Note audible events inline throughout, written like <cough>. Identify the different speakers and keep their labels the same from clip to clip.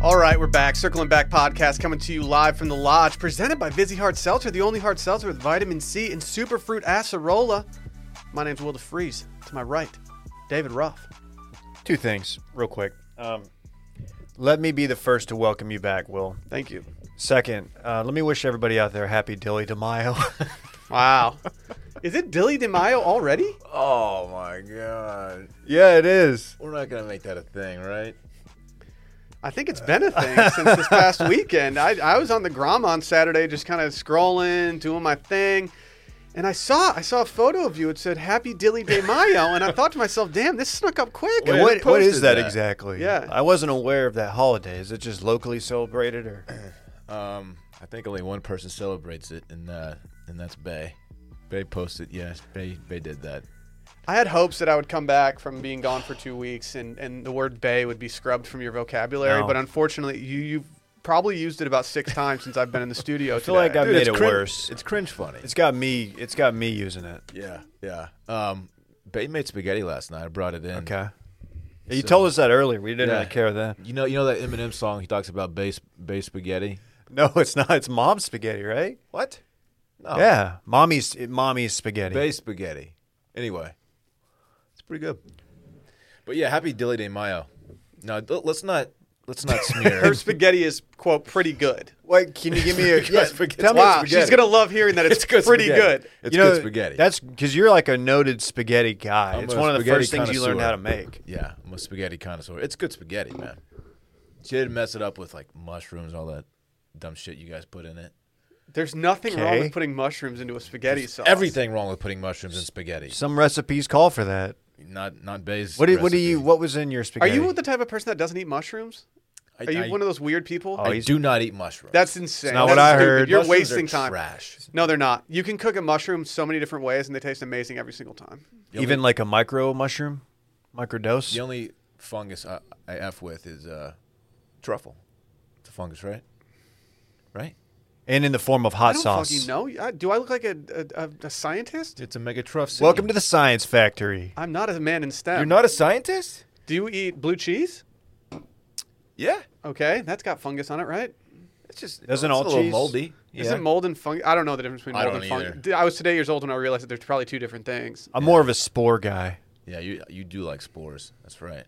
Speaker 1: All right, we're back. Circling Back podcast coming to you live from the lodge, presented by Vizzy Heart Seltzer, the only hard seltzer with vitamin C and superfruit acerola. My name's Will DeFreeze. To my right, David Ruff.
Speaker 2: Two things, real quick. Um, let me be the first to welcome you back, Will.
Speaker 1: Thank you.
Speaker 2: Second, uh, let me wish everybody out there happy Dilly <laughs> DeMaio.
Speaker 1: Wow. <laughs> Is it Dilly DeMaio already?
Speaker 3: Oh my god.
Speaker 2: yeah, it is.
Speaker 3: We're not gonna make that a thing, right?
Speaker 1: I think it's been a
Speaker 2: <laughs>
Speaker 1: thing since this past weekend. I, I was on the Grom on Saturday, just kind of scrolling, doing my thing, and I saw I saw a photo of you. It said "Happy Dilly De Mayo," and I thought to myself, "Damn, this snuck up quick."
Speaker 2: And
Speaker 3: who
Speaker 2: what, what is
Speaker 3: posted
Speaker 2: that,
Speaker 3: that?
Speaker 2: exactly?
Speaker 1: Yeah.
Speaker 2: I wasn't aware of that holiday. Is it just locally celebrated or
Speaker 3: Um, I think only one person celebrates it, and uh, and that's Bay. Bay posted, yes. Bay Bay did that.
Speaker 1: I had hopes that I would come back from being gone for two weeks, and and the word "bay" would be scrubbed from your vocabulary.
Speaker 2: No.
Speaker 1: But unfortunately, you you probably used it about six times since I've been in the studio.
Speaker 2: feel like
Speaker 1: today.
Speaker 2: I made
Speaker 3: it's
Speaker 2: it
Speaker 3: crin-
Speaker 2: worse.
Speaker 3: It's cringe funny.
Speaker 2: It's got me it's got me using it.
Speaker 3: yeah, yeah. Um, Bay made spaghetti last night. I brought it in.
Speaker 2: Okay. you told us that earlier. We didn't
Speaker 3: Yeah.
Speaker 2: really care then. <laughs>
Speaker 3: You know, you know that Eminem song he talks about Bay Bay spaghetti.
Speaker 2: No, it's not. It's mom spaghetti, right?
Speaker 3: What? No.
Speaker 2: Yeah. Mommy's mommy's spaghetti.
Speaker 3: Bay spaghetti. Anyway, it's pretty good. But yeah, happy Dilly Day Mayo. No, l- let's not let's not
Speaker 1: her
Speaker 3: <laughs> smear.
Speaker 1: spaghetti is quote pretty good.
Speaker 2: Wait, can you give me a yeah,
Speaker 3: spaghetti.
Speaker 2: tell me
Speaker 1: Wow,
Speaker 2: spaghetti.
Speaker 1: she's gonna love hearing
Speaker 2: <laughs>
Speaker 1: that. It's, pretty
Speaker 3: spaghetti.
Speaker 1: good.
Speaker 3: It's
Speaker 2: you know,
Speaker 3: good spaghetti.
Speaker 2: That's because you're like a noted spaghetti guy.
Speaker 3: I'm
Speaker 2: it's
Speaker 3: a
Speaker 2: one of the
Speaker 3: spaghetti
Speaker 2: first things you learned
Speaker 3: connoisseur.
Speaker 2: how to make.
Speaker 3: yeah. I'm a spaghetti connoisseur. It's good spaghetti, man. She didn't mess it up with like mushrooms, all that dumb shit you guys put in it.
Speaker 1: There's nothing wrong
Speaker 2: Okay.
Speaker 1: with putting mushrooms into a spaghetti sauce.
Speaker 3: Everything wrong with putting mushrooms in spaghetti.
Speaker 2: Some recipes call for that.
Speaker 3: Not not based.
Speaker 2: What do, what do you? What was in your
Speaker 1: Are
Speaker 2: spaghetti?
Speaker 1: you the type of person that doesn't eat mushrooms?
Speaker 3: I,
Speaker 1: Are you
Speaker 3: I-
Speaker 1: one of those weird people?
Speaker 2: Oh,
Speaker 3: I
Speaker 2: he's-
Speaker 3: do not eat mushrooms.
Speaker 1: That's insane.
Speaker 2: not
Speaker 1: That's
Speaker 2: what I
Speaker 1: stupid.
Speaker 2: heard.
Speaker 1: You're
Speaker 3: Mushrooms are
Speaker 1: wasting time.
Speaker 3: Trash.
Speaker 1: No, they're not. You can cook a mushroom so many different ways, and they taste amazing every single time.
Speaker 2: even like a micro mushroom, microdose?
Speaker 3: The only fungus I, I f with is uh, truffle. It's a fungus, right? Right.
Speaker 2: and in the form of
Speaker 1: I
Speaker 2: hot
Speaker 1: don't
Speaker 2: sauce.
Speaker 1: fucking know. I, do I look like a, a, a, a scientist?
Speaker 3: It's a mega truff.
Speaker 2: Welcome to the science factory.
Speaker 1: I'm not a man in STEM.
Speaker 3: You're not a scientist.
Speaker 1: Do you eat blue cheese?
Speaker 3: Yeah.
Speaker 1: Okay, that's got fungus on it, right?
Speaker 3: It's just
Speaker 2: Doesn't
Speaker 3: it's
Speaker 2: all
Speaker 3: a little
Speaker 2: cheese-
Speaker 3: moldy.
Speaker 1: Isn't mold and fungus? I don't know the difference between
Speaker 3: I
Speaker 1: mold
Speaker 3: don't
Speaker 1: and fungus.
Speaker 3: either.
Speaker 1: D- I was today years old when I realized that there's probably two different things.
Speaker 2: I'm more of a spore guy.
Speaker 3: Yeah, you you do like spores. That's right.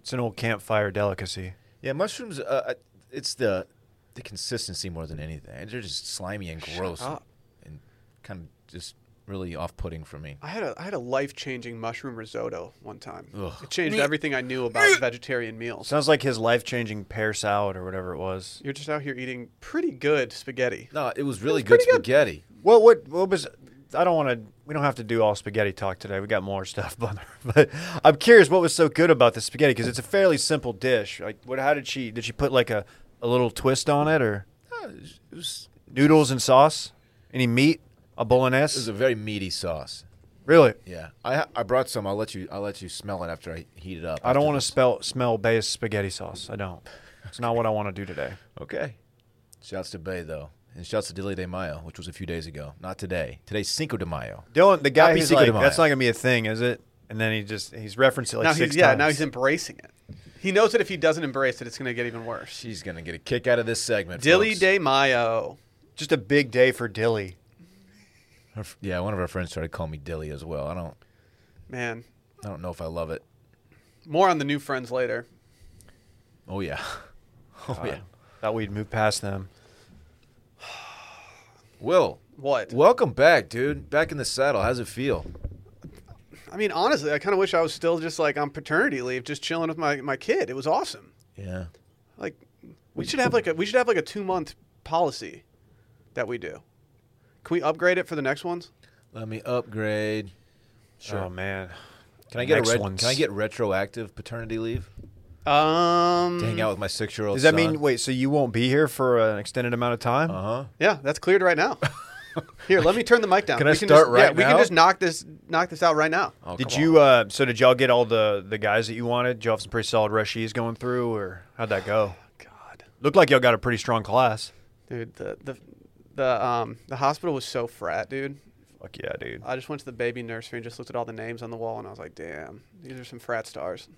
Speaker 2: It's an old campfire delicacy.
Speaker 3: Yeah, mushrooms. Uh, I- it's the the consistency more than anything. They're just slimy and gross,
Speaker 1: up.
Speaker 3: and kind of just really off-putting for me.
Speaker 1: I had a I had a life changing mushroom risotto one time.
Speaker 3: Ugh.
Speaker 1: It changed everything I knew about vegetarian meals.
Speaker 2: Sounds like his life changing pear salad or whatever it was.
Speaker 1: You're just out here eating pretty good spaghetti.
Speaker 3: No, it was really good
Speaker 1: pretty good.
Speaker 3: spaghetti.
Speaker 2: Well, what what was? I don't want to. We don't have to do all spaghetti talk today. We got more <laughs> stuff, but but I'm curious what was so good about the spaghetti because it's a fairly simple dish. Like, what? How did she? Did she put like a a little twist on it or
Speaker 3: No, it was- it was
Speaker 2: noodles and sauce? Any meat? A
Speaker 3: it was
Speaker 2: bolognese?
Speaker 3: a very meaty sauce.
Speaker 2: really?
Speaker 3: Yeah, I I brought some. I'll let you I'll let you smell it after I heat it up.
Speaker 2: I don't
Speaker 3: after
Speaker 2: want to
Speaker 3: this.
Speaker 2: spell smell Bay's spaghetti sauce. I don't. It's not what I want to do today.
Speaker 3: Okay. Shouts to Bay though, and shouts to Dilly de Mayo, which was a few days ago. Not today. Today's Cinco de Mayo.
Speaker 2: Dylan, the guy
Speaker 3: Happy
Speaker 2: who's
Speaker 3: Cinco
Speaker 2: like,
Speaker 3: de Mayo.
Speaker 2: that's not gonna be a thing, is it? And then he just he's referenced it like
Speaker 1: now
Speaker 2: six
Speaker 1: he's yeah,
Speaker 2: times.
Speaker 1: now he's embracing it. He knows that if he doesn't embrace it, it's going to get even worse.
Speaker 3: She's gonna get a kick out of this segment.
Speaker 1: Dilly
Speaker 3: folks.
Speaker 1: de Mayo.
Speaker 2: just a big day for Dilly.
Speaker 3: Her f- Yeah, one of our friends started calling me Dilly as well. I don't
Speaker 1: Man,
Speaker 3: I don't know if I love it.
Speaker 1: more on the new friends later.
Speaker 3: Oh yeah. <laughs> Oh yeah.
Speaker 2: Thought we'd move past them.
Speaker 3: Will,
Speaker 1: What?
Speaker 3: welcome back, dude. Back in the saddle. How's it feel?
Speaker 1: I mean, honestly, I kind of wish I was still just like on paternity leave, just chilling with my, my kid. It was awesome.
Speaker 3: Yeah.
Speaker 1: Like, we should have like a we should have like a two month policy that we do. Can we upgrade it for the next ones?
Speaker 3: Let me upgrade.
Speaker 2: Oh man.
Speaker 3: Can I get
Speaker 2: Next
Speaker 3: a ret-
Speaker 2: ones.
Speaker 3: can I get retroactive paternity leave?
Speaker 1: Um,
Speaker 3: To hang out with my six year old.
Speaker 2: Does that mean wait? So you won't be here for an extended amount of time?
Speaker 3: Uh huh.
Speaker 1: Yeah, that's cleared right
Speaker 3: <laughs>
Speaker 1: now. Here, let me turn the mic down.
Speaker 3: Can I
Speaker 1: We can
Speaker 3: start
Speaker 1: just,
Speaker 3: right
Speaker 1: Yeah, we can
Speaker 3: now?
Speaker 1: just knock this knock this out right now.
Speaker 3: Oh,
Speaker 2: Did
Speaker 3: come
Speaker 2: you? Uh, so did y'all get all the the guys that you wanted? Did y'all have some pretty solid rushies going through, or how'd that go?
Speaker 1: God,
Speaker 2: Looked like y'all got a pretty strong class.
Speaker 1: dude, the the the um the hospital was so frat, dude.
Speaker 2: Fuck yeah, dude.
Speaker 1: I just went to the baby nursery and just looked at all the names on the wall, and I was like, damn, these are some frat stars.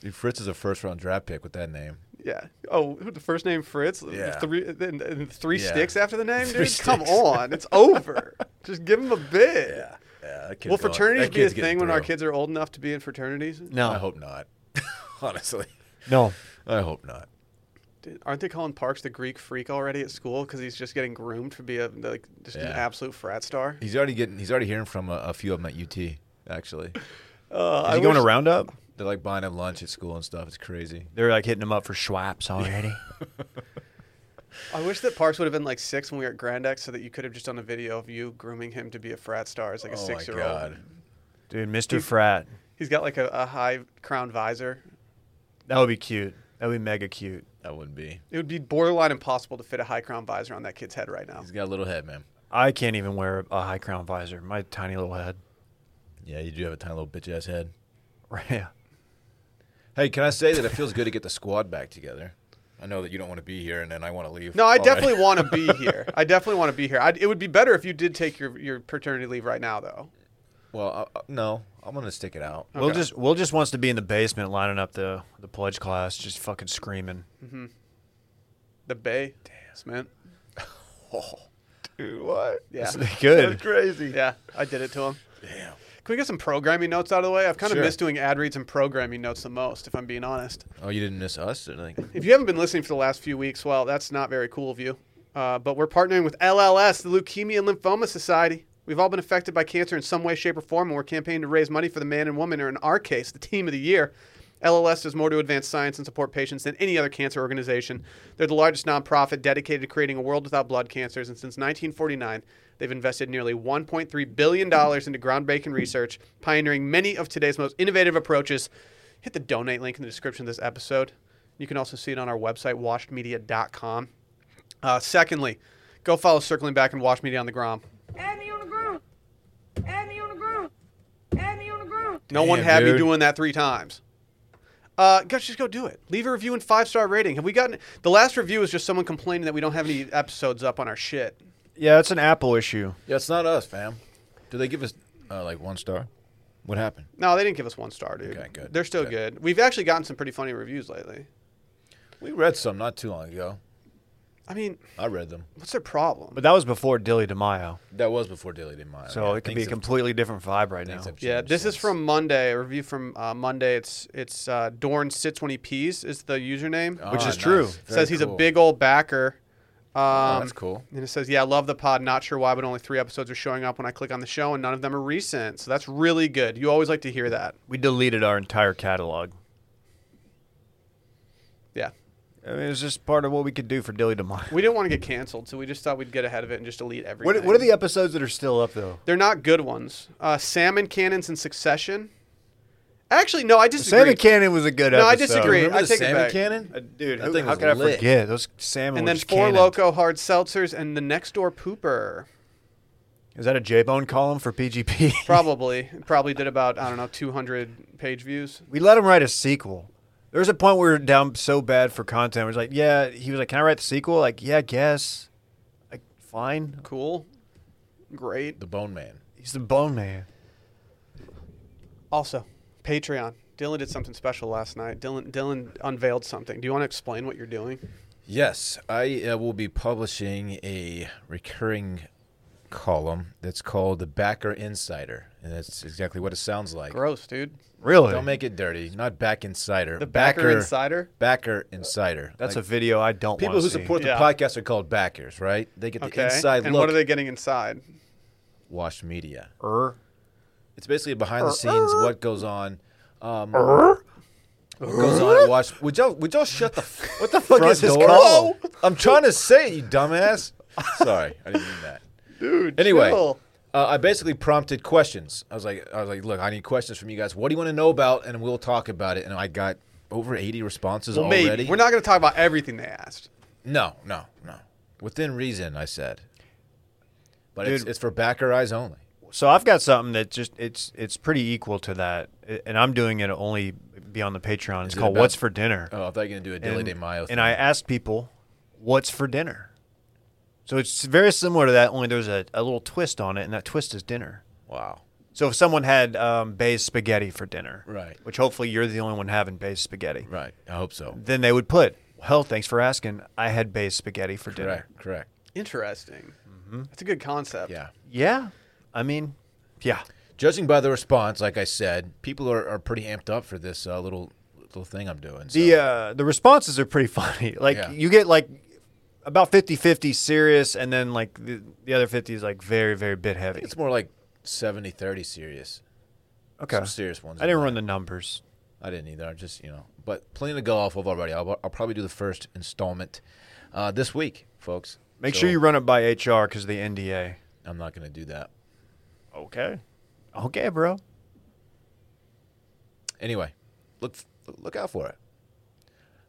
Speaker 3: Dude, Fritz is a first round draft pick with that name.
Speaker 1: Yeah. Oh, the first name Fritz.
Speaker 3: Yeah.
Speaker 1: Three and, and three
Speaker 3: Yeah.
Speaker 1: sticks after the name,
Speaker 3: Three
Speaker 1: dude. Come
Speaker 3: sticks.
Speaker 1: on, it's
Speaker 3: <laughs>
Speaker 1: over. Just give him a bit.
Speaker 3: yeah. That kid's
Speaker 1: Will
Speaker 3: going-
Speaker 1: fraternities
Speaker 3: that
Speaker 1: be a
Speaker 3: kid's getting
Speaker 1: thing when our
Speaker 3: through.
Speaker 1: kids are old enough to be in fraternities?
Speaker 3: I
Speaker 2: No,
Speaker 3: hope not. <laughs> Honestly,
Speaker 2: no.
Speaker 3: I hope not.
Speaker 1: Dude, aren't they calling Parks the Greek freak already at school because he's just getting groomed to be a like just an
Speaker 3: Yeah.
Speaker 1: absolute frat star?
Speaker 3: He's already getting. He's already hearing from a, a few of them at UT. Actually,
Speaker 1: Uh,
Speaker 2: Is
Speaker 1: I
Speaker 2: he going
Speaker 1: wish-
Speaker 2: to roundup?
Speaker 3: they're like buying him lunch at school and stuff. It's crazy.
Speaker 2: They're like hitting him up for Schwapps already.
Speaker 1: I wish that Parks would have been like six when we were at Grand X, so that you could have just done a video of you grooming him to be a frat star as like a
Speaker 3: Oh
Speaker 1: 6
Speaker 3: my
Speaker 1: year old.
Speaker 3: god.
Speaker 2: <laughs> Dude, Mr. Frat.
Speaker 1: He's got like a, a high crown visor.
Speaker 2: That would be cute. That would be mega cute.
Speaker 3: That wouldn't be.
Speaker 1: It would be borderline impossible to fit a high crown visor on that kid's head right now.
Speaker 3: He's got a little head, man.
Speaker 2: I can't even wear a high crown visor. My tiny little head. <laughs>
Speaker 3: Yeah, you do have a tiny little bitch ass head.
Speaker 2: Right. Yeah.
Speaker 3: Hey, can I say that it feels good to get the squad back together? I know that you don't want to be here, and then I want to leave.
Speaker 1: No, I
Speaker 3: already.
Speaker 1: definitely want to
Speaker 3: <laughs>
Speaker 1: be here. I definitely want to be here. I'd, it would be better if you did take your, your paternity leave right now, though.
Speaker 3: Well, I, I- no, I'm gonna stick it out.
Speaker 2: Will
Speaker 1: Okay.
Speaker 2: just Will just wants to be in the basement lining up the the pledge class, just fucking screaming.
Speaker 1: The Bay.
Speaker 3: <laughs>
Speaker 1: Damn.
Speaker 3: Oh, Dude, what? <laughs>
Speaker 1: Yeah.
Speaker 2: <laughs> Good.
Speaker 3: crazy.
Speaker 1: Yeah, I did it to him.
Speaker 3: Damn.
Speaker 1: Can we get some programming notes out of the way? I've kind of
Speaker 3: Sure.
Speaker 1: missed doing ad reads and programming notes the most, if I'm being honest.
Speaker 3: Oh, you didn't miss us? Or like,
Speaker 1: If you haven't been listening for the last few weeks, well, that's not very cool of you. Uh, but we're partnering with LLS, the Leukemia and Lymphoma Society. We've all been affected by cancer in some way, shape, or form, and we're campaigning to raise money for the man and woman, or in our case, the team of the year. LLS does more to advance science and support patients than any other cancer organization. They're the largest nonprofit dedicated to creating a world without blood cancers, and since 1949, they've invested nearly $1.3 billion into groundbreaking research, pioneering many of today's most innovative approaches. Hit the donate link in the description of this episode. You can also see it on our website, washedmedia.com. Uh, secondly, go follow Circling Back and Wash Media on the Grom.
Speaker 4: Add me on the ground. Add me on the ground. Add me on the ground.
Speaker 1: No one
Speaker 3: Damn,
Speaker 1: had me
Speaker 3: dude.
Speaker 1: doing that three times. Uh, guys, just go do it. Leave a review and five star rating. Have we gotten the last review? Is just someone complaining that we don't have any episodes up on our shit.
Speaker 2: Yeah, it's an Apple issue.
Speaker 3: yeah, it's not us, fam. Do they give us uh, like one star? What happened?
Speaker 1: No, they didn't give us one star, dude.
Speaker 3: Okay, good.
Speaker 1: They're still
Speaker 3: Okay.
Speaker 1: good. We've actually gotten some pretty funny reviews lately.
Speaker 3: We read some not too long ago.
Speaker 1: I mean,
Speaker 3: I read them.
Speaker 1: what's their problem?
Speaker 2: But that was before Dilly DeMaio,
Speaker 3: That was before Daily Day Mile.
Speaker 2: so
Speaker 3: Oh, Yeah,
Speaker 2: it could
Speaker 3: things
Speaker 2: be a
Speaker 3: have-
Speaker 2: completely different vibe right now.
Speaker 3: things have
Speaker 1: Yeah,
Speaker 3: changed
Speaker 1: this is
Speaker 3: since.
Speaker 1: from Monday. A review from uh, Monday. It's it's uh, Dorn sits when he pees is the username.
Speaker 3: Ah,
Speaker 2: which is
Speaker 3: nice.
Speaker 2: true.
Speaker 3: Very
Speaker 1: says he's a
Speaker 3: cool.
Speaker 1: big old backer. Um,
Speaker 3: Oh, that's cool.
Speaker 1: And it says, "Yeah, I love the pod. Not sure why, but only three episodes are showing up when I click on the show, and none of them are recent. So that's really good. You always like to hear that.
Speaker 2: We deleted our entire catalog.
Speaker 1: Yeah,
Speaker 2: I mean, it's just part of what we could do for Dilly DeMaio.
Speaker 1: we didn't want to get canceled, so we just thought we'd get ahead of it and just delete everything.
Speaker 2: <laughs> What, what are the episodes that are still up though?
Speaker 1: They're not good ones. Uh, salmon cannons in succession. Actually, no, I disagree.
Speaker 2: Salmon Cannon was a good
Speaker 1: No, I
Speaker 2: episode.
Speaker 1: disagree.
Speaker 3: Remember
Speaker 1: I
Speaker 3: the
Speaker 1: take it
Speaker 3: salmon
Speaker 1: back.
Speaker 3: cannon?
Speaker 2: Uh, dude,
Speaker 3: That
Speaker 2: who-
Speaker 3: thing
Speaker 2: how
Speaker 3: was
Speaker 2: could I
Speaker 3: lit.
Speaker 2: forget those salmon?
Speaker 1: and
Speaker 2: were
Speaker 1: then
Speaker 2: just
Speaker 1: four
Speaker 2: cannons.
Speaker 1: loco hard seltzers and the next door pooper.
Speaker 2: Is that a J Bone column for PGP? <laughs>
Speaker 1: Probably, probably did about I don't know 200 page views.
Speaker 2: we let him write a sequel. There was a point where we were down so bad for content. It was like, yeah, he was like, can I write the sequel? Like, yeah, I guess. Like, fine.
Speaker 1: Cool, great.
Speaker 3: The Bone Man.
Speaker 2: He's the bone man.
Speaker 1: Also, Patreon. Dylan did something special last night. Dylan Dylan unveiled something. Do you want to explain what you're doing?
Speaker 3: Yes, I uh, will be publishing a recurring column that's called The Backer Insider, and that's exactly what it sounds like.
Speaker 1: Gross, dude.
Speaker 2: Really?
Speaker 3: Don't make it dirty. Not back insider.
Speaker 1: The backer, insider.
Speaker 3: Backer insider.
Speaker 2: That's
Speaker 3: Like,
Speaker 2: a video I don't
Speaker 3: people
Speaker 2: wanna
Speaker 3: who
Speaker 2: see.
Speaker 3: support
Speaker 1: Yeah.
Speaker 3: the podcast are called backers, right? They get the
Speaker 1: Okay.
Speaker 3: inside
Speaker 1: and
Speaker 3: look.
Speaker 1: what are they getting inside?
Speaker 3: Wash media.
Speaker 2: Er.
Speaker 3: It's basically behind the scenes what goes on. Um, what goes on? at Watch. Would y'all? Would y'all shut the? F- what the
Speaker 2: fuck
Speaker 3: uh. front
Speaker 2: is this
Speaker 3: door?
Speaker 2: column?
Speaker 3: I'm trying to say it, you dumbass. Sorry, I didn't mean that.
Speaker 1: Dude.
Speaker 3: Anyway, uh, I basically prompted questions. I was like, I was like, look, I need questions from you guys. What do you want to know about? And we'll talk about it. And I got over 80 responses
Speaker 1: Well,
Speaker 3: already.
Speaker 1: maybe we're not going to talk about everything they asked.
Speaker 3: No, no, no. Within reason, I said. But it's,
Speaker 2: Dude.
Speaker 3: it's for backer eyes only.
Speaker 2: So I've got something that just it's it's pretty equal to that, I- and I'm doing it only beyond the Patreon. It's
Speaker 3: it
Speaker 2: called
Speaker 3: about-
Speaker 2: "What's for Dinner."
Speaker 3: Oh, I thought you were gonna do a Dilly
Speaker 2: and,
Speaker 3: Day Mayo.
Speaker 2: and I asked people, "What's for dinner?" So it's very similar to that, only there's a, a little twist on it, and that twist is dinner.
Speaker 3: wow,
Speaker 2: So if someone had um, Bay's spaghetti for dinner,
Speaker 3: Right.
Speaker 2: which hopefully you're the only one having Bay's spaghetti,
Speaker 3: Right. I hope so.
Speaker 2: then they would put, "Well, thanks for asking. I had Bay's spaghetti for dinner."
Speaker 3: Correct. Correct.
Speaker 1: Interesting. That's a good concept.
Speaker 3: Mm-hmm. Yeah.
Speaker 2: Yeah, I mean, yeah,
Speaker 3: Judging by the response, like I said, people are, are pretty amped up for this uh, little little thing I'm doing. So.
Speaker 2: the uh, the responses are pretty <laughs> funny. Like
Speaker 3: Yeah.
Speaker 2: you get like about 50-50 serious, and then like the, the other fifty is like very very bit
Speaker 3: I
Speaker 2: heavy.
Speaker 3: think it's more like 70 30 serious.
Speaker 2: <laughs> Okay,
Speaker 3: Some serious ones.
Speaker 2: I didn't run the numbers.
Speaker 3: I didn't either. I just, you know, but playing the golf I've already. I'll, I'll probably do the first installment uh, this week, folks.
Speaker 2: Make
Speaker 3: So
Speaker 2: sure you run it by HR because the NDA.
Speaker 3: I'm not going to do that.
Speaker 2: Okay. Okay, bro.
Speaker 3: Anyway, look look out for it.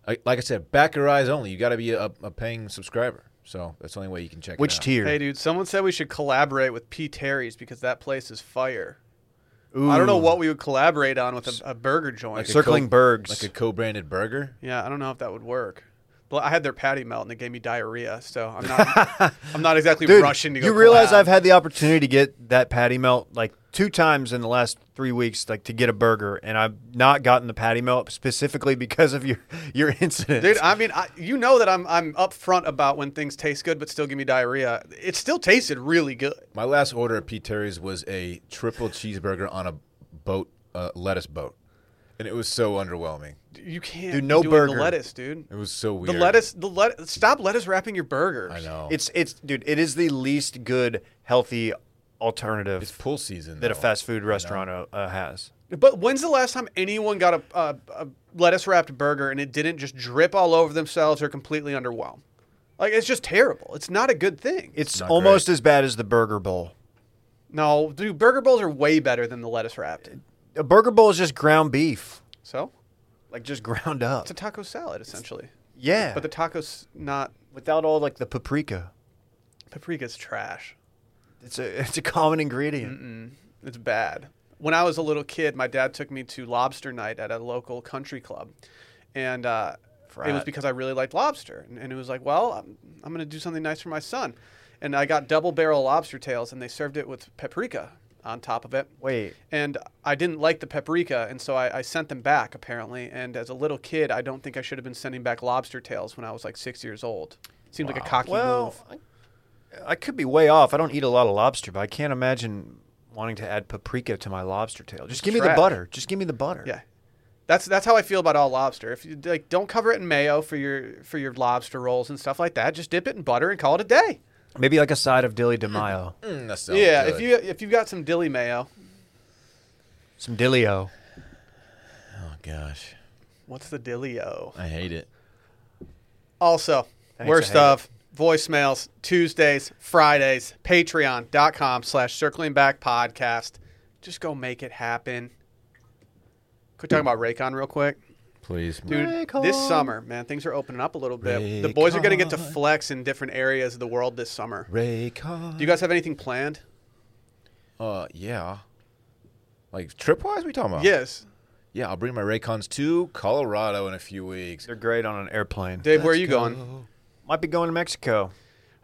Speaker 3: I, like I said, back your eyes only. You got to be a, a paying subscriber. So that's the only way you can check
Speaker 2: Which
Speaker 3: it out.
Speaker 2: tier?
Speaker 1: Hey, dude, someone said we should collaborate with P. Terry's because that place is fire.
Speaker 2: Ooh.
Speaker 1: I don't know what we would collaborate on with a, a burger joint.
Speaker 3: Like a
Speaker 2: Circling
Speaker 3: co-
Speaker 2: Bergs.
Speaker 3: Like a co-branded burger?
Speaker 1: yeah, I don't know if that would work. But I had their patty melt and it gave me diarrhea, so I'm
Speaker 2: <laughs>
Speaker 1: not. I'm not exactly
Speaker 2: Dude,
Speaker 1: rushing to go.
Speaker 2: you realize
Speaker 1: collab.
Speaker 2: I've had the opportunity to get that patty melt like two times in the last three weeks, like to get a burger, and I've not gotten the patty melt specifically because of your your incident.
Speaker 1: Dude, I mean, I, you know that I'm I'm upfront about when things taste good but still give me diarrhea. It still tasted really good.
Speaker 3: My last order at Pete Terry's was a triple cheeseburger on a boat, uh, lettuce boat, and it was so underwhelming.
Speaker 1: You can't
Speaker 2: Dude, no
Speaker 1: be doing
Speaker 2: burger.
Speaker 1: the lettuce, dude.
Speaker 3: It was so
Speaker 1: The
Speaker 3: weird.
Speaker 1: lettuce, the let stop lettuce wrapping your burgers.
Speaker 3: I know. It's
Speaker 2: <laughs> it's it's dude, it is the least good healthy alternative
Speaker 3: it's pool season.
Speaker 2: that a
Speaker 3: though.
Speaker 2: fast food restaurant uh, uh, has.
Speaker 1: But when's the last time anyone got a, a, a lettuce wrapped burger and it didn't just drip all over themselves or completely underwhelm? Like it's just terrible. It's not a good thing.
Speaker 2: It's
Speaker 3: not
Speaker 2: almost as bad as the burger bowl.
Speaker 1: no, dude, burger bowls are way better than the lettuce wrapped.
Speaker 2: A burger bowl is just ground beef,
Speaker 1: So
Speaker 2: like just ground up.
Speaker 1: it's a taco salad essentially,
Speaker 2: yeah,
Speaker 1: but the tacos not
Speaker 2: without all like the paprika.
Speaker 1: paprika's trash.
Speaker 2: It's a <laughs> it's a common ingredient.
Speaker 1: It's bad. When I was a little kid, my dad took me to lobster night at a local country club, and uh, it was
Speaker 2: Frat.
Speaker 1: because I really liked lobster. And, and it was like, well, I'm, I'm going to do something nice for my son, and I got double barrel lobster tails, and they served it with paprika on top of it.
Speaker 2: Wait,
Speaker 1: And I didn't like the paprika, and so I, I sent them back apparently. And as a little kid, I don't think I should have been sending back lobster tails when I was like six years old. Seemed like a cocky
Speaker 2: well,
Speaker 1: move.
Speaker 2: I, I could be way off. I don't eat a lot of lobster, but I can't imagine wanting to add paprika to my lobster tail. Just give me the
Speaker 1: trash.
Speaker 2: butter. Just give me the butter.
Speaker 1: Yeah, that's that's how I feel about all lobster. If you like, don't cover it in mayo for your for your lobster rolls and stuff like that. Just dip it in butter and call it a day.
Speaker 2: Maybe like a side of dilly de mayo,
Speaker 3: Mm, that sounds
Speaker 1: yeah,
Speaker 3: good.
Speaker 1: if you if you've got some dilly mayo,
Speaker 2: some dillio.
Speaker 3: Oh gosh,
Speaker 1: what's the dillio?
Speaker 3: I hate it.
Speaker 1: Also,
Speaker 2: Thanks, I
Speaker 1: worst
Speaker 2: hate
Speaker 1: of voicemails Tuesdays, Fridays, Patreon.com/slash Circling Back Podcast. Just go make it happen. Could talk about Raycon real quick.
Speaker 3: Please,
Speaker 1: Dude, this
Speaker 2: Raycon.
Speaker 1: summer, man, things are opening up a little bit. The boys are going to get to
Speaker 3: Raycon.
Speaker 1: flex in different areas of the world this summer.
Speaker 3: Ray Con.
Speaker 1: Do you guys have anything planned?
Speaker 3: Uh, yeah. Like trip wise, we talking about?
Speaker 1: Yes.
Speaker 3: Yeah, I'll bring my Raycons to Colorado in a few weeks. Oh.
Speaker 2: They're great on an airplane.
Speaker 1: Dave, where are
Speaker 3: Let's
Speaker 1: you going?
Speaker 3: go.
Speaker 2: Might be going to Mexico.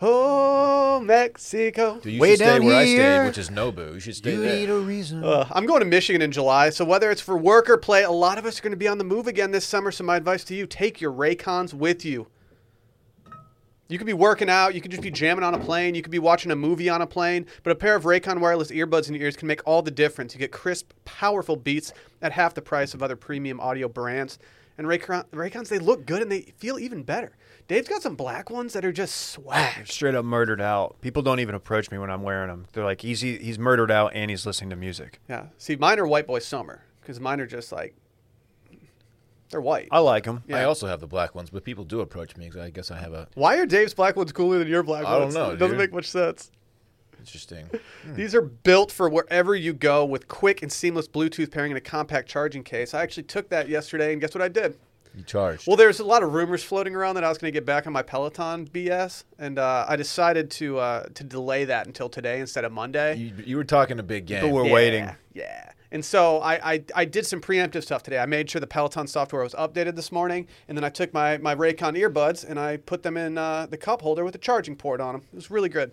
Speaker 1: Oh, Mexico.
Speaker 3: Dude, you
Speaker 2: Way
Speaker 3: should stay
Speaker 2: down
Speaker 3: where I stayed,
Speaker 2: here.
Speaker 3: which is Nobu. You should stay there.
Speaker 2: reason.
Speaker 1: Uh, I'm going to Michigan in July, so whether it's for work or play, a lot of us are going to be on the move again this summer. So my advice to you: take your Raycons with you. You could be working out, you could just be jamming on a plane, you could be watching a movie on a plane, but a pair of Raycon wireless earbuds in your ears can make all the difference. You get crisp, powerful beats at half the price of other premium audio brands. And Raycon, Raycons, they look good and they feel even better. Dave's got some black ones that are just swag.
Speaker 2: Straight up murdered out. People don't even approach me when I'm wearing them. They're like, he's, he's murdered out and he's listening to music.
Speaker 1: Yeah. See, mine are white boy summer because mine are just like they're white.
Speaker 2: I like them.
Speaker 1: Yeah.
Speaker 3: I also have the black ones, but people do approach me because I guess I have a
Speaker 1: Why are Dave's black ones cooler than your black
Speaker 3: I don't
Speaker 1: ones?
Speaker 3: know,
Speaker 1: It doesn't
Speaker 3: dude. Hmm.
Speaker 1: make much sense.
Speaker 3: interesting.
Speaker 1: These are built for wherever you go with quick and seamless Bluetooth pairing and a compact charging case. I actually took that yesterday, and guess what I did?
Speaker 3: You charged.
Speaker 1: Well, there's a lot of rumors floating around that I was going to get back on my Peloton BS, and uh, I decided to uh, to delay that until today instead of Monday.
Speaker 3: you, you were talking a big game.
Speaker 2: But we're
Speaker 1: Yeah,
Speaker 2: waiting.
Speaker 1: Yeah. And so I, I, I did some preemptive stuff today. I made sure the Peloton software was updated this morning, and then I took my, my Raycon earbuds and I put them in uh, the cup holder with a charging port on them. It was really good.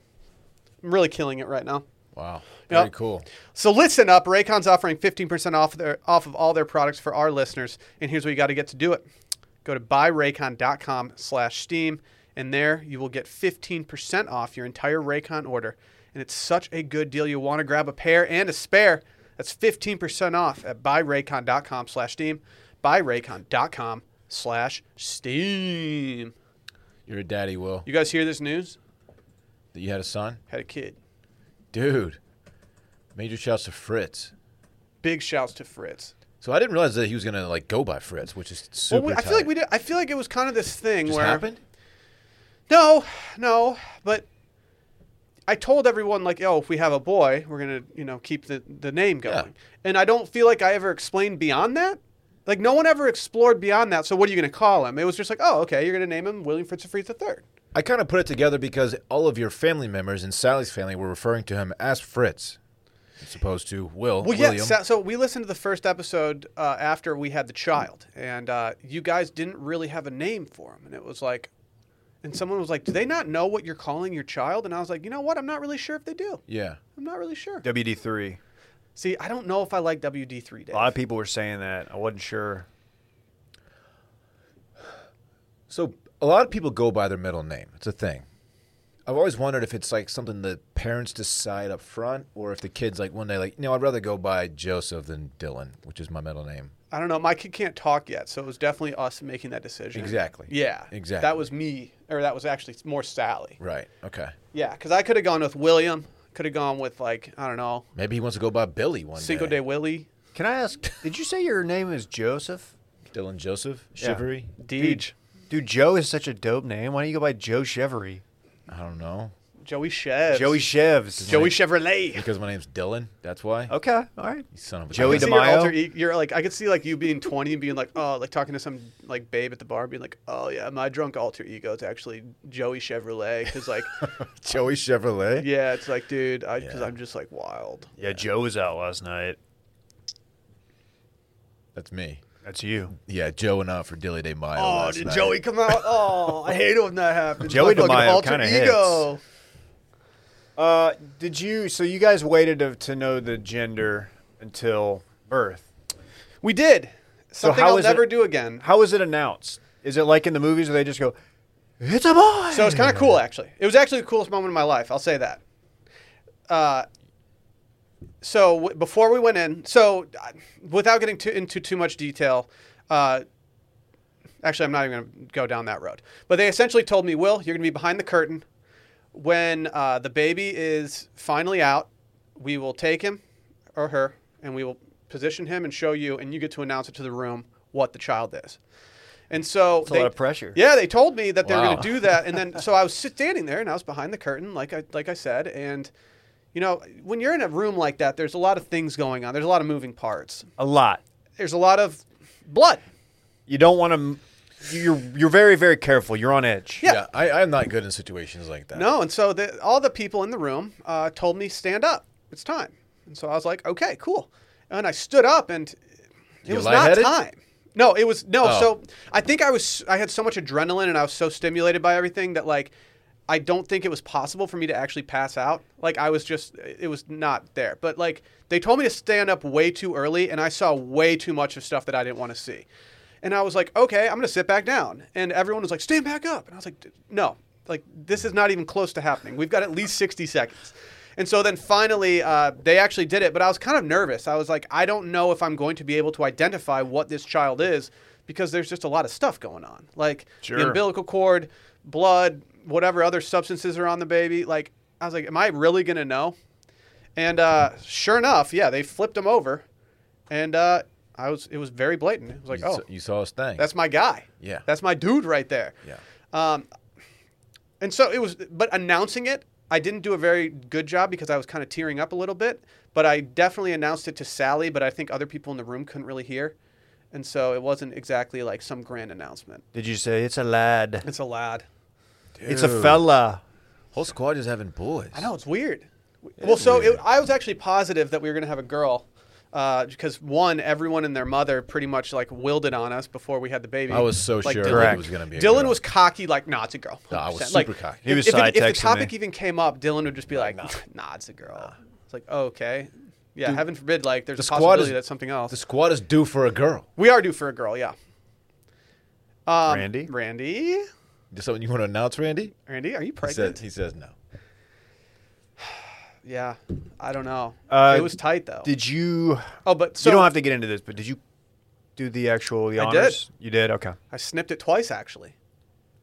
Speaker 1: I'm really killing it right now.
Speaker 3: Wow. Very
Speaker 1: Yep.
Speaker 3: cool.
Speaker 1: So listen up. Raycon's offering 15% off their, off of all their products for our listeners. And here's what you got to get to do it. Go to buyraycon.com slash steam. And there you will get 15% off your entire Raycon order. And it's such a good deal. You'll want to grab a pair and a spare. That's 15% off at buyraycon.com slash steam. Buyraycon.com slash steam.
Speaker 3: You're a daddy, Will.
Speaker 1: You guys hear this news?
Speaker 3: That you had a son?
Speaker 1: Had a kid.
Speaker 3: Dude. Major shouts to Fritz.
Speaker 1: Big shouts to Fritz.
Speaker 3: So I didn't realize that he was gonna like go by Fritz, which is
Speaker 1: Well,
Speaker 3: super.
Speaker 1: we- I feel
Speaker 3: tight.
Speaker 1: like we did. I feel like it was kind of this thing
Speaker 3: just
Speaker 1: where
Speaker 3: happened.
Speaker 1: No, no, but I told everyone like, oh, if we have a boy, we're gonna, you know, keep the, the name going.
Speaker 3: Yeah.
Speaker 1: And I don't feel like I ever explained beyond that. Like no one ever explored beyond that. So what are you gonna call him? It was just like, oh, okay, you're gonna name him William Fritz of Freeze the Third.
Speaker 3: I kind of put it together because all of your family members and Sally's family were referring to him as Fritz, as opposed to Will.
Speaker 1: Well,
Speaker 3: William.
Speaker 1: yeah. So, so we listened to the first episode uh, after we had the child, and uh, you guys didn't really have a name for him, and it was like, and someone was like, do they not know what you're calling your child? And I was like, you know what? I'm not really sure if they do.
Speaker 3: yeah.
Speaker 1: I'm not really sure.
Speaker 2: WD three.
Speaker 1: See, I don't know if I like WD3 Dave.
Speaker 2: A lot of people were saying that. I wasn't sure.
Speaker 3: So a lot of people go by their middle name. It's a thing. I've always wondered if it's like something the parents decide up front, or if the kids like one day like, no, I'd rather go by Joseph than Dylan, which is my middle name.
Speaker 1: I don't know. My kid can't talk yet, so it was definitely us making that decision.
Speaker 3: Exactly.
Speaker 1: Yeah.
Speaker 3: Exactly.
Speaker 1: That was me, or that was actually more Sally.
Speaker 3: Right. Okay.
Speaker 1: Yeah, because I could have gone with William. Could have gone with like I don't know
Speaker 3: Maybe he wants to go by Billy one
Speaker 1: Cinco de
Speaker 3: day.
Speaker 1: Willie,
Speaker 2: Can I
Speaker 1: <laughs>
Speaker 2: ask? did you say your name is Joseph?
Speaker 3: Dylan Joseph Shivery.
Speaker 1: Deej,
Speaker 2: Dude, Joe is such a dope name. Why don't you go by Joe Chevery?
Speaker 3: I don't know
Speaker 1: Joey Chev,
Speaker 2: Joey Chevs.
Speaker 1: Joey <laughs> Chevrolet.
Speaker 3: because my name's Dylan. That's why.
Speaker 1: Oh.
Speaker 2: Okay, all right.
Speaker 3: You son of
Speaker 1: I
Speaker 3: a
Speaker 2: Joey
Speaker 1: could see
Speaker 2: DeMaio.
Speaker 1: your alter e- You're like I could see like you being 20 and being like oh like talking to some like babe at the bar and being like oh yeah my drunk alter ego is actually Joey Chevrolet because like <laughs>
Speaker 3: <laughs> Joey Chevrolet.
Speaker 1: yeah it's like dude because
Speaker 3: Yeah.
Speaker 1: I'm just like wild.
Speaker 2: Yeah, Joe was out last night.
Speaker 3: That's me.
Speaker 2: That's you.
Speaker 3: Yeah, Joe went out for Dilly Day Mile.
Speaker 1: Oh,
Speaker 3: last
Speaker 1: did
Speaker 3: night.
Speaker 1: Joey come
Speaker 2: <laughs>
Speaker 1: out? Oh, I hate it when that happens.
Speaker 2: Joey
Speaker 1: My fucking
Speaker 2: DeMaio
Speaker 1: alter
Speaker 2: kinda
Speaker 1: ego.
Speaker 2: Uh, did you? So you guys waited to, to know the gender until birth.
Speaker 1: We did something
Speaker 2: how
Speaker 1: I'll
Speaker 2: is
Speaker 1: never
Speaker 2: it-
Speaker 1: do again.
Speaker 2: How was it announced? Is it like in the movies where they just go, "It's a boy"?
Speaker 1: So it's kind of cool, actually. It was actually the coolest moment of my life. I'll say that. Uh, so w- before we went in, so uh, without getting too, into too much detail, uh, actually, I'm not even going to go down that road. But they essentially told me, Will, you're going to be behind the curtain. When uh, the baby is finally out, we will take him or her and we will position him and show you, and you get to announce it to the room what the child is. And so
Speaker 2: That's a lot of pressure.
Speaker 1: Yeah, they told me that they were
Speaker 3: Wow.
Speaker 1: going to do that, and then so I was sit- standing there and I was behind the curtain, like I like I said, and you know when you're in a room like that, there's a lot of things going on. There's a lot of moving parts.
Speaker 2: A lot.
Speaker 1: There's a lot of blood.
Speaker 2: You don't want to. You're you're very very careful. You're on edge.
Speaker 1: Yeah.
Speaker 3: Yeah, I, I'm not good in situations like that.
Speaker 1: No, and so the, all the people in the room uh, told me stand up. It's time. And so I was like, okay, cool. And I stood up, and it
Speaker 3: You
Speaker 1: was not
Speaker 3: lightheaded?
Speaker 1: time. No, it was no.
Speaker 3: Oh.
Speaker 1: So I think I was I had so much adrenaline and I was so stimulated by everything that like I don't think it was possible for me to actually pass out. Like I was just it was not there. But like they told me to stand up way too early and I saw way too much of stuff that I didn't want to see. And I was like, "Okay, I'm going to sit back down." And everyone was like, "Stand back up." And I was like, "D- "No. Like this is not even close to happening. We've got at least 60 seconds." And so then finally, uh, they actually did it, but I was kind of nervous. I was like, I don't know if I'm going to be able to identify what this child is because there's just a lot of stuff going on. Like the
Speaker 2: Sure.
Speaker 1: umbilical cord, blood, whatever other substances are on the baby. Like, I was like, am I really going to know? And uh, sure enough, yeah, they flipped him over. And uh, I was, it was very blatant. It was like,
Speaker 3: you,
Speaker 1: oh,
Speaker 3: saw, you saw his thing.
Speaker 1: that's my guy.
Speaker 3: Yeah.
Speaker 1: That's my dude right there.
Speaker 3: yeah.
Speaker 1: Um, and so it was, but announcing it, I didn't do a very good job because I was kind of tearing up a little bit. But I definitely announced it to Sally, but I think other people in the room couldn't really hear. And so it wasn't exactly like some grand announcement.
Speaker 2: Did you say it's a lad?
Speaker 1: It's a lad.
Speaker 2: It's a fella.
Speaker 3: Whole squad is having boys.
Speaker 1: I know, it's weird. well, so It, I was actually positive that we were going to have a girl. Uh, because one, everyone and their mother pretty much like willed it on us before we had the baby.
Speaker 3: I was so
Speaker 1: Like,
Speaker 3: sure
Speaker 1: Dylan-
Speaker 3: that
Speaker 2: Correct.
Speaker 3: it was going to be. A
Speaker 1: Dylan
Speaker 3: girl.
Speaker 1: was cocky, like, nah, it's a girl.
Speaker 3: No, I was
Speaker 1: 100%. Like,
Speaker 3: super cocky.
Speaker 2: He was
Speaker 1: if, it- if the
Speaker 2: side-texting
Speaker 1: topic
Speaker 2: me.
Speaker 1: even came up, Dylan would just be like, nah, it's a girl. It's like, oh, okay. Yeah, heaven forbid, like, there's
Speaker 3: the
Speaker 1: a
Speaker 3: squad
Speaker 1: possibility
Speaker 3: is-
Speaker 1: that's something
Speaker 3: The
Speaker 1: else.
Speaker 3: squad is due for a girl.
Speaker 1: We are due for a girl, yeah. Um,
Speaker 2: Randy?
Speaker 1: Randy?
Speaker 3: Is something you want to announce, Randy?
Speaker 1: Randy, are you
Speaker 3: He says,
Speaker 1: pregnant?
Speaker 3: he says no.
Speaker 1: yeah, I don't know.
Speaker 2: Uh,
Speaker 1: it was tight, though.
Speaker 2: Did you?
Speaker 1: oh, but so
Speaker 2: you don't have to get into this, but did you do the actual the
Speaker 1: I did.
Speaker 2: honors? You did. Okay.
Speaker 1: I snipped it twice, actually.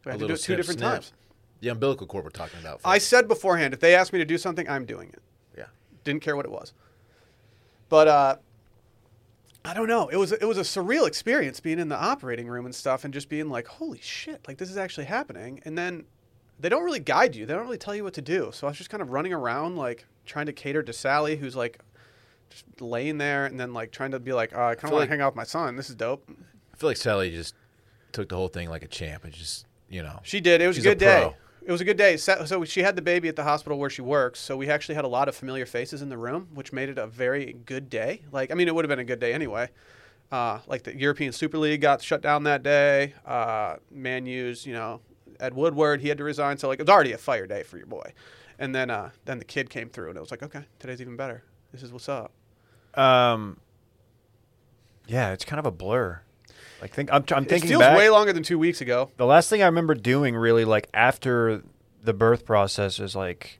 Speaker 1: I had
Speaker 3: A
Speaker 1: to do
Speaker 3: little
Speaker 1: it two
Speaker 3: snip,
Speaker 1: different
Speaker 3: snip.
Speaker 1: times.
Speaker 3: The umbilical cord we're talking about.
Speaker 1: I said beforehand, if they ask me to do something, I'm doing it.
Speaker 3: yeah.
Speaker 1: Didn't care what it was. But uh, I don't know. It was it was a surreal experience being in the operating room and stuff, and just being like, "Holy shit! Like this is actually happening." And then they don't really guide you. They don't really tell you what to do. So I was just kind of running around, like trying to cater to Sally, who's like just laying there, and then like trying to be like, oh, "I kind of
Speaker 3: feel
Speaker 1: want
Speaker 3: like-
Speaker 1: to hang out with my son. This is dope."
Speaker 3: I feel like Sally just took the whole thing like a champ. It just, you know.
Speaker 1: She did. It was
Speaker 3: She's
Speaker 1: a
Speaker 3: a
Speaker 1: good day.
Speaker 3: pro.
Speaker 1: It was a good day. So, so she had the baby at the hospital where she works. So we actually had a lot of familiar faces in the room, which made it a very good day. Like, I mean, it would have been a good day anyway. Uh, like the European Super League got shut down that day. Uh, Man U's, you know, Ed Woodward, he had to resign. So like, it was already a fire day for your boy. And then, uh, then the kid came through, and it was like, okay, today's even better. This is what's up.
Speaker 2: Um. Yeah, it's kind of a blur. Like think I'm, I'm
Speaker 1: It
Speaker 2: thinking
Speaker 1: feels
Speaker 2: back.
Speaker 1: way longer than two weeks ago.
Speaker 2: the last thing I remember doing really like after the birth process is like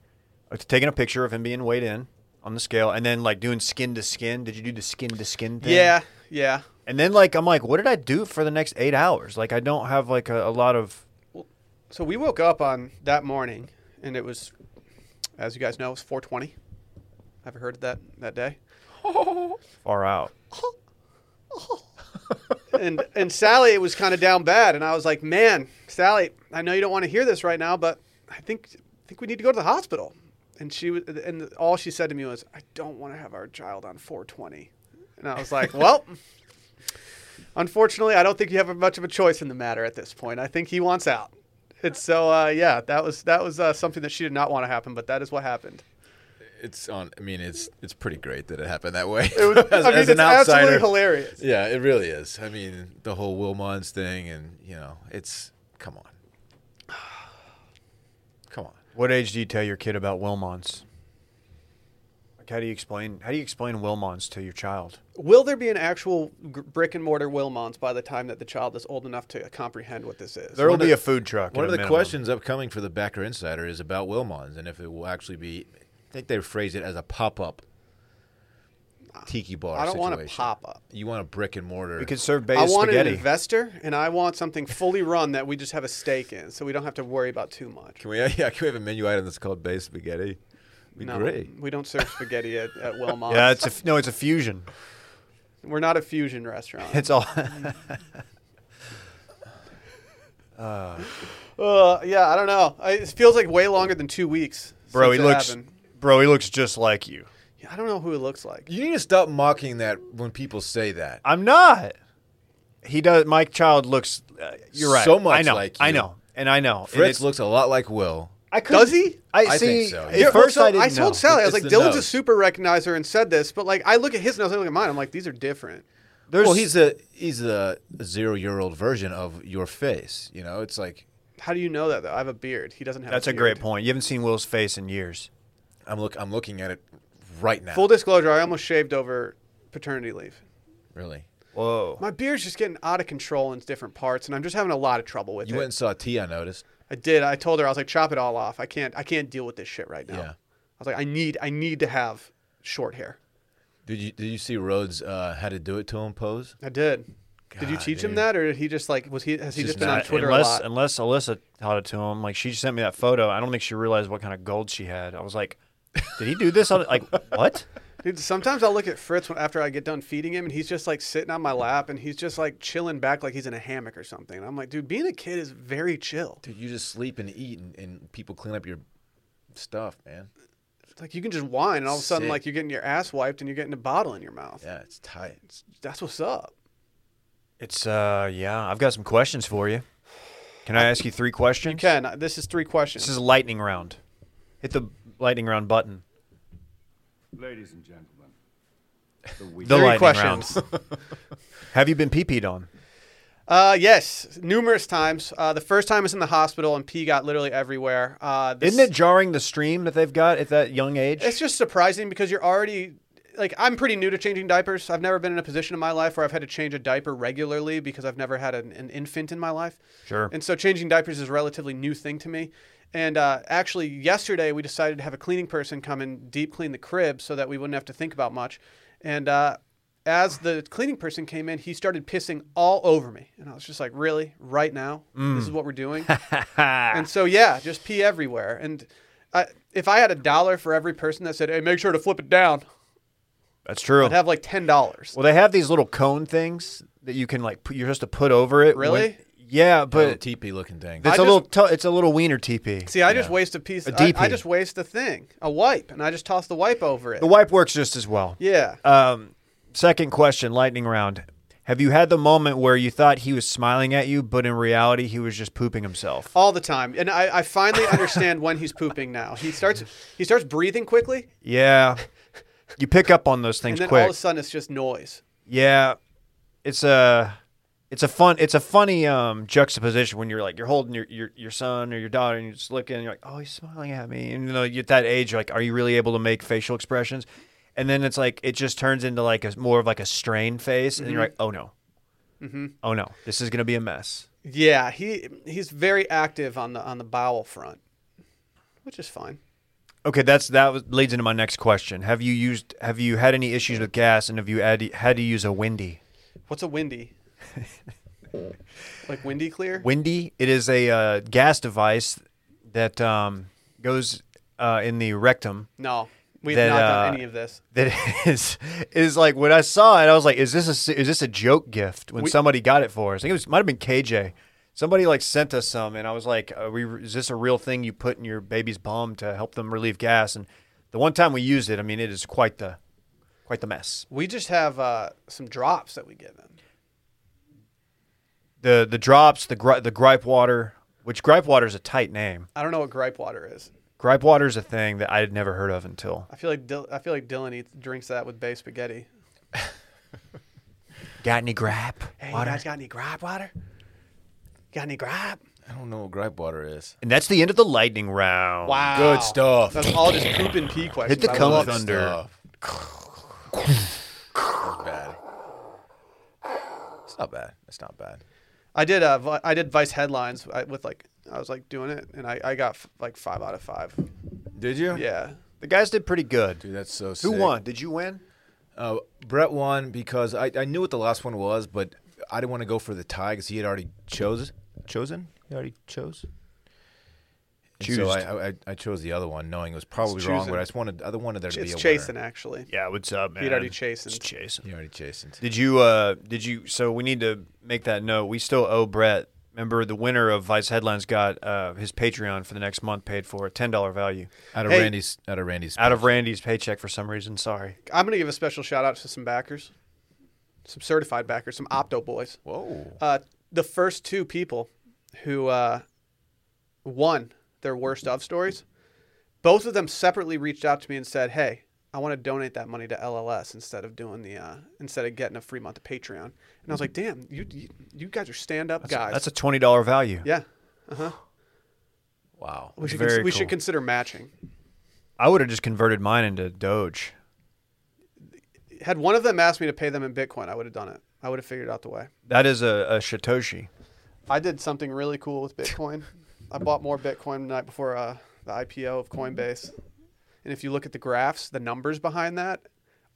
Speaker 2: uh, taking a picture of him being weighed in on the scale and then like doing skin to skin. Did you do the skin to skin thing?
Speaker 1: Yeah, yeah.
Speaker 2: And then like I'm like, what did I do for the next eight hours? Like I don't have like a, a lot of
Speaker 1: So we woke up on that morning, and it was, as you guys know, it was 420. Ever heard of that that day?
Speaker 2: far out.
Speaker 1: and and Sally was kind of down bad, and I was like, "Man, Sally, I know you don't want to hear this right now, but I think I think we need to go to the hospital." And she was, and all she said to me was, "I don't want to have our child on 420," and I was like, "Well." Unfortunately, I don't think you have much of a choice in the matter at this point. I think he wants out. It's so uh, yeah, that was that was uh, something that she did not want to happen, but that is what happened.
Speaker 3: It's on. I mean, it's it's pretty great that it happened that way.
Speaker 1: It was, <laughs>
Speaker 3: <laughs>
Speaker 1: I mean, it's absolutely hilarious.
Speaker 3: Yeah, it really is. I mean, the whole Will Mons thing, and you know, it's come on, <sighs> come on.
Speaker 2: What age do you tell your kid about Wilmots? Like how do you explain how do you explain Wilmots to your child?
Speaker 1: Will there be an actual gr- brick and mortar Wilmons by the time that the child is old enough to comprehend what this is?
Speaker 2: There will
Speaker 3: One of-
Speaker 2: be a food truck.
Speaker 3: One
Speaker 2: at
Speaker 3: of
Speaker 2: a
Speaker 3: the
Speaker 2: minimum.
Speaker 3: questions upcoming for the Backer Insider is about Will Mons and if it will actually be. I think they phrase it as a pop up tiki bar.
Speaker 1: I don't want a
Speaker 3: situation.
Speaker 1: pop up.
Speaker 3: You want a brick and mortar.
Speaker 2: we could serve
Speaker 1: I
Speaker 2: base
Speaker 1: want
Speaker 2: spaghetti.
Speaker 1: an investor, and I want something fully run that we just have a stake in, so we don't have to worry about too much.
Speaker 3: Can we? <laughs> Yeah, can we have a menu item that's called base spaghetti? Be
Speaker 1: No,
Speaker 3: great.
Speaker 1: we don't serve spaghetti at,
Speaker 2: <laughs>
Speaker 1: at Wilmons.
Speaker 2: yeah, it's a f- no, it's a
Speaker 3: <laughs>
Speaker 2: fusion.
Speaker 1: We're not a fusion
Speaker 2: <laughs>
Speaker 1: restaurant.
Speaker 2: It's all.
Speaker 1: uh, yeah, I don't know. I, it feels like way longer than two weeks.
Speaker 2: bro,
Speaker 3: <laughs>
Speaker 2: he
Speaker 1: since it
Speaker 2: looks.
Speaker 1: happened.
Speaker 2: Bro, he looks just like you.
Speaker 1: Yeah, I don't know who it looks like.
Speaker 3: You need to stop mocking that when people say that.
Speaker 2: I'm not. He does. Mike Child looks. Uh, you're right.
Speaker 3: So much
Speaker 2: I know.
Speaker 3: like
Speaker 2: I
Speaker 3: you.
Speaker 2: know. And I know. And
Speaker 3: Fritz
Speaker 2: it's-
Speaker 3: looks a lot like Will.
Speaker 2: I couldn't-
Speaker 1: Does he?
Speaker 2: I,
Speaker 3: I
Speaker 2: see.
Speaker 3: think so.
Speaker 2: At
Speaker 3: Yeah,
Speaker 2: first,
Speaker 1: well, so
Speaker 2: I didn't know.
Speaker 1: told Sally, I was
Speaker 3: It's
Speaker 1: like,
Speaker 3: the
Speaker 1: Dylan's a
Speaker 3: nose.
Speaker 1: super recognizer and said this, but like, I look at his nose, I look at mine, I'm like, these are different.
Speaker 2: There's-
Speaker 3: well, he's a he's a zero year old version of your face. You know, it's like
Speaker 1: How do you know that though? I have a beard. He doesn't have.
Speaker 2: That's a
Speaker 1: beard.
Speaker 2: great point. You haven't seen Will's face in years.
Speaker 3: I'm look I'm looking at it right now.
Speaker 1: Full disclosure: I almost shaved over paternity leave.
Speaker 3: really,
Speaker 2: Whoa.
Speaker 1: My beard's just getting out of control in different parts, and I'm just having a lot of trouble with
Speaker 3: you
Speaker 1: it.
Speaker 3: went and saw T. I noticed.
Speaker 1: I did. I told her I was like, chop it all off. I can't. I can't deal with this shit right now.
Speaker 3: Yeah.
Speaker 1: I was like, I need. I need to have short hair.
Speaker 3: Did you did you see Rhodes uh, how to do it to him pose?
Speaker 1: I did. did you
Speaker 3: God,
Speaker 1: teach him
Speaker 3: dude.
Speaker 1: that, or did he just like was he has he just,
Speaker 3: just
Speaker 1: been on
Speaker 3: not-
Speaker 1: Twitter
Speaker 2: unless
Speaker 1: a lot?
Speaker 2: unless Alyssa taught it to him, like she sent me that photo. I don't think she realized what kind of gold she had. I was like, did he do this? On, like <laughs> what?
Speaker 1: Dude, sometimes I'll look at Fritz when, after I get done feeding him, and he's just like sitting on my lap, and he's just like chilling back like he's in a hammock or something. And I'm like, dude, being a kid is very chill.
Speaker 3: Dude, you just sleep and eat, and, and people clean up your stuff, man.
Speaker 1: It's like you can just whine, and all of a sudden,
Speaker 3: Sick.
Speaker 1: like you're getting your ass wiped, and you're getting a bottle in your mouth.
Speaker 3: Yeah, it's tight.
Speaker 1: That's what's up.
Speaker 2: It's uh yeah. I've got some questions for you. Can I ask you three questions?
Speaker 1: Ken, I- this is three questions.
Speaker 2: This is lightning round. Hit the lightning round button.
Speaker 5: Ladies and gentlemen, the
Speaker 2: <laughs> The
Speaker 5: week.
Speaker 1: Three
Speaker 2: lightning
Speaker 1: questions.
Speaker 2: round. Have you been pee peed on?
Speaker 1: <laughs> Uh, yes, numerous times. Uh, the first time was in the hospital, and pee got literally everywhere. Uh, the
Speaker 2: Isn't it jarring the stream that they've got at that young age?
Speaker 1: It's just surprising because you're already like I'm pretty new to changing diapers. I've never been in a position in my life where I've had to change a diaper regularly because I've never had an, an infant in my life.
Speaker 2: Sure.
Speaker 1: And so changing diapers is a relatively new thing to me. And uh, actually, yesterday we decided to have a cleaning person come and deep clean the crib so that we wouldn't have to think about much. And uh, as the cleaning person came in, he started pissing all over me, and I was just like, "Really? Right now?
Speaker 2: Mm.
Speaker 1: This is what we're
Speaker 2: <laughs>
Speaker 1: doing?" and so yeah, just pee everywhere. And I, if I had a dollar for every person that said, "Hey, make sure to flip it down,"
Speaker 2: That's true.
Speaker 1: I'd have like ten dollars.
Speaker 2: well, they have these little cone things that you can like. Put, you're supposed to put over it. when-
Speaker 1: Really? Oh.
Speaker 2: yeah,
Speaker 3: But
Speaker 2: but
Speaker 3: teepee looking thing.
Speaker 2: it's a
Speaker 1: I just-
Speaker 2: little. tu- it's a little wiener teepee.
Speaker 1: See, I just waste a piece.
Speaker 2: A
Speaker 1: I- I
Speaker 2: DP.
Speaker 1: just waste a thing, a wipe, and I just toss the wipe over it.
Speaker 2: The wipe works just as well.
Speaker 1: yeah.
Speaker 2: Um, second question, lightning round. Have you had the moment where you thought he was smiling at you, but in reality he was just pooping himself?
Speaker 1: all the time, and I, I finally understand when he's pooping now. He starts he starts breathing quickly,
Speaker 2: Yeah, <laughs> you pick up on those
Speaker 1: and
Speaker 2: things
Speaker 1: then
Speaker 2: quick.
Speaker 1: all of a sudden it's just noise.
Speaker 2: Yeah, it's a it's a fun it's a funny um, juxtaposition when you're like you're holding your, your your son or your daughter and you're just looking and you're like oh he's smiling at me and you know you at that age you're like are you really able to make facial expressions and then it's like it just turns into like a more of like a strained face and you're like oh no oh no this is gonna be a mess
Speaker 1: Yeah, he he's very active on the on the bowel front, which is fine.
Speaker 2: okay that's that was, leads into my next question have you used have you had any issues with gas and have you had, had to use a windy
Speaker 1: What's a
Speaker 2: <laughs>
Speaker 1: windy? like windy clear?
Speaker 2: Windy. It is a uh, gas device that um, goes uh, in the rectum.
Speaker 1: no, we've
Speaker 2: That,
Speaker 1: not done
Speaker 2: uh,
Speaker 1: any of this.
Speaker 2: That <laughs> is is like when I saw it, I was like, "Is this a se- is this a joke gift?" When
Speaker 1: We-
Speaker 2: somebody got it for us, I think it was, might have been KJ. Somebody like sent us some, and I was like, Are we, "Is this a real thing you put in your baby's bum to help them relieve gas?" And the one time we used it, I mean, it is quite the quite the mess.
Speaker 1: We just have uh, some drops that we give him.
Speaker 2: The the drops, the gri- the gripe water, which gripe water is a tight name.
Speaker 1: I don't know what gripe water is.
Speaker 2: Gripe water is a thing that I had never heard of until
Speaker 1: I feel like Dil- I feel like Dylan eats, drinks that with bay spaghetti.
Speaker 2: Got any grap? Water?
Speaker 1: got any gripe water? Got any gripe?
Speaker 3: I don't know what gripe water is.
Speaker 2: And that's the end of the lightning round.
Speaker 1: Wow.
Speaker 3: Good stuff.
Speaker 1: That's all just poop and pee questions.
Speaker 2: Hit the
Speaker 1: I
Speaker 2: cum
Speaker 1: love it.
Speaker 2: thunder.
Speaker 3: Not bad. It's not bad. It's not bad.
Speaker 1: I did. Uh, Vi- I did Vice headlines I- with like I was like doing it, and I I got f- like five out of five.
Speaker 3: Did you?
Speaker 1: Yeah.
Speaker 2: The guys did pretty good.
Speaker 3: Dude, that's so
Speaker 2: Who
Speaker 3: sick.
Speaker 2: won? Did you win?
Speaker 3: Uh, Brett won because I, I knew what the last one was, but I didn't want to go for the tie because he had already chose, chosen. He already chose. And So
Speaker 2: Choosed.
Speaker 3: I, I I chose the other one, knowing it was probably
Speaker 1: It's
Speaker 3: wrong,
Speaker 1: choosing.
Speaker 3: but I just wanted I don't wanted there to
Speaker 1: It's
Speaker 3: be a
Speaker 1: chasing
Speaker 3: winner.
Speaker 1: actually.
Speaker 2: Yeah, what's up, man?
Speaker 1: He'd already chastened.
Speaker 2: It's chasing.
Speaker 3: He already chasing.
Speaker 2: Did you uh did you so we need to make that note. We still owe Brett. Remember the winner of Vice Headlines got uh, his Patreon for the next month paid for a ten dollar value.
Speaker 3: Out of
Speaker 1: Hey.
Speaker 3: Randy's out of Randy's
Speaker 2: Out of Randy's paycheck for some reason, sorry.
Speaker 1: I'm gonna give a special shout out to some backers, some certified backers, some Opto boys.
Speaker 3: Whoa.
Speaker 1: Uh, the first two people who uh, won their worst of stories, both of them separately reached out to me and said, "Hey, I want to donate that money to LLS instead of doing the uh, instead of getting a free month of Patreon." And I was like, "Damn, you you, you guys are stand up guys."
Speaker 2: That's a twenty dollar value.
Speaker 1: yeah, uh-huh.
Speaker 3: Wow.
Speaker 1: we should
Speaker 2: Very
Speaker 1: cons- we
Speaker 2: cool.
Speaker 1: should consider matching.
Speaker 2: I would have just converted mine into Doge.
Speaker 1: Had one of them asked me to pay them in Bitcoin, I would have done it. I would have figured out the way.
Speaker 2: That is a, a Shitoshi.
Speaker 1: I did something really cool with Bitcoin. I bought more Bitcoin the night before uh, the IPO of Coinbase. And if you look at the graphs, the numbers behind that,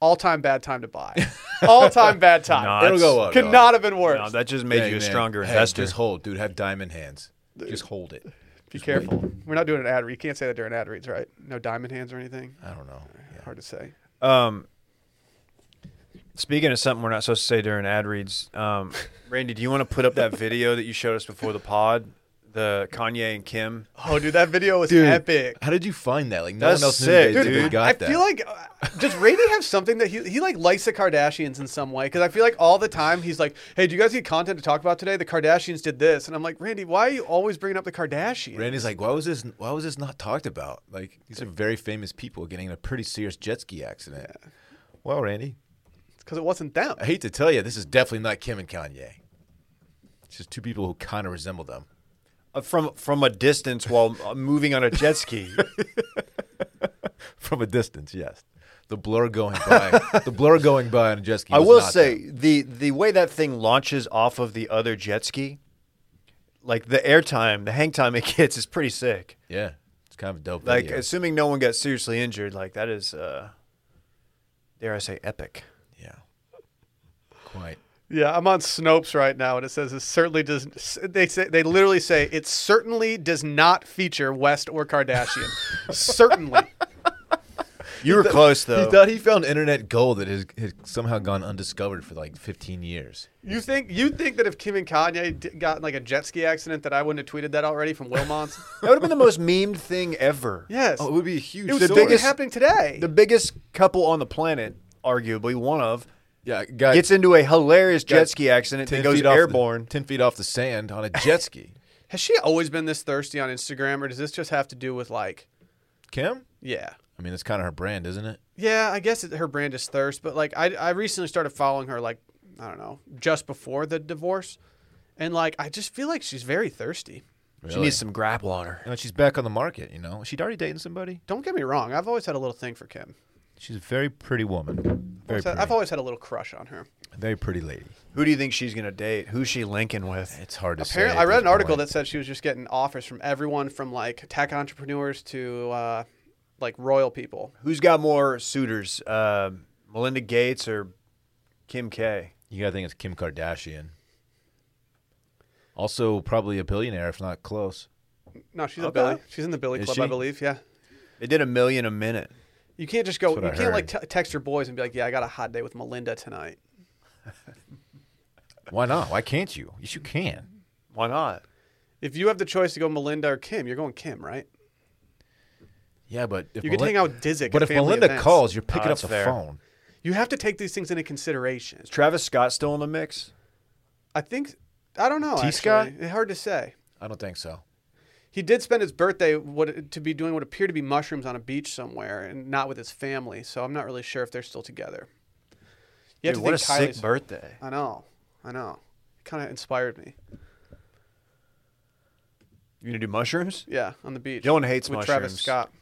Speaker 1: all time bad time to buy. all time bad time.
Speaker 2: No, It'll
Speaker 3: go up,
Speaker 1: Could
Speaker 3: dog.
Speaker 1: not have been worse.
Speaker 2: No, that just made
Speaker 3: Hey,
Speaker 2: you a
Speaker 3: man.
Speaker 2: stronger
Speaker 3: Hey,
Speaker 2: investor.
Speaker 3: Just hold, dude. Have diamond hands. Just hold it.
Speaker 1: Be careful. We're not doing an ad read. You can't say that during ad reads, right? No diamond hands or anything.
Speaker 3: I don't know.
Speaker 1: Hard to say.
Speaker 2: Um, Speaking of something we're not supposed to say during ad reads, um, Randy, do you want to put up that video that you showed us before the pod? The Kanye and Kim.
Speaker 1: Oh, dude, that video was epic.
Speaker 3: How did you find that? Like no
Speaker 2: That's
Speaker 3: one else
Speaker 2: sick,
Speaker 3: knew they,
Speaker 2: dude.
Speaker 3: they got
Speaker 1: I
Speaker 3: that.
Speaker 1: feel like uh, does Randy have something that he he like likes the Kardashians in some way? Because I feel like all the time he's like, "Hey, do you guys need content to talk about today? The Kardashians did this," and I'm like, "Randy, why are you always bringing up the Kardashians?"
Speaker 3: Randy's like, why was this? Why was this not talked about? Like these are very famous people getting in a pretty serious jet ski accident. Well, Randy,
Speaker 1: Because it wasn't them.
Speaker 3: I hate to tell you, this is definitely not Kim and Kanye. It's just two people who kind of resemble them.
Speaker 2: Uh, from from a distance while uh, moving on a jet <laughs> ski.
Speaker 3: <laughs> From a distance, yes. The blur going by, the blur going by on a <laughs> jet ski.
Speaker 2: I
Speaker 3: was
Speaker 2: will
Speaker 3: not
Speaker 2: say
Speaker 3: them.
Speaker 2: the the way that thing launches off of the other jet ski, like the air time, the hang time it gets is pretty sick.
Speaker 3: yeah, it's kind of a dope.
Speaker 2: Like
Speaker 3: video.
Speaker 2: assuming no one got seriously injured, like that is uh dare I say epic.
Speaker 3: yeah, quite.
Speaker 1: Yeah, I'm on Snopes right now, and it says it certainly does. They say they literally say it certainly does not feature West or Kardashian.
Speaker 3: <laughs>
Speaker 1: certainly,
Speaker 2: You were <laughs> close though.
Speaker 3: He thought he found internet gold that has, has somehow gone undiscovered for like 15 years.
Speaker 1: you think you think that if Kim and Kanye d- got in like a jet ski accident, that I wouldn't have tweeted that already from
Speaker 3: <laughs>
Speaker 1: Wilmont's?
Speaker 2: That would have been the most memed thing ever.
Speaker 1: yes,
Speaker 3: Oh, it would be a huge.
Speaker 1: it was
Speaker 2: the
Speaker 1: literally
Speaker 2: biggest-
Speaker 1: happening today.
Speaker 2: The biggest couple on the planet, arguably one of,
Speaker 3: yeah, guy
Speaker 2: gets into a hilarious jet
Speaker 3: Got
Speaker 2: ski accident and
Speaker 3: 10
Speaker 2: goes
Speaker 3: feet off the-
Speaker 2: airborne.
Speaker 3: 10 feet off the sand on a jet ski.
Speaker 1: Has she always been this thirsty on Instagram, or does this just have to do with like,
Speaker 3: Kim?
Speaker 1: yeah?
Speaker 3: I mean, that's kind of her brand, isn't it?
Speaker 1: Yeah, I guess it, her brand is thirst, but like I, I recently started following her like I don't know just before the divorce, and like I just feel like she's very thirsty.
Speaker 2: She needs some grab water.
Speaker 3: You know, she's back on the market, you know? Is she already dating somebody?
Speaker 1: Don't get me wrong, I've always had a little thing for Kim.
Speaker 3: She's a very pretty woman. Very
Speaker 1: I've
Speaker 3: pretty.
Speaker 1: had- I've always had a little crush on her.
Speaker 3: very pretty lady.
Speaker 2: Who do you think she's gonna date? Who's she linking with?
Speaker 3: It's hard to
Speaker 1: Apparently,
Speaker 3: say.
Speaker 1: I read an article that said she was just getting offers from everyone from like tech entrepreneurs to uh, like royal people.
Speaker 2: Who's got more suitors, um, Melinda Gates or Kim K?
Speaker 3: You got to think it's Kim Kardashian. Also, probably a billionaire, if not close.
Speaker 1: No, she's a
Speaker 2: Okay.
Speaker 1: Billy. She's in the Billy
Speaker 3: Is
Speaker 1: Club,
Speaker 3: she?
Speaker 1: I believe. Yeah.
Speaker 2: They did a million a minute.
Speaker 1: You can't just go. You
Speaker 3: what I
Speaker 1: can't like t- text your boys and be like, "Yeah, I got a hot day with Melinda tonight."
Speaker 3: Why not? Why can't you? Yes, you can.
Speaker 2: Why not?
Speaker 1: If you have the choice to go Melinda or Kim, you're going Kim, right?
Speaker 3: Yeah, but if
Speaker 1: You could hang out with Oh, Dizzy.
Speaker 3: But if Melinda calls, you're picking up
Speaker 2: that's
Speaker 3: the
Speaker 2: fair.
Speaker 3: phone.
Speaker 1: you have to take these things into consideration.
Speaker 2: Is Travis Scott still in the mix?
Speaker 1: I think I don't know.
Speaker 3: T.
Speaker 1: actually.
Speaker 3: Scott?
Speaker 1: It's hard to say.
Speaker 3: I don't think so.
Speaker 1: He did spend his birthday what to be doing what appeared to be mushrooms on a beach somewhere, and not with his family. So I'm not really sure if they're still together. You have
Speaker 2: Dude,
Speaker 1: to
Speaker 2: what a
Speaker 1: think Kylie's-
Speaker 2: sick birthday!
Speaker 1: I know, I know. It kind of inspired me.
Speaker 2: You gonna do mushrooms?
Speaker 1: Yeah, on the beach.
Speaker 2: Dylan hates
Speaker 1: with Travis
Speaker 2: mushrooms.
Speaker 1: Scott.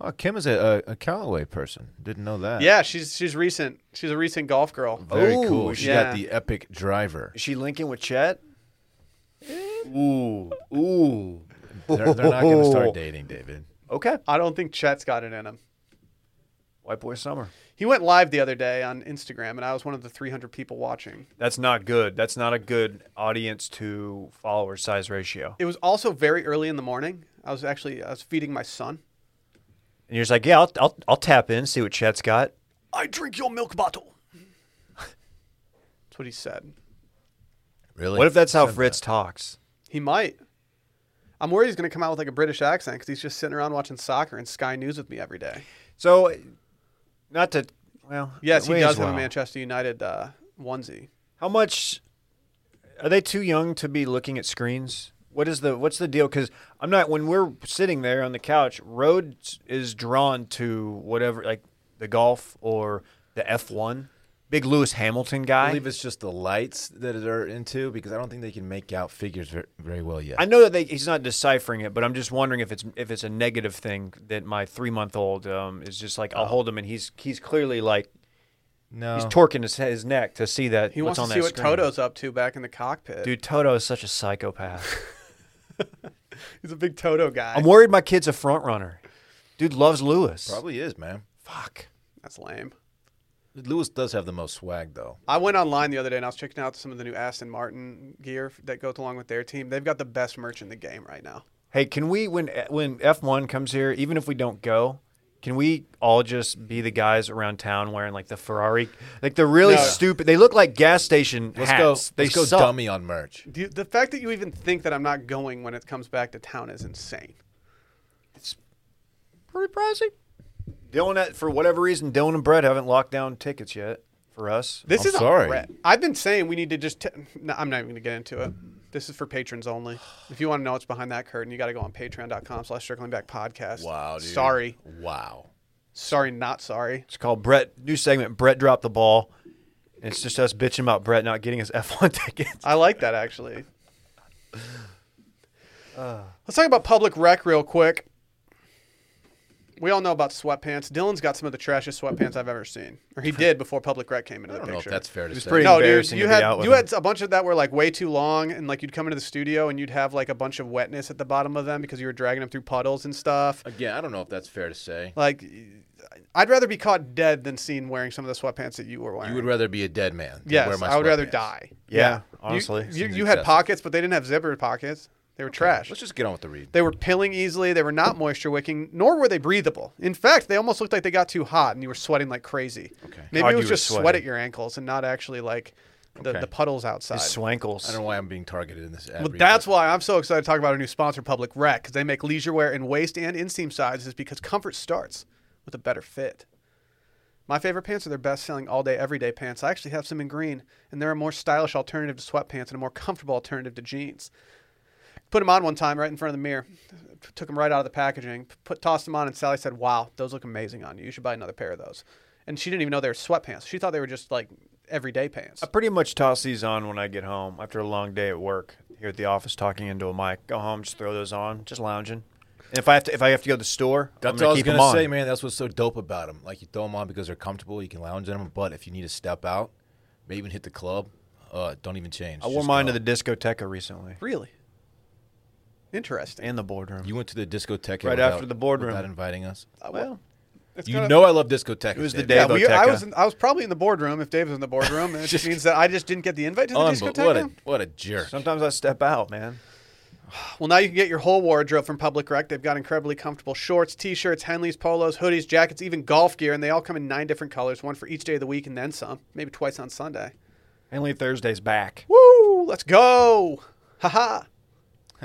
Speaker 3: Oh, Kim is a, a, a Callaway person. Didn't know that.
Speaker 1: Yeah, she's she's recent. She's a recent golf girl.
Speaker 3: Very
Speaker 2: Ooh,
Speaker 3: cool. She
Speaker 1: Oh, yeah.
Speaker 3: got the epic driver.
Speaker 2: Is she linking with Chet? Ooh, ooh.
Speaker 3: They're, they're not going to
Speaker 1: <laughs>
Speaker 3: start dating, David.
Speaker 2: Okay,
Speaker 1: I don't think Chet's got it in him.
Speaker 2: white boy summer.
Speaker 1: He went live the other day on Instagram, and I was one of the 300 people watching.
Speaker 2: That's not good. That's not a good audience to follower size ratio.
Speaker 1: It was also very early in the morning. I was actually I was feeding my son.
Speaker 2: And you're just like, yeah, I'll, I'll, I'll tap in, see what Chet's got. I drink your milk bottle.
Speaker 1: That's what he said.
Speaker 3: Really?
Speaker 2: What if that's how Fritz talks?
Speaker 1: He might. I'm worried he's going to come out with like a British accent because he's just sitting around watching soccer and Sky News with me every day.
Speaker 2: So, not to, well,
Speaker 1: Yes, he
Speaker 2: may
Speaker 1: does
Speaker 2: as well.
Speaker 1: have a Manchester United uh, onesie.
Speaker 2: How much are they too young to be looking at screens? What is the what's the deal? Because I'm not when we're sitting there on the couch. Road is drawn to whatever, like the golf or the F1. Big Lewis Hamilton
Speaker 3: I
Speaker 2: guy.
Speaker 3: believe it's just the lights that they're into because I don't think they can make out figures very, very well yet.
Speaker 2: I know that they, he's not deciphering it, but I'm just wondering if it's if it's a negative thing that my three month old um, is just like
Speaker 1: Oh.
Speaker 2: I'll hold him and he's he's clearly like
Speaker 3: no.
Speaker 2: he's torquing his his neck to see that
Speaker 1: He
Speaker 2: what's on
Speaker 1: wants to see
Speaker 2: that
Speaker 1: what
Speaker 2: screen.
Speaker 1: Toto's up to back in the cockpit.
Speaker 2: Dude, Toto is such a psychopath.
Speaker 1: <laughs> he's a big Toto guy.
Speaker 2: I'm worried my kid's a front runner. Dude loves Lewis.
Speaker 3: Probably is, man.
Speaker 2: Fuck.
Speaker 1: That's lame.
Speaker 3: Lewis does have the most swag, though.
Speaker 1: I went online the other day and I was checking out some of the new Aston Martin gear that goes along with their team. They've got the best merch in the game right now.
Speaker 2: Hey, can we when when F1 comes here, even if we don't go, can we all just be the guys around town wearing like the Ferrari, like the really
Speaker 1: No.
Speaker 2: stupid? They look like gas station
Speaker 3: Let's
Speaker 2: hats.
Speaker 3: go.
Speaker 2: They
Speaker 3: let's go
Speaker 2: suck.
Speaker 3: dummy on merch.
Speaker 1: Do you- the fact that you even think that I'm not going when it comes back to town is insane.
Speaker 2: pretty pricey. Dylan, for whatever reason, Dylan and Brett haven't locked down tickets yet for us.
Speaker 1: This
Speaker 3: I'm
Speaker 1: is a
Speaker 3: sorry.
Speaker 1: threat. I've been saying we need to just. T- no, I'm not even going to get into it. This is for patrons only. If you want to know what's behind that curtain, you got to go on patreon.com slash circling back podcast.
Speaker 3: Wow, dude.
Speaker 1: Sorry.
Speaker 3: Wow.
Speaker 1: Sorry, not sorry.
Speaker 2: It's called Brett. New segment. Brett dropped <laughs> the ball. And it's just us bitching about Brett not getting his F1 tickets.
Speaker 1: I like that, actually. Let's talk about public rec real quick. We all know about sweatpants. Dylan's got some of the trashiest sweatpants I've ever seen, or he did before public rec came into the
Speaker 3: I don't know if
Speaker 1: picture.
Speaker 3: that's fair to
Speaker 2: It's
Speaker 3: say.
Speaker 2: pretty-
Speaker 1: no, dude,
Speaker 2: embarrassing
Speaker 1: you
Speaker 2: to be
Speaker 1: had
Speaker 2: out with
Speaker 1: you
Speaker 2: them.
Speaker 1: had a bunch of that were like way too long, and like you'd come into the studio and you'd have like a bunch of wetness at the bottom of them because you were dragging them through puddles and stuff.
Speaker 3: Again, I don't know if that's fair to say.
Speaker 1: Like, I'd rather be caught dead than seen wearing some of the sweatpants that you were wearing.
Speaker 3: You would rather be a dead man. Than
Speaker 1: yes,
Speaker 3: wear my
Speaker 1: I would rather
Speaker 3: sweatpants.
Speaker 1: die.
Speaker 2: Yeah, honestly.
Speaker 1: you, you,
Speaker 3: Seems
Speaker 1: you had
Speaker 3: excessive.
Speaker 1: pockets, but they didn't have zipper pockets. They were trash.
Speaker 3: Let's just get on with the read.
Speaker 1: They were pilling easily. They were not moisture wicking, nor were they breathable. In fact, they almost looked like they got too hot and you were sweating like crazy.
Speaker 3: Okay. Oh,
Speaker 1: Maybe
Speaker 2: God,
Speaker 1: it
Speaker 2: you
Speaker 1: was
Speaker 2: were
Speaker 1: just sweat
Speaker 2: sweating.
Speaker 1: at your ankles and not actually like the,
Speaker 3: Okay.
Speaker 1: the puddles outside.
Speaker 2: His swankles.
Speaker 3: I don't know why I'm being targeted in this ad.
Speaker 1: Well,
Speaker 3: read,
Speaker 1: that's
Speaker 3: but
Speaker 1: why I'm so excited to talk about our new sponsor, Public Rec, because they make leisure wear in waist and inseam sizes because comfort starts with a better fit. My favorite pants are their best selling all day, everyday pants. I actually have some in green, and they're a more stylish alternative to sweatpants and a more comfortable alternative to jeans. Put them on one time right in front of the mirror. Took them right out of the packaging, put, tossed them on, and Sally said, Wow, those look amazing on you. You should buy another pair of those. And she didn't even know they were sweatpants. She thought they were just like everyday pants.
Speaker 2: I pretty much toss these on when I get home after a long day at work here at the office talking into a mic. Go home, just throw those on, just lounging. And if I have to, if I have to go to the store, I'm
Speaker 3: That's
Speaker 2: gonna
Speaker 3: all I was
Speaker 2: keep 'em
Speaker 3: gonna say,
Speaker 2: on.
Speaker 3: man. That's what's so dope about them. Like you throw them on because they're comfortable. You can lounge in them, but if you need to step out, maybe even hit the club, uh, don't even change.
Speaker 2: I wore mine to the discoteca recently
Speaker 1: Really? Interesting.
Speaker 2: and the boardroom.
Speaker 3: You went to the discotheque
Speaker 2: Right
Speaker 3: without-
Speaker 2: after the boardroom.
Speaker 3: without inviting us.
Speaker 1: Uh,
Speaker 2: well,
Speaker 1: it's
Speaker 3: You
Speaker 1: kinda-
Speaker 3: know I love discotheque.
Speaker 2: It was the day
Speaker 1: Yeah,
Speaker 2: Dave
Speaker 1: we, I
Speaker 2: Oteca.
Speaker 1: was in, I was probably in the boardroom if Dave was in the boardroom, and it just means that I just didn't get the invite to the discotheque.
Speaker 3: what a what a jerk.
Speaker 2: sometimes I step out, man.
Speaker 1: Well, now you can get your whole wardrobe from Public Rec. They've got incredibly comfortable shorts, t-shirts, Henleys, polos, hoodies, jackets, even golf gear, and they all come in nine different colors, one for each day of the week, and then some, maybe twice on Sunday.
Speaker 2: Only Thursday's back.
Speaker 1: Woo! Let's go! Haha.
Speaker 2: <laughs>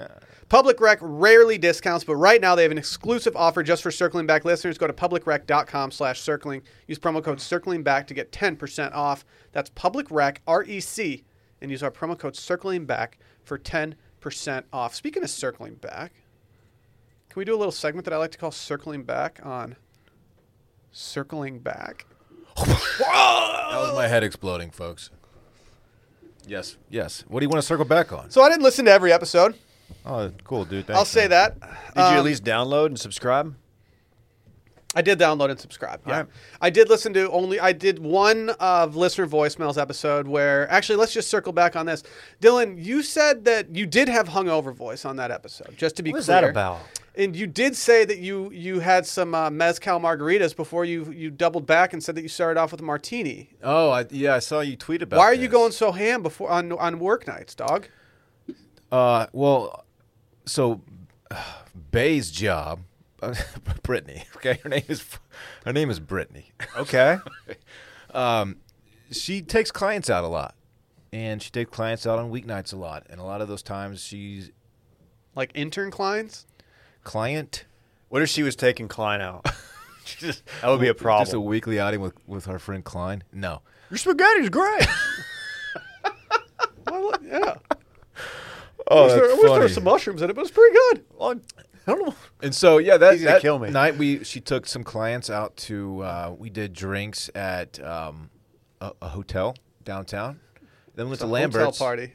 Speaker 1: Public Rec rarely discounts, but right now they have an exclusive offer just for Circling Back listeners. Go to publicrec.com slash circling. Use promo code circling back to get 10% off. That's Public Rec, R-E-C, and use our promo code circling back for 10% off. Speaking of circling back, can we do a little segment that I like to call circling back on circling back?
Speaker 3: That was my head exploding, folks. Yes, yes. What do you want to circle back on?
Speaker 1: So I didn't listen to every episode.
Speaker 3: Oh, cool, dude. Thanks,
Speaker 1: I'll say
Speaker 3: man.
Speaker 1: that.
Speaker 2: Did you
Speaker 1: Um,
Speaker 2: at least download and subscribe?
Speaker 1: I did download and subscribe. Yeah.
Speaker 2: All right.
Speaker 1: I did listen to only I did one of listener voicemails episode where actually let's just circle back on this. Dylan, you said that you did have hungover voice on that episode. Just to be
Speaker 2: What was
Speaker 1: clear,
Speaker 2: that about?
Speaker 1: And you did say that you you had some uh, mezcal margaritas before you you doubled back and said that you started off with a martini.
Speaker 3: Oh, I, yeah. I saw you tweet about.
Speaker 1: Why are you
Speaker 3: this.
Speaker 1: going so ham before on on work nights, dog?
Speaker 3: Uh, well, so Bay's job, <laughs> Brittany. Okay, her name is her name is Brittany.
Speaker 2: Okay. <laughs>
Speaker 3: she takes clients out a lot, and she takes clients out on weeknights a lot, and a lot of those times she's
Speaker 1: Like intern clients?
Speaker 3: client.
Speaker 2: what if she was taking Klein out? that would be a
Speaker 3: <laughs> Just a
Speaker 2: problem.
Speaker 3: weekly outing with with our friend Klein. No.
Speaker 2: Your spaghetti's <laughs> great.
Speaker 1: Well, yeah.
Speaker 3: Oh,
Speaker 1: I wish there, I wish there were some mushrooms in it, but it's pretty good.
Speaker 2: Well, I don't know.
Speaker 3: And so yeah, that,
Speaker 2: Easy to
Speaker 3: that
Speaker 2: kill me.
Speaker 3: night we she took some clients out to uh, we did drinks at um, a, a hotel downtown. Then we went to
Speaker 1: Hotel
Speaker 3: Lambert's.
Speaker 1: party.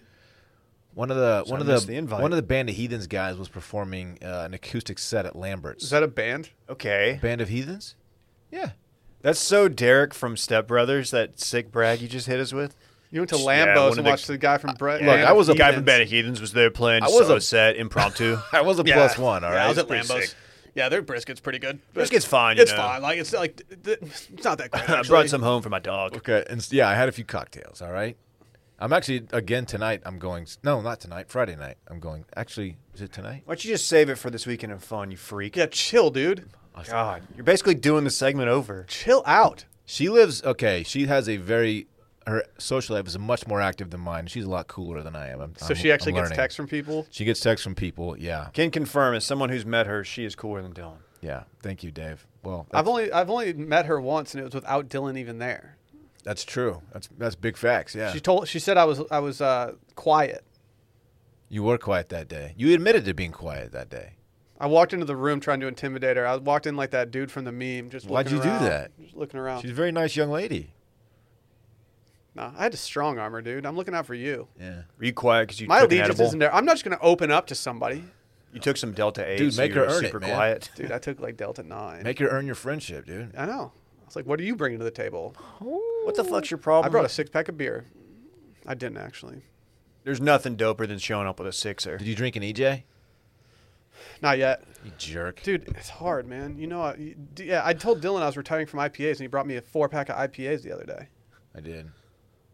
Speaker 3: One of the
Speaker 2: So I
Speaker 3: one of
Speaker 2: missed
Speaker 3: the,
Speaker 2: the invite.
Speaker 3: one of the band of Heathens guys was performing uh, an acoustic set at Lambert's.
Speaker 1: Is that a band?
Speaker 2: Okay.
Speaker 3: band of Heathens? Yeah.
Speaker 2: That's so Derek from Step Brothers, that sick brag you just hit us with.
Speaker 1: You went to
Speaker 2: Yeah,
Speaker 1: Lambo's
Speaker 2: one of
Speaker 1: and
Speaker 2: the-
Speaker 1: watched the guy from Brett.
Speaker 3: Look, I was a-
Speaker 2: guy from
Speaker 3: Heathens.
Speaker 2: Band of Heathens was there playing
Speaker 3: I was
Speaker 2: solo
Speaker 3: a-
Speaker 2: set impromptu.
Speaker 3: <laughs> I was a plus one, all right.
Speaker 1: Yeah, I was at
Speaker 3: It's pretty
Speaker 1: Lambo's.
Speaker 3: sick.
Speaker 1: Yeah, their brisket's pretty good. but
Speaker 2: Brisket's fine, you
Speaker 1: It's
Speaker 2: know.
Speaker 1: fine. Like it's like th- th- it's not that
Speaker 3: <laughs>
Speaker 1: great.
Speaker 2: I
Speaker 1: actually.
Speaker 2: brought some home for my dog.
Speaker 3: Okay, and s- yeah, I had a few cocktails, all right? I'm actually again tonight I'm going s- no, not tonight, Friday night. I'm going actually is it tonight?
Speaker 2: Why don't you just save it for this weekend of fun, you freak? Oh,
Speaker 1: Yeah, chill, dude.
Speaker 2: God, you're basically doing the segment over.
Speaker 1: Chill out.
Speaker 3: She lives okay, she has a very her social life is much more active than mine. She's a lot cooler than I am. I'm,
Speaker 1: So she actually gets texts
Speaker 3: texts.
Speaker 1: from people.
Speaker 3: She gets texts from people. Yeah.
Speaker 2: Can confirm, as someone who's met her, she is cooler than Dylan.
Speaker 3: Yeah. Thank you, Dave. Well,
Speaker 1: I've only I've only met her once, and it was without Dylan even there.
Speaker 3: That's true. That's that's big facts. Yeah.
Speaker 1: She told she said I was I was uh, quiet.
Speaker 3: you were quiet that day. You admitted to being quiet that day.
Speaker 1: I walked into the room trying to intimidate her. I walked in like that dude from the meme. Just
Speaker 3: Why'd
Speaker 1: looking
Speaker 3: you do
Speaker 1: around,
Speaker 3: that?
Speaker 1: Just looking around.
Speaker 3: She's a very nice young lady.
Speaker 1: Nah, I had to strong armor, dude. I'm looking out for you.
Speaker 3: Yeah.
Speaker 2: Were you quiet because you
Speaker 1: My
Speaker 2: took an
Speaker 1: allegiance
Speaker 2: edible?
Speaker 1: isn't there. I'm not just gonna open up to somebody,
Speaker 2: You took some Delta 8.
Speaker 3: Dude,
Speaker 2: so
Speaker 3: make
Speaker 2: you were
Speaker 3: her earn it,
Speaker 2: super
Speaker 3: man.
Speaker 2: quiet.
Speaker 1: dude. I took like Delta Nine.
Speaker 3: Make her earn your friendship, dude.
Speaker 1: I know. I was like, what are you bringing to the table?
Speaker 2: What the fuck's your
Speaker 1: I
Speaker 2: problem?
Speaker 1: brought a six pack of beer. I didn't actually.
Speaker 2: There's nothing doper than showing up with a sixer.
Speaker 3: Did you drink an EJ?
Speaker 1: Not yet.
Speaker 3: You jerk.
Speaker 1: Dude, it's hard, man. You know, I, y- d- yeah, I told Dylan I was retiring from IPAs, and he brought me a four pack of IPAs the other day.
Speaker 3: I did.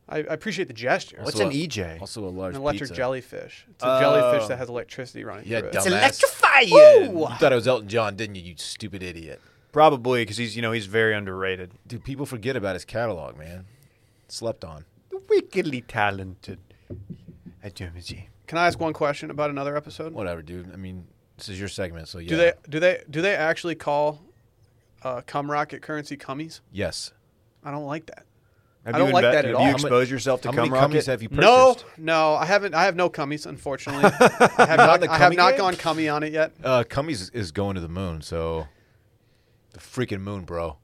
Speaker 1: I, I appreciate the gesture.
Speaker 2: What's
Speaker 3: Also
Speaker 2: an
Speaker 3: a-
Speaker 2: EJ?
Speaker 3: Also a large
Speaker 1: an electric
Speaker 3: pizza.
Speaker 1: jellyfish? It's a jellyfish
Speaker 2: Oh.
Speaker 1: that has electricity running
Speaker 3: Yeah,
Speaker 1: through it.
Speaker 3: dumbass.
Speaker 2: electrifying.
Speaker 3: You thought it was Elton John, didn't you? You stupid idiot.
Speaker 2: Probably because he's you know he's very underrated.
Speaker 3: Dude, people forget about his catalog, man. Slept on.
Speaker 2: Wickedly talented. At Germany.
Speaker 1: Can I ask one question about another episode?
Speaker 3: Whatever, dude. I mean, this is your segment, so yeah.
Speaker 1: Do they do they do they actually call uh, cum rocket currency cummies?
Speaker 3: Yes.
Speaker 1: I don't like that.
Speaker 2: Have
Speaker 1: I don't
Speaker 2: you
Speaker 1: like
Speaker 2: inve-
Speaker 1: that at
Speaker 2: have
Speaker 1: all.
Speaker 2: you
Speaker 1: How
Speaker 3: many-
Speaker 2: exposed yourself to
Speaker 3: How
Speaker 2: cum
Speaker 3: many cummies
Speaker 2: rocket?
Speaker 3: have you purchased?
Speaker 1: No, no, I haven't. I have no cummies,
Speaker 3: <laughs>
Speaker 1: unfortunately. I have not.
Speaker 3: the
Speaker 1: I have
Speaker 3: cummy
Speaker 1: not
Speaker 3: game?
Speaker 1: gone cummy on it yet.
Speaker 3: Uh, Cummies is going to the moon, so the freaking moon, bro.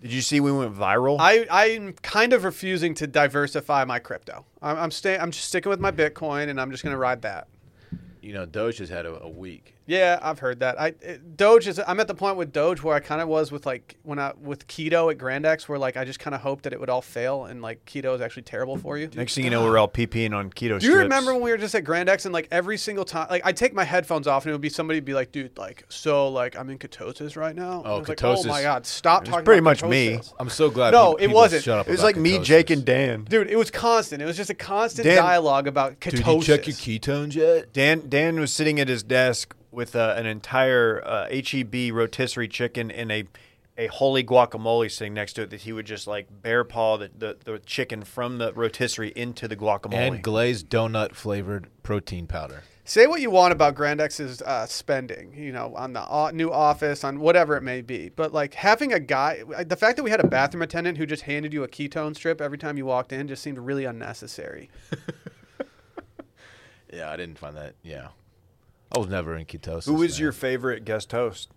Speaker 2: Did you see we went viral?
Speaker 1: I I'm kind of refusing to diversify my crypto. I'm I'm staying. I'm just sticking with my Bitcoin, and I'm just gonna ride that.
Speaker 3: You know, Doge has had a, a week.
Speaker 1: Yeah, I've heard that. I it, Doge is. I'm at the point with Doge where I kind of was with like when I with keto at Grand X, where like I just kind of hoped that it would all fail, and like keto is actually terrible for you.
Speaker 2: Next thing you know, we're all PPing on keto.
Speaker 1: Do you remember when we were just at Grand X and like every single time, like I'd take my headphones off and it would be somebody would be like, dude, like, so like I'm in ketosis right now.
Speaker 3: Oh,
Speaker 1: I was like, oh
Speaker 3: ketosis.
Speaker 1: my God, stop
Speaker 2: was
Speaker 1: talking
Speaker 2: pretty
Speaker 1: about
Speaker 2: much me.
Speaker 1: ketosis."
Speaker 3: I'm so glad.
Speaker 1: No,
Speaker 3: people-
Speaker 1: it
Speaker 3: people
Speaker 1: wasn't.
Speaker 3: Shut up
Speaker 2: It was
Speaker 3: about
Speaker 2: like me,
Speaker 3: ketosis.
Speaker 2: Jake, and Dan.
Speaker 1: Dude, it was constant. It was just a constant
Speaker 2: Dan-
Speaker 1: dialogue about
Speaker 3: Dude,
Speaker 1: ketosis.
Speaker 3: you check your ketones yet?
Speaker 2: Dan Dan was sitting at his desk with uh, an entire uh, HEB rotisserie chicken and a a holy guacamole sitting next to it that he would just like bare paw the, the, the chicken from the rotisserie into the guacamole.
Speaker 3: And glazed donut flavored protein powder.
Speaker 1: Say what you want about Grand X's uh, spending, you know, on the o- new office, on whatever it may be. But like having a guy, the fact that we had a bathroom attendant who just handed you a ketone strip every time you walked in just seemed really unnecessary.
Speaker 3: Yeah, I didn't find that. Yeah, I was never in ketosis.
Speaker 2: Who is
Speaker 3: man.
Speaker 2: your favorite guest host?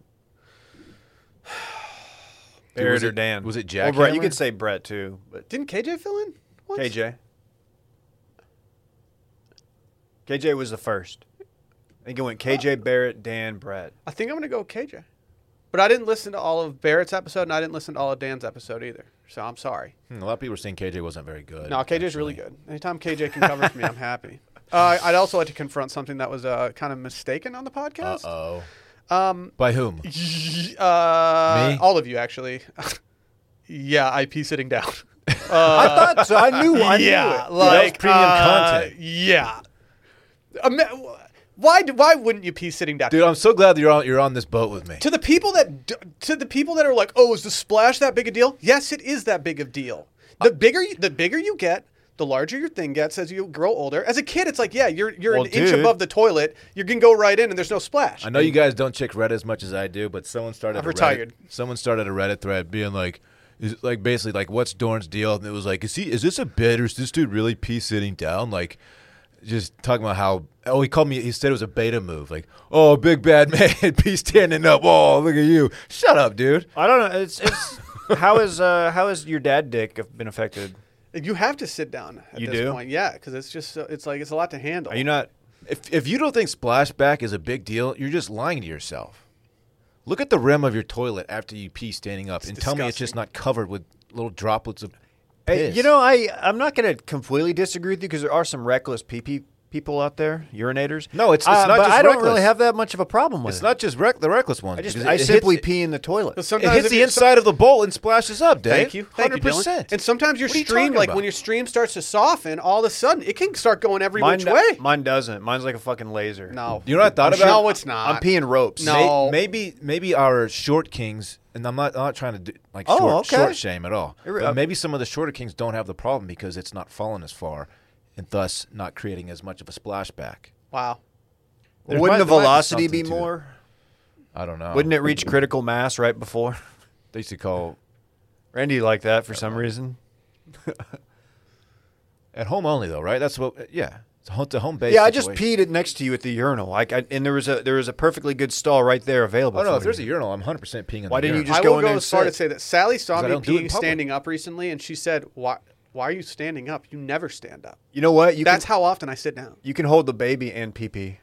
Speaker 2: <sighs>
Speaker 3: Dude,
Speaker 2: Barrett
Speaker 3: was
Speaker 2: or
Speaker 3: it-
Speaker 2: Dan?
Speaker 3: was it
Speaker 2: Or
Speaker 3: Jack
Speaker 2: Brett, you
Speaker 3: Hammer?
Speaker 2: could say Brett too, but
Speaker 1: Didn't KJ fill in? once?
Speaker 2: KJ. KJ was the first. I think it went KJ, Barrett, Dan, Brett.
Speaker 1: I think I'm gonna go with KJ. But I didn't listen to all of Barrett's episode, and I didn't listen to all of Dan's episode either. So I'm sorry.
Speaker 3: Hmm, a lot of people were saying KJ wasn't very good.
Speaker 1: No, KJ's really good. Anytime KJ can cover for me, I'm happy. Uh, I'd also like to confront something that was uh, kind of mistaken on the
Speaker 3: Uh
Speaker 1: podcast.
Speaker 3: oh. Um. By whom?
Speaker 1: Uh,
Speaker 3: Me?
Speaker 1: All of you, actually. <laughs> yeah, IP sitting down.
Speaker 2: I thought so. I knew. I knew
Speaker 1: yeah,
Speaker 2: it.
Speaker 1: like
Speaker 3: premium
Speaker 1: uh,
Speaker 3: content.
Speaker 1: Yeah. Ama- why? do- Why wouldn't you pee sitting down?
Speaker 3: <laughs> Dude, I'm so glad that you're on you're on this boat with me.
Speaker 1: to the people that d- to the people that are like, "Oh, is the splash that big a deal?" Yes, it is that big of deal. The
Speaker 2: Uh,
Speaker 1: bigger you, the bigger you get, the larger your thing gets as you grow older. As a kid, it's like, yeah, you're you're
Speaker 2: Well,
Speaker 1: an inch
Speaker 2: dude.
Speaker 1: above the toilet. You can go right in, and there's no splash.
Speaker 3: I know you guys don't check Reddit as much as I do, but someone started.
Speaker 1: I've
Speaker 3: a Reddit-
Speaker 1: retired.
Speaker 3: someone started a Reddit thread being like, is, like basically like, what's Dorn's deal? And it was like, is he is this a bit or is this dude really pee sitting down? Like, just talking about how oh he called me he said it was a beta move like oh big bad <laughs> man pee standing up oh look at you shut up dude
Speaker 2: I don't know. It's <laughs> it's how is uh how is your dad dick been affected?
Speaker 1: You have to sit down at
Speaker 2: You
Speaker 1: this
Speaker 2: do?
Speaker 1: point, yeah, because it's just so, it's like it's a lot to handle.
Speaker 2: Are you not?
Speaker 3: if if you don't think splashback is a big deal you're just lying to yourself look at the rim of your toilet after you pee standing up and tell me it's just
Speaker 1: disgusting.
Speaker 3: not covered with little droplets of
Speaker 2: Hey,
Speaker 3: piss.
Speaker 2: you know, I I'm not gonna completely disagree with you because there are some reckless pee pee people out there, urinators.
Speaker 3: No, it's- it's
Speaker 2: Uh,
Speaker 3: not
Speaker 2: but
Speaker 3: just
Speaker 2: I don't
Speaker 3: reckless.
Speaker 2: really have that much of a problem with
Speaker 3: It's
Speaker 2: it.
Speaker 3: not just rec- the reckless ones.
Speaker 2: I just
Speaker 3: because
Speaker 2: I
Speaker 3: it
Speaker 2: simply
Speaker 3: hits,
Speaker 2: pee in the toilet.
Speaker 1: So
Speaker 3: It
Speaker 1: sometimes
Speaker 3: hits
Speaker 1: if
Speaker 3: the
Speaker 1: you-
Speaker 3: inside of the bowl and splashes up, Dave.
Speaker 1: Thank you. Thank you,
Speaker 3: Hundred
Speaker 1: Dylan.
Speaker 3: percent.
Speaker 1: And sometimes your
Speaker 3: What are you
Speaker 1: stream,
Speaker 3: talking
Speaker 1: like
Speaker 3: about?
Speaker 1: when your stream starts to soften, all of a sudden it can start going every
Speaker 2: mine,
Speaker 1: which
Speaker 2: do-
Speaker 1: way.
Speaker 2: mine doesn't. Mine's like a fucking laser.
Speaker 1: no,
Speaker 3: You know what I thought about?
Speaker 1: No, it's not.
Speaker 2: I'm peeing ropes.
Speaker 1: No. Oh.
Speaker 3: maybe maybe our short kings, and I'm not I'm not trying to do, like
Speaker 2: Oh,
Speaker 3: short,
Speaker 2: okay.
Speaker 3: short shame at all.
Speaker 2: You're-
Speaker 3: But
Speaker 2: uh,
Speaker 3: maybe some of the shorter kings don't have the problem because it's not falling as far, and thus not creating as much of a splashback.
Speaker 1: Wow.
Speaker 3: There might-
Speaker 2: Wouldn't the
Speaker 3: there might be
Speaker 2: velocity be
Speaker 3: something to it.
Speaker 2: more?
Speaker 3: I don't know.
Speaker 2: Wouldn't it reach critical mass right before? <laughs>
Speaker 3: They used to call
Speaker 2: Randy liked that for some reason.
Speaker 3: at home only though, right? That's what. Yeah, it's a home, it's a home base.
Speaker 2: Yeah, I just
Speaker 3: situation.
Speaker 2: peed it next to you at the urinal. Like, I, and there was a there was a perfectly good stall right there available.
Speaker 3: Oh no,
Speaker 2: for
Speaker 3: if there's a
Speaker 2: you.
Speaker 3: urinal, I'm 100 percent peeing. In
Speaker 2: Why
Speaker 3: the
Speaker 2: didn't you
Speaker 3: urinal.
Speaker 2: just
Speaker 1: I
Speaker 2: go
Speaker 1: will
Speaker 2: in
Speaker 1: go
Speaker 2: there and
Speaker 1: as far
Speaker 2: sit.
Speaker 1: to say that Sally saw
Speaker 3: 'Cause I
Speaker 1: me
Speaker 3: don't do it in
Speaker 1: peeing
Speaker 3: public.
Speaker 1: standing up recently, and she said, "Why? why are you standing up? You never stand up.
Speaker 2: You know what? You
Speaker 1: That's
Speaker 2: can,
Speaker 1: how often I sit down.
Speaker 2: you can hold the baby and pee pee.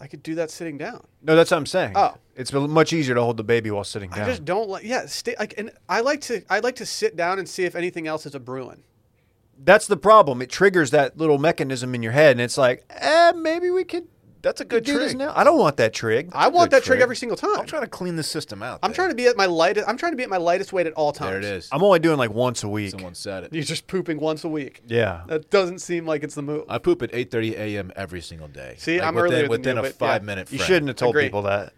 Speaker 1: I could do that sitting down.
Speaker 2: No, that's what I'm saying.
Speaker 1: Oh.
Speaker 2: It's much easier to hold the baby while sitting down.
Speaker 1: I just don't like. Yeah, stay like, and I like to. I like to sit down and see if anything else is a brewing.
Speaker 2: that's the problem. It triggers that little mechanism in your head, and it's like, eh, maybe we could.
Speaker 3: That's a
Speaker 2: could
Speaker 3: good
Speaker 2: do this
Speaker 3: trig.
Speaker 2: now. I don't want that trig.
Speaker 1: I want
Speaker 3: good
Speaker 1: that trick
Speaker 3: trick.
Speaker 1: every single time.
Speaker 2: <laughs>
Speaker 3: I'm trying to clean the system out.
Speaker 1: I'm
Speaker 3: there.
Speaker 1: trying to be at my lightest. I'm trying to be at my lightest weight at all times.
Speaker 3: There it is.
Speaker 2: I'm only doing like once a week.
Speaker 3: Someone said it.
Speaker 1: You're just pooping once a week.
Speaker 2: Yeah.
Speaker 1: That doesn't seem like it's the move.
Speaker 3: I poop at 8:30 a.m. every single day.
Speaker 1: See, I'm
Speaker 3: within,
Speaker 1: earlier than
Speaker 3: within
Speaker 1: you,
Speaker 3: a
Speaker 1: but yeah.
Speaker 3: five-minute.
Speaker 2: You shouldn't have told
Speaker 1: Agree.
Speaker 2: people that.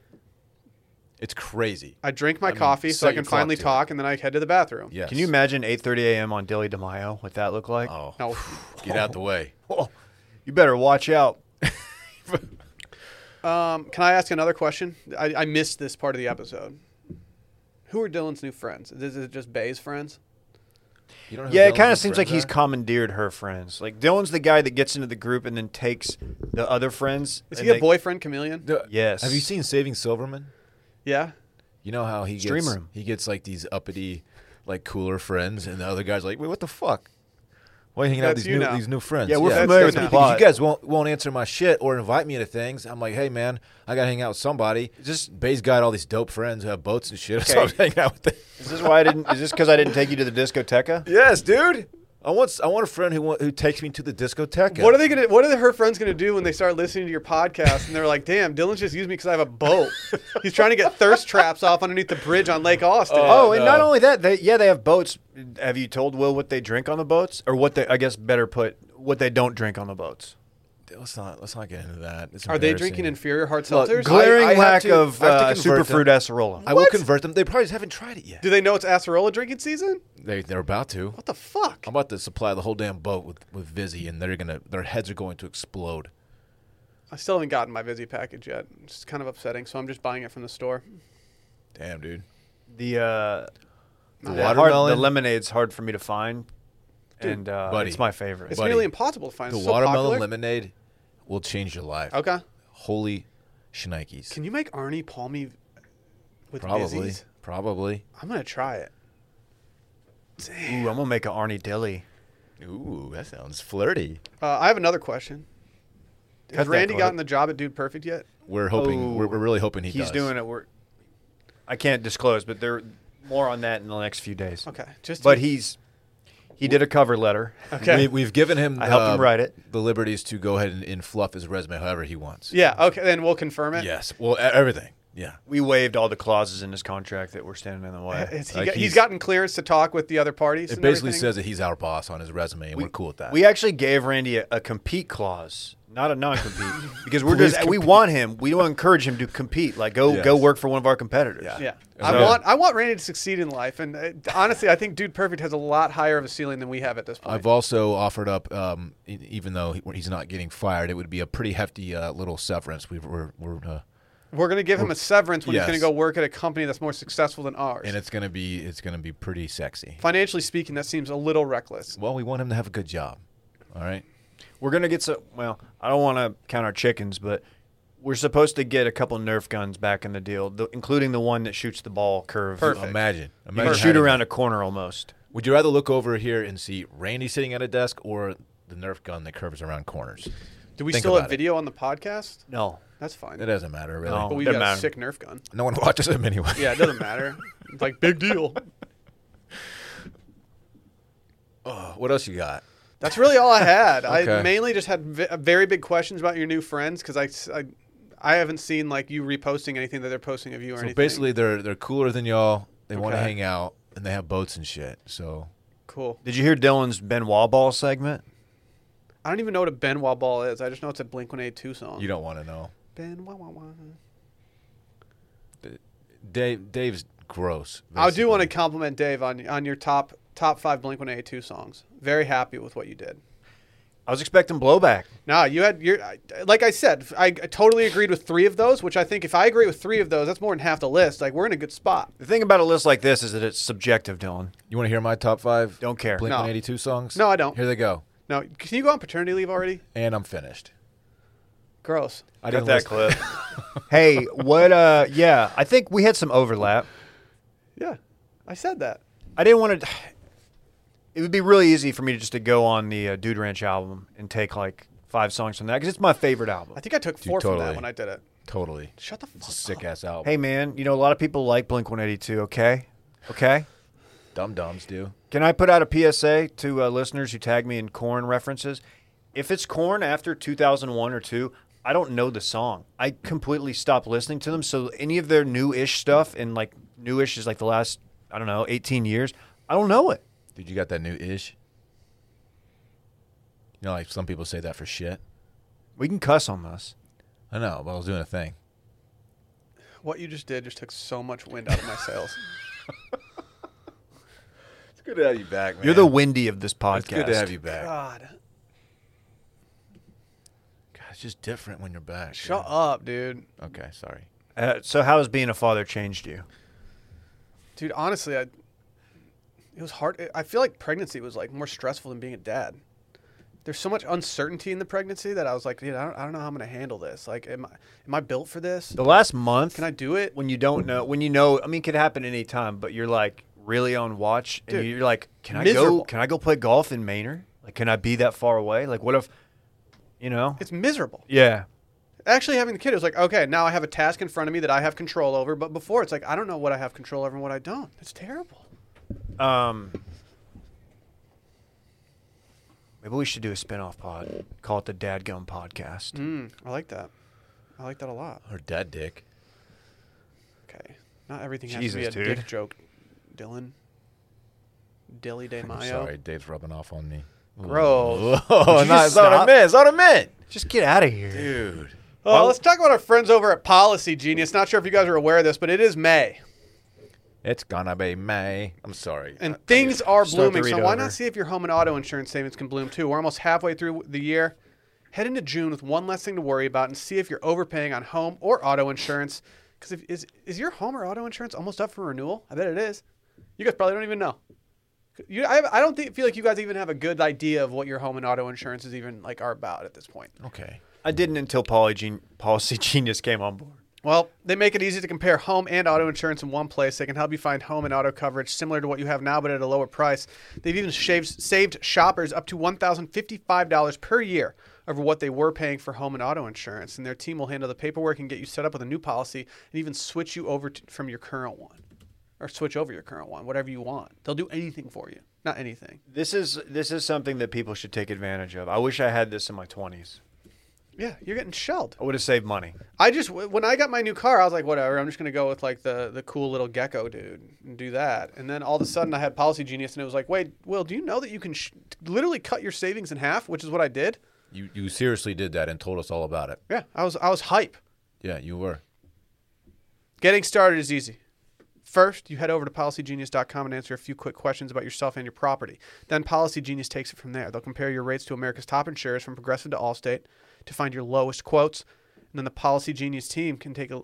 Speaker 3: It's crazy.
Speaker 1: I drink my
Speaker 3: I mean,
Speaker 1: coffee so
Speaker 3: set
Speaker 1: I can
Speaker 3: your clock
Speaker 1: finally
Speaker 3: to it.
Speaker 1: talk, and then I head to the bathroom.
Speaker 3: Yes.
Speaker 2: Can you imagine 8:30 a.m. on Dilly DeMaio? What that looked like?
Speaker 3: Oh,
Speaker 1: No.
Speaker 3: get out the way.
Speaker 2: Oh, you better watch out.
Speaker 1: Um, can I ask another question? I, I missed this part of the episode. Who are Dylan's new friends? Is it just Bay's friends?
Speaker 3: You don't know who
Speaker 2: Yeah, it
Speaker 3: Dylan's
Speaker 2: kind
Speaker 3: new
Speaker 2: of seems like he's
Speaker 3: friends are?
Speaker 2: commandeered her friends. Like Dylan's the guy that gets into the group and then takes the other friends.
Speaker 1: Is
Speaker 2: and
Speaker 1: he a
Speaker 2: they-
Speaker 1: boyfriend chameleon?
Speaker 3: The-
Speaker 2: Yes.
Speaker 3: Have you seen Saving Silverman?
Speaker 1: yeah.
Speaker 3: You know how he gets
Speaker 2: Streamer him.
Speaker 3: he gets like these uppity, like cooler friends, and the other guy's like, "Wait, what the fuck? Why are you hanging out
Speaker 1: That's
Speaker 3: with these
Speaker 1: you
Speaker 3: new
Speaker 1: now.
Speaker 3: these new friends?"
Speaker 2: Yeah, we're
Speaker 1: That's-
Speaker 2: familiar
Speaker 1: that's
Speaker 2: with the
Speaker 1: me.
Speaker 3: Because
Speaker 2: plot.
Speaker 3: you guys won't won't answer my shit or invite me to things. I'm like, "Hey, man, I gotta hang out with somebody." Just Bay's got all these dope friends who have boats and shit, <laughs> so I'm
Speaker 2: Okay.
Speaker 3: hanging out with them.
Speaker 2: is this why I didn't? Is this because I didn't take you to the discoteca?
Speaker 3: Yes, dude. I want I want a friend who want, who takes me to the discotheque.
Speaker 1: What are they gonna? What are her friends gonna do when they start listening to your podcast and they're like, "Damn, Dylan's just used me because I have a boat.
Speaker 3: <laughs>
Speaker 1: He's trying to get thirst traps off underneath the bridge on Lake Austin."
Speaker 2: Oh, and
Speaker 3: no.
Speaker 2: not only that, they yeah, they have boats. Have you told Will what they drink on the boats, or what they? I guess better put, what they don't drink on the boats.
Speaker 3: Let's not let's not get into that. It's
Speaker 1: are they drinking
Speaker 3: embarrassing.
Speaker 1: inferior hard
Speaker 2: Look,
Speaker 1: selters?
Speaker 2: glaring
Speaker 3: I have
Speaker 2: lack
Speaker 3: to-
Speaker 2: of
Speaker 3: I have to
Speaker 2: uh,
Speaker 3: convert
Speaker 2: superfruit
Speaker 3: them.
Speaker 2: acerola.
Speaker 3: I will convert them. They probably just haven't tried it yet.
Speaker 1: do they know it's acerola drinking season?
Speaker 3: They they're about to.
Speaker 1: What the fuck?
Speaker 3: I'm about to supply the whole damn boat with with Vizzy, and they're gonna their heads are going to explode.
Speaker 1: I still haven't gotten my Vizzy package yet. It's kind of upsetting, so I'm just buying it from the store.
Speaker 3: Damn, dude.
Speaker 2: the uh,
Speaker 3: The
Speaker 2: the hard-
Speaker 3: watermelon.
Speaker 2: the lemonade's hard for me to find, and uh,
Speaker 3: buddy.
Speaker 2: it's my favorite.
Speaker 1: It's
Speaker 3: Buddy,
Speaker 1: nearly impossible to find.
Speaker 3: the
Speaker 1: It's so
Speaker 3: watermelon
Speaker 1: popular.
Speaker 3: lemonade will change your life.
Speaker 1: Okay.
Speaker 3: Holy shnikes.
Speaker 1: Can you make Arnie Palmy with
Speaker 3: probably.
Speaker 1: Vizzies?
Speaker 3: Probably.
Speaker 1: I'm gonna try it.
Speaker 2: Ooh, I'm gonna make an Arnie Dilly.
Speaker 3: Ooh, that sounds flirty.
Speaker 1: Uh, I have another question.
Speaker 2: Cut
Speaker 1: Has
Speaker 2: that
Speaker 1: Randy
Speaker 2: part.
Speaker 1: gotten the job at Dude Perfect yet?
Speaker 3: We're hoping.
Speaker 2: Oh.
Speaker 3: We're, we're really hoping he
Speaker 2: He's
Speaker 3: does.
Speaker 2: doing it. We're, I can't disclose, but there more on that in the next few days.
Speaker 1: Okay, just to
Speaker 2: but
Speaker 1: be-
Speaker 2: he's he did a cover letter.
Speaker 1: Okay.
Speaker 3: We, have given him.
Speaker 2: I helped him
Speaker 3: um,
Speaker 2: write it.
Speaker 3: The liberties to go ahead and, and fluff his resume however he wants.
Speaker 1: Yeah. Okay. Then we'll confirm it.
Speaker 3: Yes. Well, e- everything. Yeah.
Speaker 2: We waived all the clauses in his contract that were standing in the way.
Speaker 1: Has he
Speaker 3: Like
Speaker 1: got- he's
Speaker 3: he's-
Speaker 1: gotten clearance to talk with the other parties.
Speaker 3: It
Speaker 1: and
Speaker 3: basically
Speaker 1: everything?
Speaker 3: says that he's our boss on his resume, and we, are cool with that.
Speaker 2: We actually gave Randy a, a compete clause, not a
Speaker 3: <laughs>
Speaker 2: non-compete, because we're
Speaker 3: Please
Speaker 2: just we want him. We don't encourage him to compete. Like go
Speaker 3: Yes.
Speaker 2: go work for one of our competitors.
Speaker 3: Yeah.
Speaker 1: Yeah.
Speaker 3: So-
Speaker 1: I want I want Randy to succeed in life, and uh, honestly, I think Dude Perfect has a lot higher of a ceiling than we have at this point.
Speaker 3: I've also offered up, um, e- even though he- he's not getting fired, it would be a pretty hefty uh, little severance. We've, we're, we're uh,
Speaker 1: We're going to give him a severance when he's
Speaker 3: Yes.
Speaker 1: going to go work at a company that's more successful than ours.
Speaker 3: and it's gonna be it's gonna be pretty sexy.
Speaker 1: Financially speaking, that seems a little reckless.
Speaker 3: Well, we want him to have a good job. All right.
Speaker 2: We're gonna get some. Well, I don't want to count our chickens, but we're supposed to get a couple Nerf guns back in the deal, the, including the one that shoots the ball curve.
Speaker 1: Perfect.
Speaker 3: Imagine.
Speaker 2: You
Speaker 3: Imagine
Speaker 2: can shoot
Speaker 3: having-
Speaker 2: around a corner almost.
Speaker 3: Would you rather look over here and see Randy sitting at a desk or the Nerf gun that curves around corners?
Speaker 1: Do we
Speaker 3: Think
Speaker 1: still have
Speaker 3: about it.
Speaker 1: video on the podcast?
Speaker 2: No.
Speaker 1: That's fine.
Speaker 3: It doesn't matter really.
Speaker 2: No.
Speaker 1: but we got
Speaker 2: doesn't
Speaker 1: a
Speaker 2: matter.
Speaker 1: sick Nerf gun.
Speaker 3: No one <laughs> watches him anyway.
Speaker 1: Yeah, it doesn't
Speaker 3: <laughs>
Speaker 1: matter. It's like big deal.
Speaker 3: Oh, what else you got?
Speaker 1: That's really all I had. I
Speaker 3: Okay.
Speaker 1: mainly just had v- very big questions about your new friends because I, s- I, I haven't seen like you reposting anything that they're posting of you or
Speaker 3: So
Speaker 1: anything.
Speaker 3: basically, they're they're cooler than y'all. They want to
Speaker 1: Okay.
Speaker 3: hang out and they have boats and shit. So
Speaker 1: cool.
Speaker 2: Did you hear Dylan's Benoit ball segment?
Speaker 1: I don't even know what a Benoit ball is. I just know it's a Blink One Eight Two song.
Speaker 3: you don't want to know.
Speaker 1: Benoit. wah, wah.
Speaker 3: Dave Dave's gross.
Speaker 1: I do want to
Speaker 3: basically.
Speaker 1: compliment Dave on on your top top five Blink One Eight Two songs. Very happy with what you did.
Speaker 2: I was expecting blowback.
Speaker 1: Nah, you had your I- like I said, I totally agreed with three of those. Which I think if I agree with three of those, that's more than half the list. Like we're in a good spot.
Speaker 2: The thing about a list like this is that it's subjective, Dylan.
Speaker 3: You want to hear my top five?
Speaker 2: Don't care.
Speaker 3: Blink
Speaker 1: No.
Speaker 3: 182 songs.
Speaker 1: No, I don't.
Speaker 3: Here they go.
Speaker 1: Now, can you go on paternity leave already?
Speaker 3: And I'm finished.
Speaker 1: Gross.
Speaker 3: I
Speaker 2: Cut
Speaker 3: didn't
Speaker 2: that
Speaker 3: listen-
Speaker 2: clip. <laughs> hey, what? Uh, yeah, I think we had some overlap.
Speaker 1: Yeah, I said that.
Speaker 2: I didn't want to. it would be really easy for me to just to go on the uh, Dude Ranch album and take like five songs from that because it's my favorite album.
Speaker 1: I think I took
Speaker 3: Dude,
Speaker 1: four from
Speaker 3: totally.
Speaker 1: that when I did it.
Speaker 3: Totally.
Speaker 1: Shut the fuck
Speaker 3: It's a
Speaker 1: up.
Speaker 3: sick ass album.
Speaker 2: Hey man, you know a lot of people like Blink 182. Okay, okay.
Speaker 3: Dum Dums do.
Speaker 2: Can I put out a PSA to uh, listeners who tag me in corn references? If it's corn after 2001 or two, I don't know the song. I completely stopped listening to them. So any of their new-ish stuff and like new-ish is like the last I don't know 18 years. I don't know it.
Speaker 3: Dude, you got that new ish? You know, like some people say that for shit.
Speaker 2: We can cuss on this.
Speaker 3: I know, but I was doing a thing.
Speaker 1: What you just did just took so much wind out of my
Speaker 3: <laughs>
Speaker 1: sails.
Speaker 3: It's good to have you back, man.
Speaker 2: You're the windy of this podcast.
Speaker 3: It's good to have you back. God,
Speaker 1: God,
Speaker 3: it's just different when you're back.
Speaker 1: shut up, dude.
Speaker 3: Okay, sorry.
Speaker 2: Uh, so how has being a father changed you?
Speaker 1: Dude, honestly, I it was hard. I feel like pregnancy was like more stressful than being a dad. There's so much uncertainty in the pregnancy that I was like, dude, I don't, I don't know how I'm gonna handle this. Like, am I am I built for this?
Speaker 2: The last month,
Speaker 1: Can I do it?
Speaker 2: when you don't know, when you know, I mean, it could happen any time, but you're like really on watch, and
Speaker 1: Dude,
Speaker 2: you're like, can I go?
Speaker 1: miserable.
Speaker 2: Can I go play golf in Maynard? Like, can I be that far away? Like, what if, you know?
Speaker 1: It's miserable.
Speaker 2: yeah,
Speaker 1: Actually, having the kid, it was like, okay, now I have a task in front of me that I have control over. But before, it's like I don't know what I have control over and what I don't. It's terrible.
Speaker 2: Um, maybe we should do a spin-off pod. Call it the Dadgum Podcast.
Speaker 1: Mm, I like that. I like that a lot.
Speaker 3: Or dad dick.
Speaker 1: Okay, not everything has
Speaker 2: Jesus,
Speaker 1: to be a
Speaker 2: dude.
Speaker 1: dick joke, Dylan. Dilly De
Speaker 3: I'm
Speaker 1: Mayo.
Speaker 3: sorry, Dave's rubbing off on <laughs> me.
Speaker 1: Gross.
Speaker 3: Oh,
Speaker 2: you
Speaker 3: no,
Speaker 2: just
Speaker 3: it's not what I
Speaker 2: stop?
Speaker 3: meant. It's not what I meant.
Speaker 2: Just get out of here.
Speaker 3: Dude.
Speaker 1: Oh, let's talk about our friends over at Policy Genius. Not sure if you guys are aware of this, but it is May,
Speaker 3: It's gonna be May. I'm sorry.
Speaker 2: Uh,
Speaker 1: and things are
Speaker 2: start the
Speaker 1: blooming. So
Speaker 2: read
Speaker 1: why
Speaker 2: over.
Speaker 1: not see if your home and auto insurance savings can bloom too? We're almost halfway through the year. Head into June with one less thing to worry about, and see if you're overpaying on home or auto insurance. Because if is is your home or auto insurance almost up for renewal? I bet it is. You guys probably don't even know. You, I, I don't think, feel like you guys even have a good idea of what your home and auto insurance is even like are about at this point.
Speaker 3: okay.
Speaker 2: I didn't until Polygen- Policy <laughs> Genius came on board.
Speaker 1: Well, they make it easy to compare home and auto insurance in one place. They can help you find home and auto coverage similar to what you have now, but at a lower price. They've even shaved, saved shoppers up to $1,055 per year over what they were paying for home and auto insurance. And their team will handle the paperwork and get you set up with a new policy and even switch you over to, from your current one or switch over your current one, whatever you want. They'll do anything for you. Not anything.
Speaker 2: This is this is something that people should take advantage of. I wish I had this in my twenties.
Speaker 1: Yeah, you're getting shelled.
Speaker 2: I would have saved money.
Speaker 1: I just when I got my new car, I was like, whatever. I'm just gonna go with like the the cool little gecko dude and do that. And then all of a sudden, I had Policy Genius, and it was like, wait, Will, do you know that you can sh- literally cut your savings in half? Which is what I did.
Speaker 3: You you seriously did that and told us all about it.
Speaker 1: Yeah, I was I was hype.
Speaker 3: Yeah, you were.
Speaker 1: Getting started is easy. First, you head over to policygenius.com and answer a few quick questions about yourself and your property. Then Policy Genius takes it from there. They'll compare your rates to America's top insurers from Progressive to Allstate to find your lowest quotes. And then the Policy Genius team can take a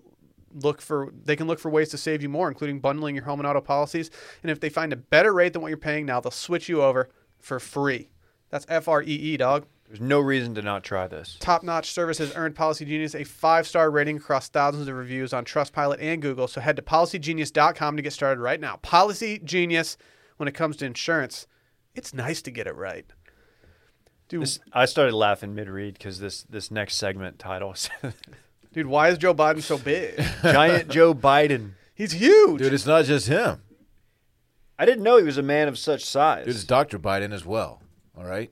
Speaker 1: look for they can look for ways to save you more, including bundling your home and auto policies. And if they find a better rate than what you're paying now, they'll switch you over for free. That's F R E E dog.
Speaker 2: There's no reason to not try this.
Speaker 1: Top notch service has earned Policy Genius a five star rating across thousands of reviews on Trustpilot and Google. So head to policygenius.com to get started right now. Policy Genius, when it comes to insurance, it's nice to get it right. Dude,
Speaker 2: This, I started laughing mid read because this this next segment title <laughs> said,
Speaker 1: dude, why is Joe Biden so
Speaker 3: <laughs>
Speaker 1: big?
Speaker 2: <laughs> Giant Joe Biden.
Speaker 1: He's huge.
Speaker 3: Dude, it's not just him.
Speaker 2: I didn't know he was a man of such size.
Speaker 3: Dude, it's Dr. Biden as well. All right?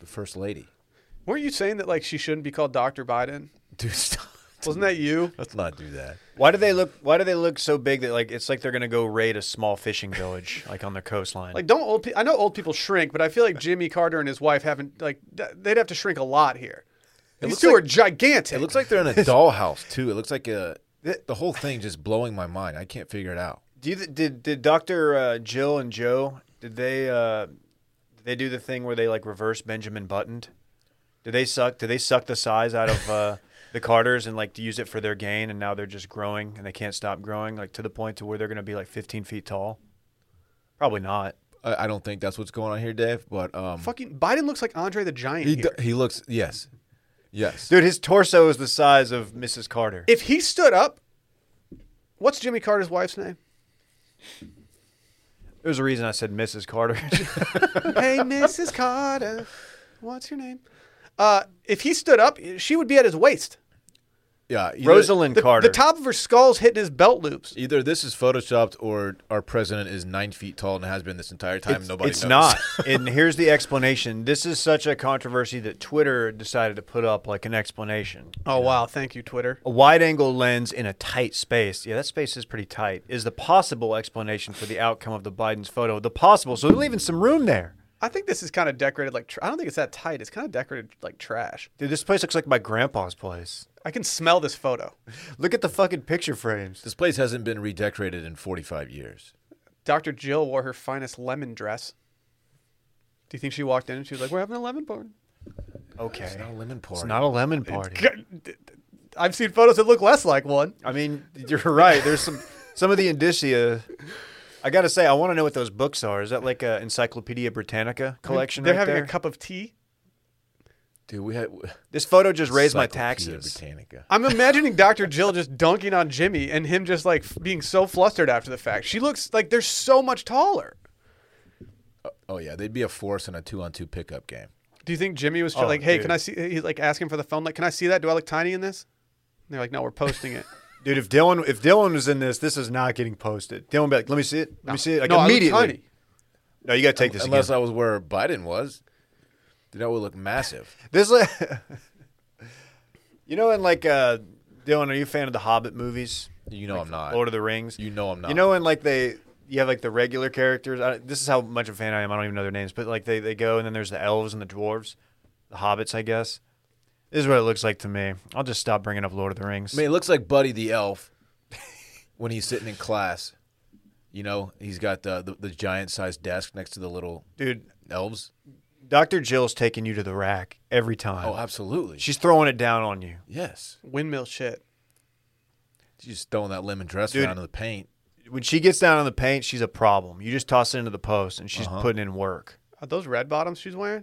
Speaker 3: The first lady. <laughs>
Speaker 1: Weren't you saying that like she shouldn't be called Dr. Biden?
Speaker 3: Dude, stop.
Speaker 1: Wasn't that you?
Speaker 3: Let's not do that.
Speaker 2: why do they look why do they look so big that like it's like they're gonna go raid a small fishing village like on the coastline?
Speaker 1: Like, don't old people? I know old people shrink, but I feel like Jimmy Carter and his wife haven't like th- they'd have to shrink a lot here. These
Speaker 3: looks
Speaker 1: two
Speaker 3: like-
Speaker 1: are gigantic.
Speaker 3: It looks like they're <laughs> in a dollhouse, too. It looks like a. The whole thing just blowing my mind. I can't figure it out.
Speaker 2: do you, th- did did Doctor uh, Jill and Joe did they uh, did they do the thing where they like reverse Benjamin Buttoned? Did they suck? Did they suck the size out of uh, <laughs> the Carters and like to use it for their gain? And now they're just growing and they can't stop growing, like to the point to where they're gonna be like 15 feet tall. Probably not.
Speaker 3: I, I don't think that's what's going on here, Dave. But um,
Speaker 1: Fucking Biden looks like Andre the Giant.
Speaker 3: he
Speaker 1: here.
Speaker 3: do, he looks yes, yes.
Speaker 2: Dude, his torso is the size of Mrs. Carter.
Speaker 1: if he stood up, what's Jimmy Carter's wife's name?
Speaker 2: There's a reason I said
Speaker 1: <laughs>
Speaker 2: Mrs. Carter.
Speaker 1: hey, Mrs. Carter, what's your name? Uh, if he stood up, she would be at his waist.
Speaker 3: Yeah,
Speaker 2: <laughs>
Speaker 3: either,
Speaker 2: Rosalind
Speaker 1: The,
Speaker 2: Carter.
Speaker 1: the top of her skull's hitting his belt loops.
Speaker 3: Either this is photoshopped or our president is nine feet tall and has been this entire time. and nobody.
Speaker 2: it's
Speaker 3: knows.
Speaker 1: <laughs>
Speaker 2: not. and here's the explanation. This is such a controversy that Twitter decided to put up like an explanation.
Speaker 1: Oh wow! Thank you, Twitter.
Speaker 2: A wide angle lens in a tight space. Yeah, that space is pretty tight. Is the possible explanation for the outcome of the Biden's photo. The possible. So they're leaving some room there.
Speaker 1: I think this is kind of decorated like. Tra- I don't think it's that tight. It's kind of decorated like trash.
Speaker 2: Dude, this place looks like my grandpa's place.
Speaker 1: I can smell this photo.
Speaker 2: Look at the fucking picture frames.
Speaker 3: This place hasn't been redecorated in 45 years.
Speaker 1: Dr. Jill wore her finest lemon dress. Do you think she walked in and she was like, "We're having a lemon party"?
Speaker 2: <laughs> Okay.
Speaker 3: It's not a lemon party.
Speaker 2: It's not a lemon party.
Speaker 1: I've seen photos that look less like one.
Speaker 2: I mean, you're right. There's some some of the indicia. I gotta say, I want to know what those books are. Is that like a Encyclopedia Britannica collection?
Speaker 1: They're
Speaker 2: right
Speaker 1: having
Speaker 2: there?
Speaker 1: a cup of tea.
Speaker 3: Dude, we had
Speaker 2: This photo just raised my
Speaker 3: Encyclopedia
Speaker 2: taxes.
Speaker 3: Britannica.
Speaker 1: I'm imagining Dr. Jill just dunking on Jimmy and him just like f- being so flustered after the fact. She looks like they're so much taller.
Speaker 3: Oh yeah, they'd be a force in a two-on-two pickup game.
Speaker 1: Do you think Jimmy was tr-
Speaker 2: Oh,
Speaker 1: like, "Hey,
Speaker 2: dude.
Speaker 1: can I see?" He's like asking for the phone, like, "Can I see that? Do I look tiny in this?" And they're like, "No, we're posting it."
Speaker 2: Dude, if Dylan if Dylan was in this, this is not getting posted. Dylan would be like, let me see it. <laughs> Let me see it. Like
Speaker 1: no, I look
Speaker 2: immediately.
Speaker 1: tiny.
Speaker 2: No, you gotta take this
Speaker 3: Um, Unless
Speaker 2: again.
Speaker 3: I was where Biden was, then that would look massive.
Speaker 2: This like, <laughs> You know, in like uh Dylan, are you a fan of the Hobbit movies?
Speaker 3: You know I'm not.
Speaker 2: Lord of the Rings.
Speaker 3: You know I'm not.
Speaker 2: You know, and like they, you have like the regular characters. I, this is how much of a fan I am. I don't even know their names, but like they, they go, and then there's the elves and the dwarves, the hobbits, I guess. This is what it looks like to me. I'll just stop bringing up Lord of the Rings.
Speaker 3: I mean, it looks like Buddy the Elf when he's sitting in class. You know, he's got the the, the giant-sized desk next to the little
Speaker 2: Dude,
Speaker 3: elves.
Speaker 2: Dr. Jill's taking you to the rack every time.
Speaker 3: Oh, absolutely.
Speaker 2: She's throwing it down on you.
Speaker 3: yes.
Speaker 1: Windmill shit.
Speaker 3: She's just throwing that lemon dress
Speaker 2: Dude.
Speaker 3: around in the paint.
Speaker 2: When she gets down on the paint, she's a problem. You just toss it into the post, and
Speaker 3: Uh-huh.
Speaker 2: she's putting in work.
Speaker 1: Are those red bottoms she's wearing?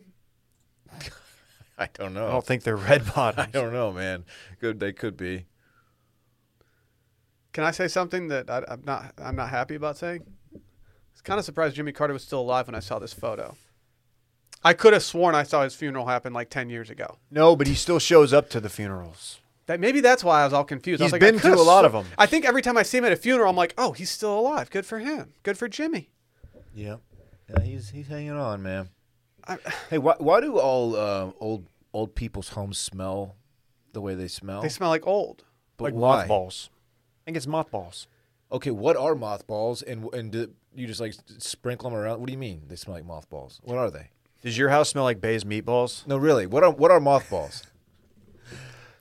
Speaker 3: <laughs> I don't know.
Speaker 2: I don't think they're red bottoms.
Speaker 3: I don't know, man. Good, they could be.
Speaker 1: Can I say something that I, I'm not I'm not happy about saying? I was kind of surprised Jimmy Carter was still alive when I saw this photo. I could have sworn I saw his funeral happen like ten years ago.
Speaker 2: No, but he still shows up to the funerals.
Speaker 1: That maybe that's why I was all confused. I was
Speaker 2: He's
Speaker 1: like,
Speaker 2: been
Speaker 1: I could
Speaker 2: to
Speaker 1: have
Speaker 2: a lot
Speaker 1: swor-
Speaker 2: of 'em.
Speaker 1: I think every time I see him at a funeral, I'm like, oh, he's still alive. Good for him. Good for Jimmy.
Speaker 3: Yeah. Yeah, he's he's hanging on, man.
Speaker 1: I-
Speaker 3: <sighs> hey, why why do all uh, old old people's homes smell the way they smell?
Speaker 1: They smell like old.
Speaker 3: but
Speaker 2: like
Speaker 3: why?
Speaker 2: mothballs. I think it's mothballs.
Speaker 3: Okay, what are mothballs? And and do you just like s- sprinkle them around? What do you mean they smell like mothballs? What are they?
Speaker 2: Does your house smell like Bay's meatballs?
Speaker 3: No, really. What are what are <laughs> mothballs?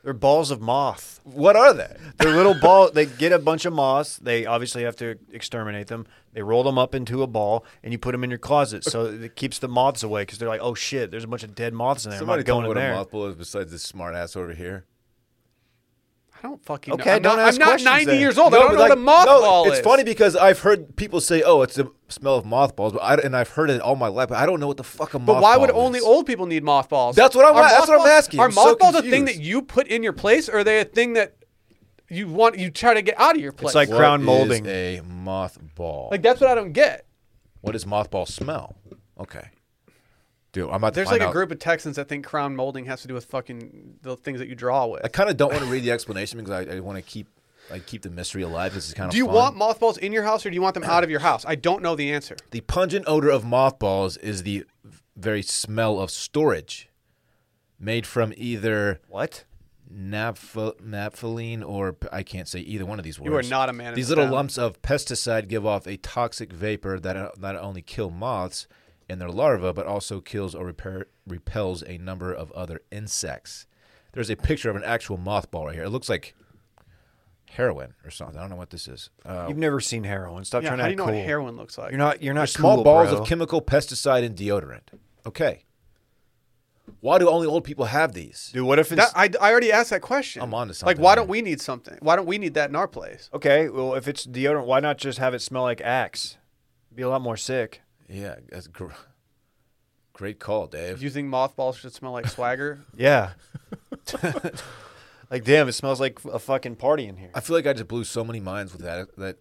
Speaker 2: They're balls of moth.
Speaker 3: what are they?
Speaker 2: They're little ball. They get a bunch of moths. They obviously have to exterminate them. They roll them up into a ball, and you put them in your closet, so it keeps the moths away. Because they're like, oh shit, there's a bunch of dead moths in there.
Speaker 3: Somebody
Speaker 2: I'm
Speaker 3: tell
Speaker 2: not
Speaker 3: me
Speaker 2: going
Speaker 3: what
Speaker 2: in there.
Speaker 3: a mothball is besides this smart ass over here.
Speaker 1: I don't fucking know.
Speaker 2: Okay,
Speaker 1: I'm
Speaker 2: don't
Speaker 1: not,
Speaker 2: ask
Speaker 1: I'm not
Speaker 2: questions
Speaker 1: 90
Speaker 2: then.
Speaker 1: years old. I
Speaker 3: No,
Speaker 1: don't know
Speaker 3: but like-
Speaker 1: what a mothball
Speaker 3: no,
Speaker 1: is.
Speaker 3: It's funny because I've heard people say, "Oh, it's the smell of mothballs," but I, and I've heard it all my life. But I don't know what the fuck a mothball.
Speaker 1: But why would
Speaker 3: is.
Speaker 1: only old people need mothballs?
Speaker 3: That's what I'm-
Speaker 1: Are
Speaker 3: that's what I'm
Speaker 1: mothballs-
Speaker 3: asking.
Speaker 1: Are
Speaker 3: I'm so
Speaker 1: mothballs a thing that
Speaker 3: confused.
Speaker 1: you put in your place, or are they a thing that you want you try to get out of your place?
Speaker 2: like-
Speaker 3: What
Speaker 2: Crown
Speaker 3: is
Speaker 2: molding.
Speaker 3: a mothball?
Speaker 1: Like, that's what I don't get.
Speaker 3: what does mothball smell? Okay, dude, I'm about to
Speaker 1: There's
Speaker 3: find
Speaker 1: like a
Speaker 3: out.
Speaker 1: group of Texans that think crown molding has to do with fucking the things that you draw with.
Speaker 3: I kind of don't want to read the explanation because I, I want to keep like keep the mystery alive. This is kind of
Speaker 1: do you
Speaker 3: fun.
Speaker 1: want mothballs in your house, or do you want them out of your house? I don't know the answer.
Speaker 3: the pungent odor of mothballs is the very smell of storage, made from either
Speaker 2: What?
Speaker 3: naphtha- naphthalene or p- I can't say either one of these words.
Speaker 1: You are not a man of
Speaker 3: These little
Speaker 1: sound.
Speaker 3: lumps of pesticide give off a toxic vapor that o- not only kill moths and their larvae, but also kills or repair, repels a number of other insects. There's a picture of an actual mothball right here. It looks like heroin or something. I don't know what this is. Uh,
Speaker 2: You've never seen heroin. Stop
Speaker 1: Yeah,
Speaker 2: trying to
Speaker 1: how do
Speaker 2: act
Speaker 1: you know
Speaker 2: cool.
Speaker 1: what heroin looks like?
Speaker 2: You're not. You're not
Speaker 3: small
Speaker 2: cool,
Speaker 3: balls
Speaker 2: bro.
Speaker 3: of chemical pesticide and deodorant. Okay. Why do only old people have these?
Speaker 2: Dude, what if it's
Speaker 1: That, I, I already asked that question.
Speaker 3: I'm onto
Speaker 1: Like,
Speaker 3: something,
Speaker 1: why
Speaker 3: man.
Speaker 1: don't we need something? Why don't we need that in our place?
Speaker 2: okay? Well, if it's deodorant, why not just have it smell like Axe? Be a lot more sick.
Speaker 3: Yeah, that's gr- great call, Dave.
Speaker 1: Do you think mothballs should smell like
Speaker 3: <laughs>
Speaker 1: swagger?
Speaker 3: Oh.
Speaker 2: Yeah. <laughs> like damn, it smells like a fucking party in here.
Speaker 3: I feel like I just blew so many minds with that that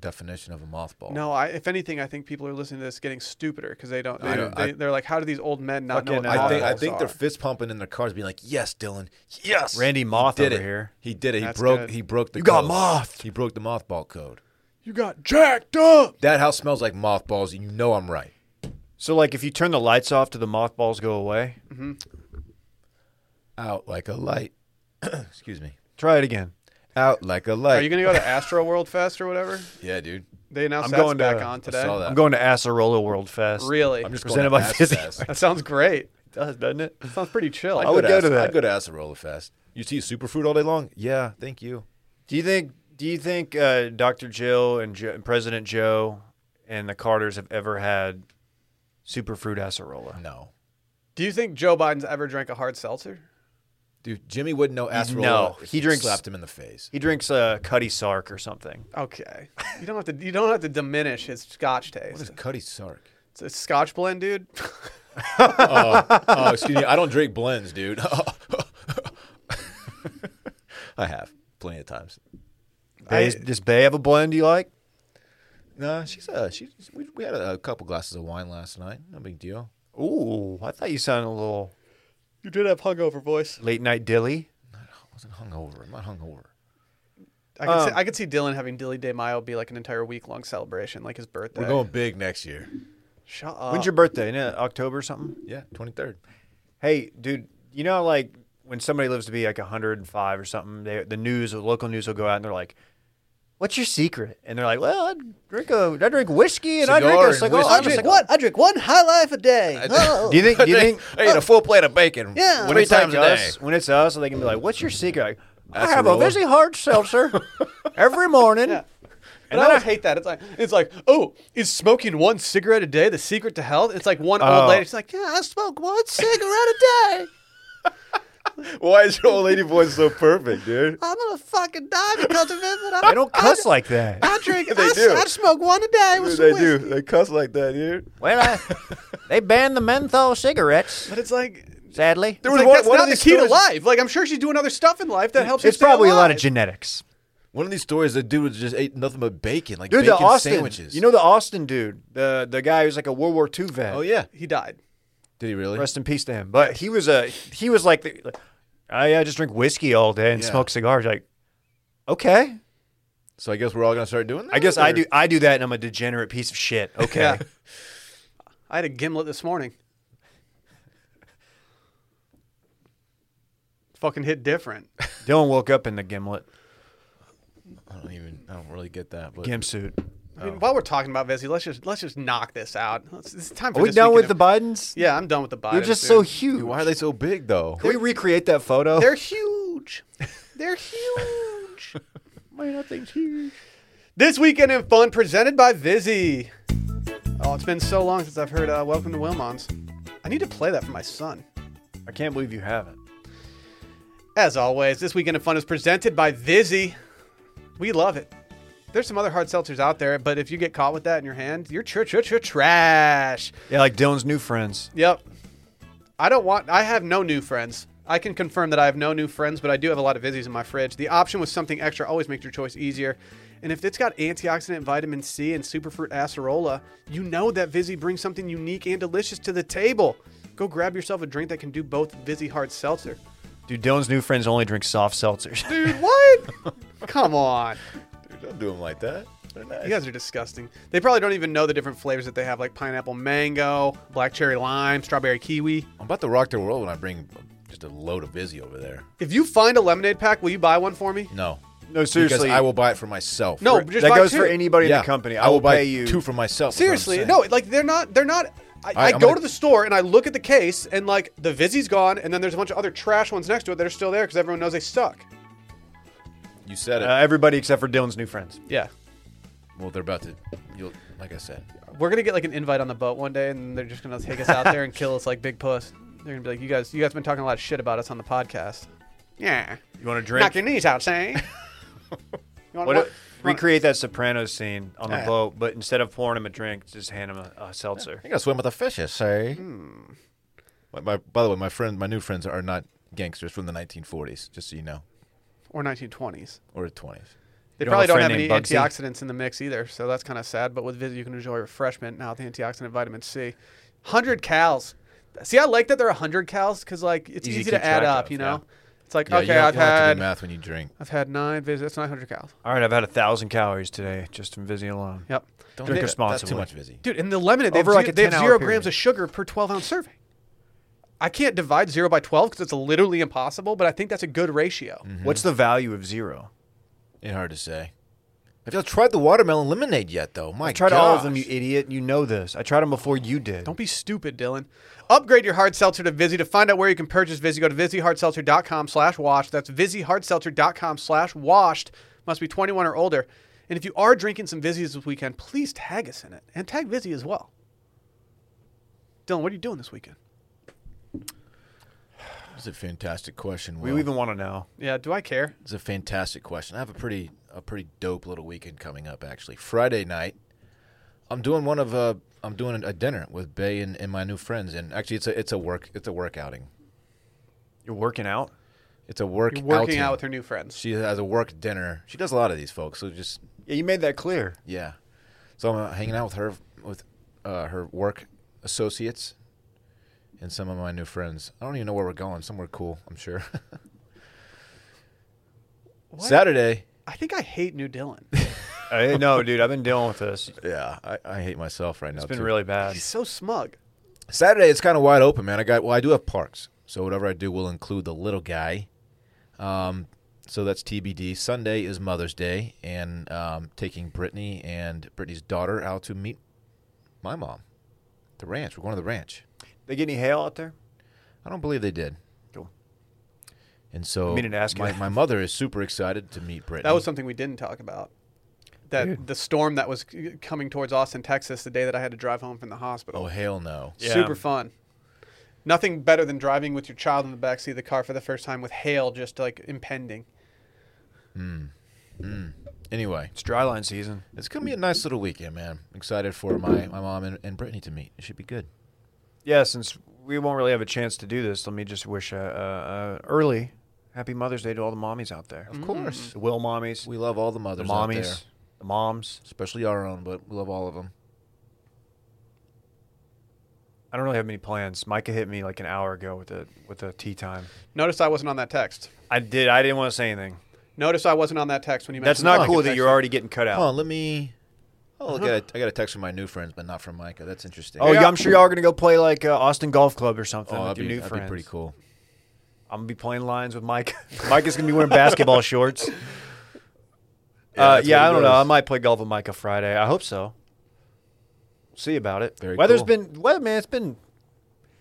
Speaker 3: definition of a mothball.
Speaker 1: No, I, if anything, I think people are listening to this getting stupider because they don't. They,
Speaker 3: I don't-
Speaker 1: they,
Speaker 3: I-
Speaker 1: they're like, how do these old men not know? What
Speaker 2: Fucking,
Speaker 3: I think I
Speaker 1: mothballs
Speaker 3: think
Speaker 1: are?
Speaker 3: they're fist pumping in their cars, being like, "Yes, Dylan, yes."
Speaker 2: Randy Moth
Speaker 3: did
Speaker 2: over
Speaker 3: it.
Speaker 2: here.
Speaker 3: He did it. He
Speaker 1: That's
Speaker 3: broke.
Speaker 1: good.
Speaker 3: He broke the.
Speaker 2: You got
Speaker 3: code.
Speaker 2: mothed.
Speaker 3: He broke the mothball code.
Speaker 1: You got jacked up.
Speaker 3: That house smells like mothballs, and you know I'm right.
Speaker 2: So, like, if you turn the lights off, do the mothballs go away?
Speaker 3: Out like a light. <clears throat> Excuse me.
Speaker 2: Try it again.
Speaker 3: Out like a light.
Speaker 1: Are you gonna go to Astro World Fest or whatever?
Speaker 3: yeah, dude.
Speaker 1: They announced
Speaker 2: I'm
Speaker 1: that's
Speaker 2: going to-
Speaker 1: back on today.
Speaker 3: saw that.
Speaker 2: I'm going to Acerola World Fest.
Speaker 1: Really?
Speaker 3: I'm just
Speaker 2: Presented
Speaker 3: going
Speaker 2: by
Speaker 3: to Ass
Speaker 2: Fizzy.
Speaker 3: Fest.
Speaker 1: that sounds great.
Speaker 2: It <laughs> does, doesn't it?
Speaker 1: Sounds pretty chill.
Speaker 2: <laughs> I would go
Speaker 3: Ass-
Speaker 2: to that.
Speaker 3: I'd go to Acerola Fest. You see superfruit all day long? Yeah, thank you.
Speaker 2: Do you think? Do you think uh, Dr. Jill and, jo- and President Joe and the Carters have ever had superfruit acerola?
Speaker 3: No,
Speaker 1: Do you think Joe Biden's ever drank a hard seltzer?
Speaker 3: dude. Jimmy wouldn't know Acerola.
Speaker 2: No,
Speaker 3: if
Speaker 2: he
Speaker 3: you
Speaker 2: drinks-
Speaker 3: Slapped him in the face.
Speaker 2: He drinks uh, Cuddy Sark or something.
Speaker 1: Okay, you don't have to. You don't have to diminish his Scotch
Speaker 3: What is
Speaker 1: taste.
Speaker 3: Cuddy Sark?
Speaker 1: It's a Scotch blend, dude. <laughs>
Speaker 3: Oh, excuse me. I don't drink blends, dude. <laughs> I have plenty of times.
Speaker 2: Bay's, does Bay have a blend you like?
Speaker 3: No, she's uh, she. We, we had a, a couple glasses of wine last night. No big deal.
Speaker 2: Ooh, I thought you sounded a little
Speaker 1: You did have hungover voice.
Speaker 2: late night dilly.
Speaker 3: I wasn't hungover. I'm not hungover.
Speaker 1: I could, see, I could see Dylan having Dilly Day Mayo be like an entire week long celebration, like his birthday.
Speaker 3: We're going big next year.
Speaker 1: Shut up.
Speaker 2: When's your birthday? In uh, October or something?
Speaker 3: Yeah, <laughs> 23rd.
Speaker 2: Hey, dude, you know, like when somebody lives to be like 105 or something, they, the news, the local news will go out and they're like, "What's your secret?" And they're like, "Well, I drink a, I drink whiskey and I
Speaker 3: Cigar
Speaker 2: drink a
Speaker 3: and
Speaker 2: cigar.
Speaker 3: whiskey.
Speaker 2: I'm
Speaker 3: I
Speaker 2: a
Speaker 3: drink
Speaker 2: cigar."
Speaker 6: I drink one high life a day.
Speaker 3: Oh.
Speaker 2: Do you think? Do you
Speaker 3: <laughs>
Speaker 2: think?
Speaker 3: I ate a full plate of bacon.
Speaker 6: Yeah.
Speaker 3: three
Speaker 2: it's like
Speaker 3: times a day.
Speaker 2: us, When it's us, they can be like, "What's your secret?" Like, I have a
Speaker 3: Acerola.
Speaker 2: busy hard seltzer every morning.
Speaker 1: Yeah.
Speaker 2: And
Speaker 1: And
Speaker 2: then
Speaker 1: I
Speaker 2: I-
Speaker 1: don't hate that. It's like it's like, oh, is smoking one cigarette a day the secret to health? It's like one
Speaker 2: Oh.
Speaker 1: old lady. She's like, yeah, I smoke one cigarette a day.
Speaker 3: Why is your old lady voice so perfect, dude?
Speaker 6: I'm gonna fucking die because of it. But I,
Speaker 1: <laughs>
Speaker 2: They don't cuss like that.
Speaker 6: I drink.
Speaker 3: They
Speaker 6: I, s-
Speaker 3: do.
Speaker 6: I smoke one a day with some
Speaker 3: they
Speaker 6: whiskey.
Speaker 3: do. They cuss like that, dude.
Speaker 2: well, I, they banned the menthol cigarettes.
Speaker 1: But it's like,
Speaker 2: Sadly,
Speaker 1: it's like
Speaker 3: one-
Speaker 1: that's
Speaker 3: one of
Speaker 1: not the
Speaker 3: these
Speaker 1: key
Speaker 3: stories-
Speaker 1: to life. Like I'm sure she's doing other stuff in life that helps. her
Speaker 2: it's
Speaker 1: stay
Speaker 2: probably a lot of
Speaker 1: alive.
Speaker 2: genetics.
Speaker 3: One of these stories, the dude just ate nothing but bacon, like
Speaker 2: Dude,
Speaker 3: bacon
Speaker 2: the Austin,
Speaker 3: sandwiches.
Speaker 2: you know the Austin dude, the the guy who's like a World War II vet.
Speaker 3: Oh yeah.
Speaker 1: He died.
Speaker 3: Did he really?
Speaker 2: rest in peace to him. But he was a he was like, the, like "Oh, I, I just drink whiskey all day and
Speaker 3: Yeah.
Speaker 2: smoke cigars. Like, okay,
Speaker 3: So I guess we're all gonna start doing that.
Speaker 2: I guess I
Speaker 3: or-
Speaker 2: do I do that, and I'm a degenerate piece of <laughs> shit. Okay,
Speaker 1: Yeah. I had a gimlet this morning. Fucking hit different.
Speaker 2: Dylan woke up in the gimlet
Speaker 3: I don't even. I don't really get that. But
Speaker 2: gim suit.
Speaker 1: I
Speaker 2: Oh.
Speaker 1: mean, while we're talking about Vizzy, let's just let's just knock this out. Let's, it's time for
Speaker 2: Are we
Speaker 1: this Week
Speaker 2: done
Speaker 1: in
Speaker 2: with
Speaker 1: Ev-
Speaker 2: the Bidens?
Speaker 1: Yeah, I'm done with the Biden.
Speaker 2: They're just so
Speaker 3: Dude,
Speaker 2: huge.
Speaker 3: why are they so big though?
Speaker 2: Can we recreate that photo?
Speaker 1: They're huge.
Speaker 2: <laughs>
Speaker 1: They're huge.
Speaker 2: Man, that thing's huge.
Speaker 1: this weekend in fun presented by Vizzy. Oh, it's been so long since I've heard uh, "Welcome to Wilmons." I need to play that for my son.
Speaker 2: I can't believe you haven't.
Speaker 1: As always, this weekend in fun is presented by Vizzy. We love it. There's some other hard seltzers out there, but if you get caught with that in your hand, you're tr- tr- tr- trash.
Speaker 2: Yeah, like Dylan's new friends.
Speaker 1: Yep. I don't want. I have no new friends. I can confirm that I have no new friends, but I do have a lot of Izzy's in my fridge. The option with something extra always makes your choice easier. And if it's got antioxidant vitamin C and superfruit acerola, you know that Vizzy brings something unique and delicious to the table. Go grab yourself a drink that can do both Vizzy hard seltzer.
Speaker 2: Dude, Dylan's new friends only drink soft seltzers.
Speaker 1: Dude, what? <laughs> Come on.
Speaker 3: Dude, don't do them like that. They're nice.
Speaker 1: You guys are disgusting. They probably don't even know the different flavors that they have, like pineapple mango, black cherry lime, strawberry kiwi.
Speaker 3: I'm about to rock the world when I bring just a load of busy over there.
Speaker 1: If you find a lemonade pack, will you buy one for me?
Speaker 3: No,
Speaker 2: No, seriously.
Speaker 3: because I will buy it for myself.
Speaker 1: No,
Speaker 3: For-
Speaker 1: just
Speaker 2: that
Speaker 1: buy
Speaker 2: goes
Speaker 1: two.
Speaker 2: for anybody
Speaker 3: yeah,
Speaker 2: in the company. I,
Speaker 3: I,
Speaker 2: will,
Speaker 3: buy
Speaker 2: pay you
Speaker 3: two for myself. is what I'm
Speaker 1: Seriously,
Speaker 3: saying.
Speaker 1: no, like they're not. They're not. I, I
Speaker 3: right, I'm
Speaker 1: go
Speaker 3: gonna-
Speaker 1: to the store and I look at the case and like the Vizzy's gone, and then there's a bunch of other trash ones next to it that are still there because everyone knows they suck.
Speaker 3: you said
Speaker 2: uh,
Speaker 3: it.
Speaker 2: everybody except for Dylan's new friends.
Speaker 1: Yeah,
Speaker 3: well, they're about to. You'll, like I said,
Speaker 1: we're gonna get like an invite on the boat one day, and they're just gonna take us out there and kill us like big puss. They're gonna be like, you guys, you guys been talking a lot of shit about us on the podcast. <laughs> Yeah,
Speaker 2: You want to
Speaker 1: knock
Speaker 2: drink?
Speaker 1: your knees out,
Speaker 2: <laughs>
Speaker 1: saying. you want
Speaker 2: What if- recreate that Sopranos scene on the boat, but instead of pouring him a drink, just hand him a, a seltzer.
Speaker 3: I gotta swim with the fishes. Say.
Speaker 2: Hmm.
Speaker 3: My, my, by the way, my friend, my new friends are not gangsters from the 1940s. Just so you know,
Speaker 1: Or 1920s.
Speaker 3: or the 20s.
Speaker 1: They
Speaker 2: don't
Speaker 1: probably
Speaker 2: have a
Speaker 1: don't have
Speaker 2: friend
Speaker 1: any
Speaker 2: named Bugsy?
Speaker 1: antioxidants in the mix either, so that's kind of sad. But with Viz, you can enjoy refreshment now with the antioxidant vitamin C. 100 cals. See, I like that they're 100 cals because like it's
Speaker 2: Easy
Speaker 1: easy,
Speaker 2: to
Speaker 1: to
Speaker 2: keep
Speaker 1: add
Speaker 2: track
Speaker 1: up,
Speaker 2: of,
Speaker 1: you know? It's like,
Speaker 3: Yeah, you
Speaker 1: okay,
Speaker 3: don't-
Speaker 1: I've
Speaker 3: you don't have to do
Speaker 1: had
Speaker 3: math when you drink.
Speaker 1: I've had nine Viz. That's 900 cals.
Speaker 2: All right, I've had a thousand calories today just from Vizzy alone.
Speaker 1: Yep.
Speaker 3: Don't
Speaker 2: Drink
Speaker 3: do that.
Speaker 2: responsibly.
Speaker 3: That's too much busy.
Speaker 1: Dude, in the lemonade, they have,
Speaker 2: Over, like,
Speaker 1: ze-
Speaker 2: a
Speaker 1: they have
Speaker 2: 10 hour
Speaker 1: zero
Speaker 2: period.
Speaker 1: grams of sugar per 12 ounce serving. I can't divide zero by 12 because it's literally impossible, but I think that's a good ratio.
Speaker 2: What's the value of zero?
Speaker 3: It's hard to say. Have y'all tried the watermelon lemonade yet, though? My
Speaker 2: I tried all of them, you
Speaker 3: gosh.
Speaker 2: idiot. You know this. I tried them before you did.
Speaker 1: Don't be stupid, Dylan. Upgrade your hard seltzer to Vizzy. To find out where you can purchase Vizzy, go to VizzyHardSeltzer.com slash washed. That's VizzyHardSeltzer.com slash washed. Must be 21 or older. And if you are drinking some Vizzies this weekend, please tag us in it. And tag Vizzy as well. Dylan, what are you doing this weekend?
Speaker 3: That's a fantastic question.
Speaker 2: we
Speaker 3: Will.
Speaker 2: even want to know.
Speaker 1: Yeah, do I care?
Speaker 3: It's a fantastic question. I have a pretty a pretty dope little weekend coming up actually. Friday night, I'm doing one of uh I'm doing a dinner with Bay and, and my new friends and actually it's a it's a work it's a work outing.
Speaker 2: You're working out.
Speaker 3: It's a work
Speaker 1: You're working
Speaker 3: outing.
Speaker 1: out with her new friends.
Speaker 3: She has a work dinner. She does a lot of these folks, so just
Speaker 2: Yeah, you made that clear.
Speaker 3: yeah. So I'm uh, hanging out with her with uh, her work associates and some of my new friends. I don't even know where we're going. Somewhere cool, I'm sure. <laughs> Saturday.
Speaker 1: I think I hate New Dylan.
Speaker 2: I know, dude. I've been dealing with this. It's
Speaker 3: Yeah, I, I hate myself right now.
Speaker 2: been
Speaker 3: too.
Speaker 2: really bad.
Speaker 1: He's so smug.
Speaker 3: Saturday it's kind of wide open, man. I got well, I do have parks, so whatever I do will include the little guy. Um, so that's TBD. Sunday is Mother's Day, and um, taking Brittany and Brittany's daughter out to meet my mom, the ranch. We're going to the ranch.
Speaker 2: They get any hail out there?
Speaker 3: I don't believe they did.
Speaker 2: Cool.
Speaker 3: And so
Speaker 2: I meaning to ask you
Speaker 3: my,
Speaker 2: that.
Speaker 3: my mother is super excited to meet Brittany.
Speaker 1: That was something we didn't talk about. That the storm that was c- coming towards Austin, Texas, the day that I had to drive home from the hospital.
Speaker 3: oh hell no.
Speaker 2: Yeah.
Speaker 1: Super fun. Nothing better than driving with your child in the backseat of the car for the first time with hail just like impending.
Speaker 3: Anyway,
Speaker 2: It's dry line season.
Speaker 3: it's gonna be a nice little weekend, man. Excited for my, my mom and, and Brittany to meet. It should be good.
Speaker 2: Yeah, since we won't really have a chance to do this, let me just wish a, a, a early happy Mother's Day to all the mommies out there.
Speaker 3: Of course,
Speaker 2: The Will mommies,
Speaker 3: Mm-hmm. we love all the mothers.
Speaker 2: the
Speaker 3: out there.
Speaker 2: mommies, the moms.
Speaker 3: especially our own, but we love all of them.
Speaker 2: I don't really have many plans. Micah hit me like an hour ago with a with a tea time.
Speaker 1: Notice I wasn't on that text.
Speaker 2: I did. I didn't want to say anything.
Speaker 1: Notice I wasn't on that text when you
Speaker 2: That's
Speaker 1: mentioned
Speaker 2: not
Speaker 1: the
Speaker 2: cool
Speaker 1: second
Speaker 2: that you're
Speaker 1: text.
Speaker 2: already getting cut out.
Speaker 3: Hold on, let me. Oh, look, I, got a, I got a text from my new friends, but not from Micah. That's interesting.
Speaker 2: Oh,
Speaker 1: Yeah.
Speaker 2: yeah. I'm sure y'all are gonna go play like uh, Austin Golf Club or something
Speaker 3: Oh,
Speaker 2: with
Speaker 3: that'd,
Speaker 2: your
Speaker 3: be,
Speaker 2: new
Speaker 3: that'd
Speaker 2: friends.
Speaker 3: be pretty cool.
Speaker 2: I'm gonna be playing lines with Mike. <laughs> Mike is gonna be wearing basketball
Speaker 3: <laughs>
Speaker 2: shorts.
Speaker 3: Yeah,
Speaker 2: Yeah, uh,
Speaker 3: that's
Speaker 2: yeah
Speaker 3: what
Speaker 2: I
Speaker 3: it
Speaker 2: don't know.
Speaker 3: goes.
Speaker 2: I might play golf with Micah Friday. I hope so. See about it.
Speaker 3: Very
Speaker 2: Weather's
Speaker 3: cool.
Speaker 2: been weather, man. It's been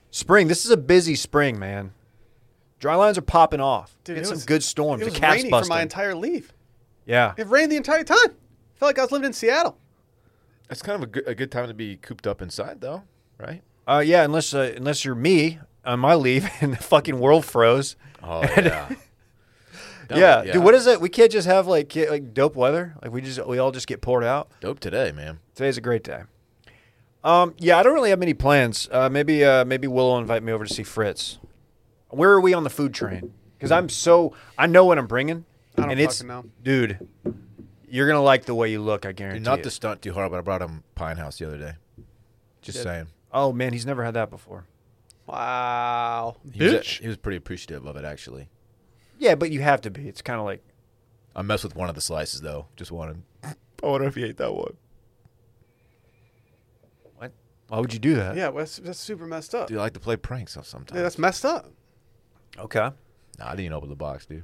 Speaker 2: spring. This is a busy spring, man. Dry lines are popping off.
Speaker 1: Dude,
Speaker 2: Get
Speaker 1: it
Speaker 2: some
Speaker 1: was-
Speaker 2: good storms.
Speaker 1: It was
Speaker 2: the cat's
Speaker 1: raining
Speaker 2: busting.
Speaker 1: for my entire leave.
Speaker 2: yeah,
Speaker 1: It rained the entire time. Felt like I was living in Seattle.
Speaker 3: That's kind of a good, a good time to be cooped up inside, though, right?
Speaker 2: uh, yeah. Unless uh, unless you're me on my leave <laughs> and the fucking world froze.
Speaker 3: Oh yeah. Dope,
Speaker 2: yeah. dude. What is it? We can't just have like ki- like dope weather. Like we just we all just get poured out.
Speaker 3: dope today, man?
Speaker 2: Today's a great day. Um, yeah, I don't really have many plans. Uh, maybe uh, maybe Will will invite me over to see Fritz. Where are we on the food train? Because I'm so I know what I'm bringing.
Speaker 1: I don't
Speaker 2: and it's,
Speaker 1: fucking know.
Speaker 2: dude. You're gonna like the way you look. I
Speaker 3: You're
Speaker 2: guarantee.
Speaker 3: not
Speaker 2: it.
Speaker 3: to stunt too hard, but I brought him Pine House the other day. Just saying,
Speaker 2: Oh man, he's never had that before.
Speaker 1: Wow.
Speaker 3: he was,
Speaker 1: Bitch.
Speaker 3: he was pretty appreciative of it actually.
Speaker 2: Yeah, but you have to be. It's kind of like
Speaker 3: I messed with one of the slices though. Just wanted. I wonder if he ate that one.
Speaker 2: what? Why would you do that?
Speaker 1: Yeah, well, that's, that's super messed up.
Speaker 3: Dude, I like to play pranks sometimes.
Speaker 1: Yeah, that's messed up.
Speaker 2: Okay.
Speaker 3: nah, I didn't even open the box, dude.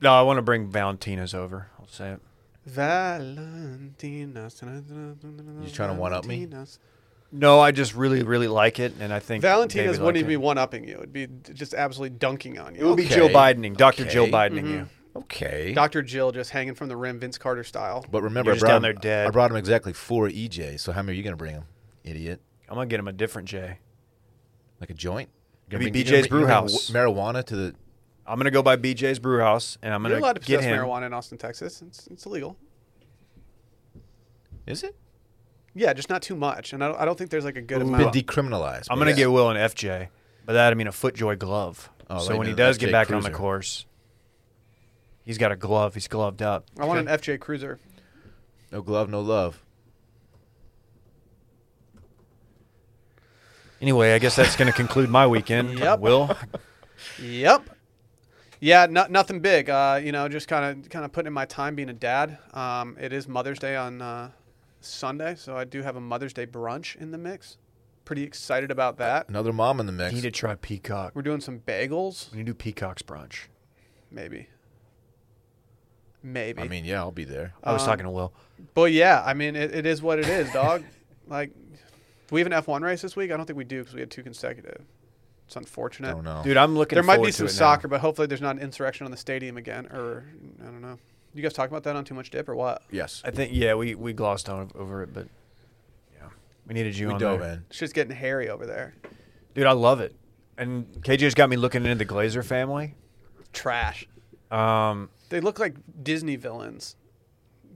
Speaker 2: No, I want to bring Valentina's over. I'll say it.
Speaker 1: Valentinas. You
Speaker 3: trying to one-up me?
Speaker 2: No, I just really really like it, and I think
Speaker 1: Valentinas
Speaker 2: they would
Speaker 1: wouldn't
Speaker 2: like
Speaker 1: even
Speaker 2: it.
Speaker 1: be one upping you. It'd be d- just absolutely dunking on you.
Speaker 2: It would be
Speaker 3: Okay.
Speaker 2: Jill Bidening, Doctor Jill
Speaker 3: Okay.
Speaker 2: Bidening you.
Speaker 3: Okay.
Speaker 1: Dr. Jill just hanging from the rim, Vince Carter style.
Speaker 3: But remember, I
Speaker 2: You're just
Speaker 3: brought,
Speaker 2: down
Speaker 3: him,
Speaker 2: there dead.
Speaker 3: I brought him exactly four EJ. So how many are you gonna bring him, idiot?
Speaker 2: I'm gonna get him a different J.
Speaker 3: Like a joint? You
Speaker 2: Maybe
Speaker 3: gonna bring- you
Speaker 2: BJ's
Speaker 3: gonna bring- you gonna bring
Speaker 2: Brewhouse.
Speaker 3: w- marijuana to the.
Speaker 2: I'm gonna go by BJ's Brewhouse, and I'm gonna
Speaker 1: You're allowed to
Speaker 2: get
Speaker 1: possess
Speaker 2: him.
Speaker 1: marijuana in Austin, Texas. It's, it's illegal.
Speaker 3: Is it?
Speaker 1: Yeah, just not too much. And I don't, I don't think there's like a good
Speaker 3: It's been
Speaker 1: amount.
Speaker 3: decriminalized.
Speaker 2: I'm
Speaker 3: but
Speaker 2: gonna
Speaker 3: yeah.
Speaker 2: get Will an FJ, but that I mean a FootJoy glove.
Speaker 3: Oh,
Speaker 2: so
Speaker 3: like
Speaker 2: when he
Speaker 3: an
Speaker 2: does get
Speaker 3: FJ
Speaker 2: back on the
Speaker 3: Cruiser.
Speaker 2: course, He's got a glove. He's gloved up.
Speaker 1: I want an FJ Cruiser.
Speaker 3: No glove, no love.
Speaker 2: Anyway, I guess that's going to conclude my weekend.
Speaker 1: <laughs> Yep.
Speaker 3: <laughs>
Speaker 2: Will,
Speaker 1: Yep. Yeah, no, nothing big. Uh, you know, just kind of kind of putting in my time being a dad. Um, it is Mother's Day on uh, Sunday, so I do have a Mother's Day brunch in the mix. Pretty excited about that.
Speaker 3: Another mom in the mix.
Speaker 2: you need to try Peacock.
Speaker 1: We're doing some bagels,
Speaker 2: When you do Peacock's brunch,
Speaker 1: maybe. Maybe.
Speaker 3: I mean, yeah, I'll be there.
Speaker 2: I was
Speaker 1: Uh,
Speaker 2: talking to Will.
Speaker 1: but yeah, I mean, it, it is what it is,
Speaker 2: <laughs>
Speaker 1: dog. like, do we have an F1 race this week? I don't think we do because we had two consecutive. It's unfortunate.
Speaker 3: I don't know.
Speaker 2: Dude, I'm looking.
Speaker 1: there might
Speaker 2: forward
Speaker 1: be
Speaker 2: to
Speaker 1: some
Speaker 2: it now.
Speaker 1: soccer, but hopefully there's not an insurrection on the stadium again, or I don't know. You guys talk about that on Too Much Dip or what?
Speaker 3: yes,
Speaker 2: I think yeah, we we glossed on over it, but yeah, we needed you
Speaker 3: we
Speaker 2: on
Speaker 3: dove
Speaker 2: there.
Speaker 3: in.
Speaker 1: Shit's getting hairy over there.
Speaker 2: dude. I love it, and KJ's got me looking into the Glazer family.
Speaker 1: Trash.
Speaker 2: Um,
Speaker 1: They look like Disney villains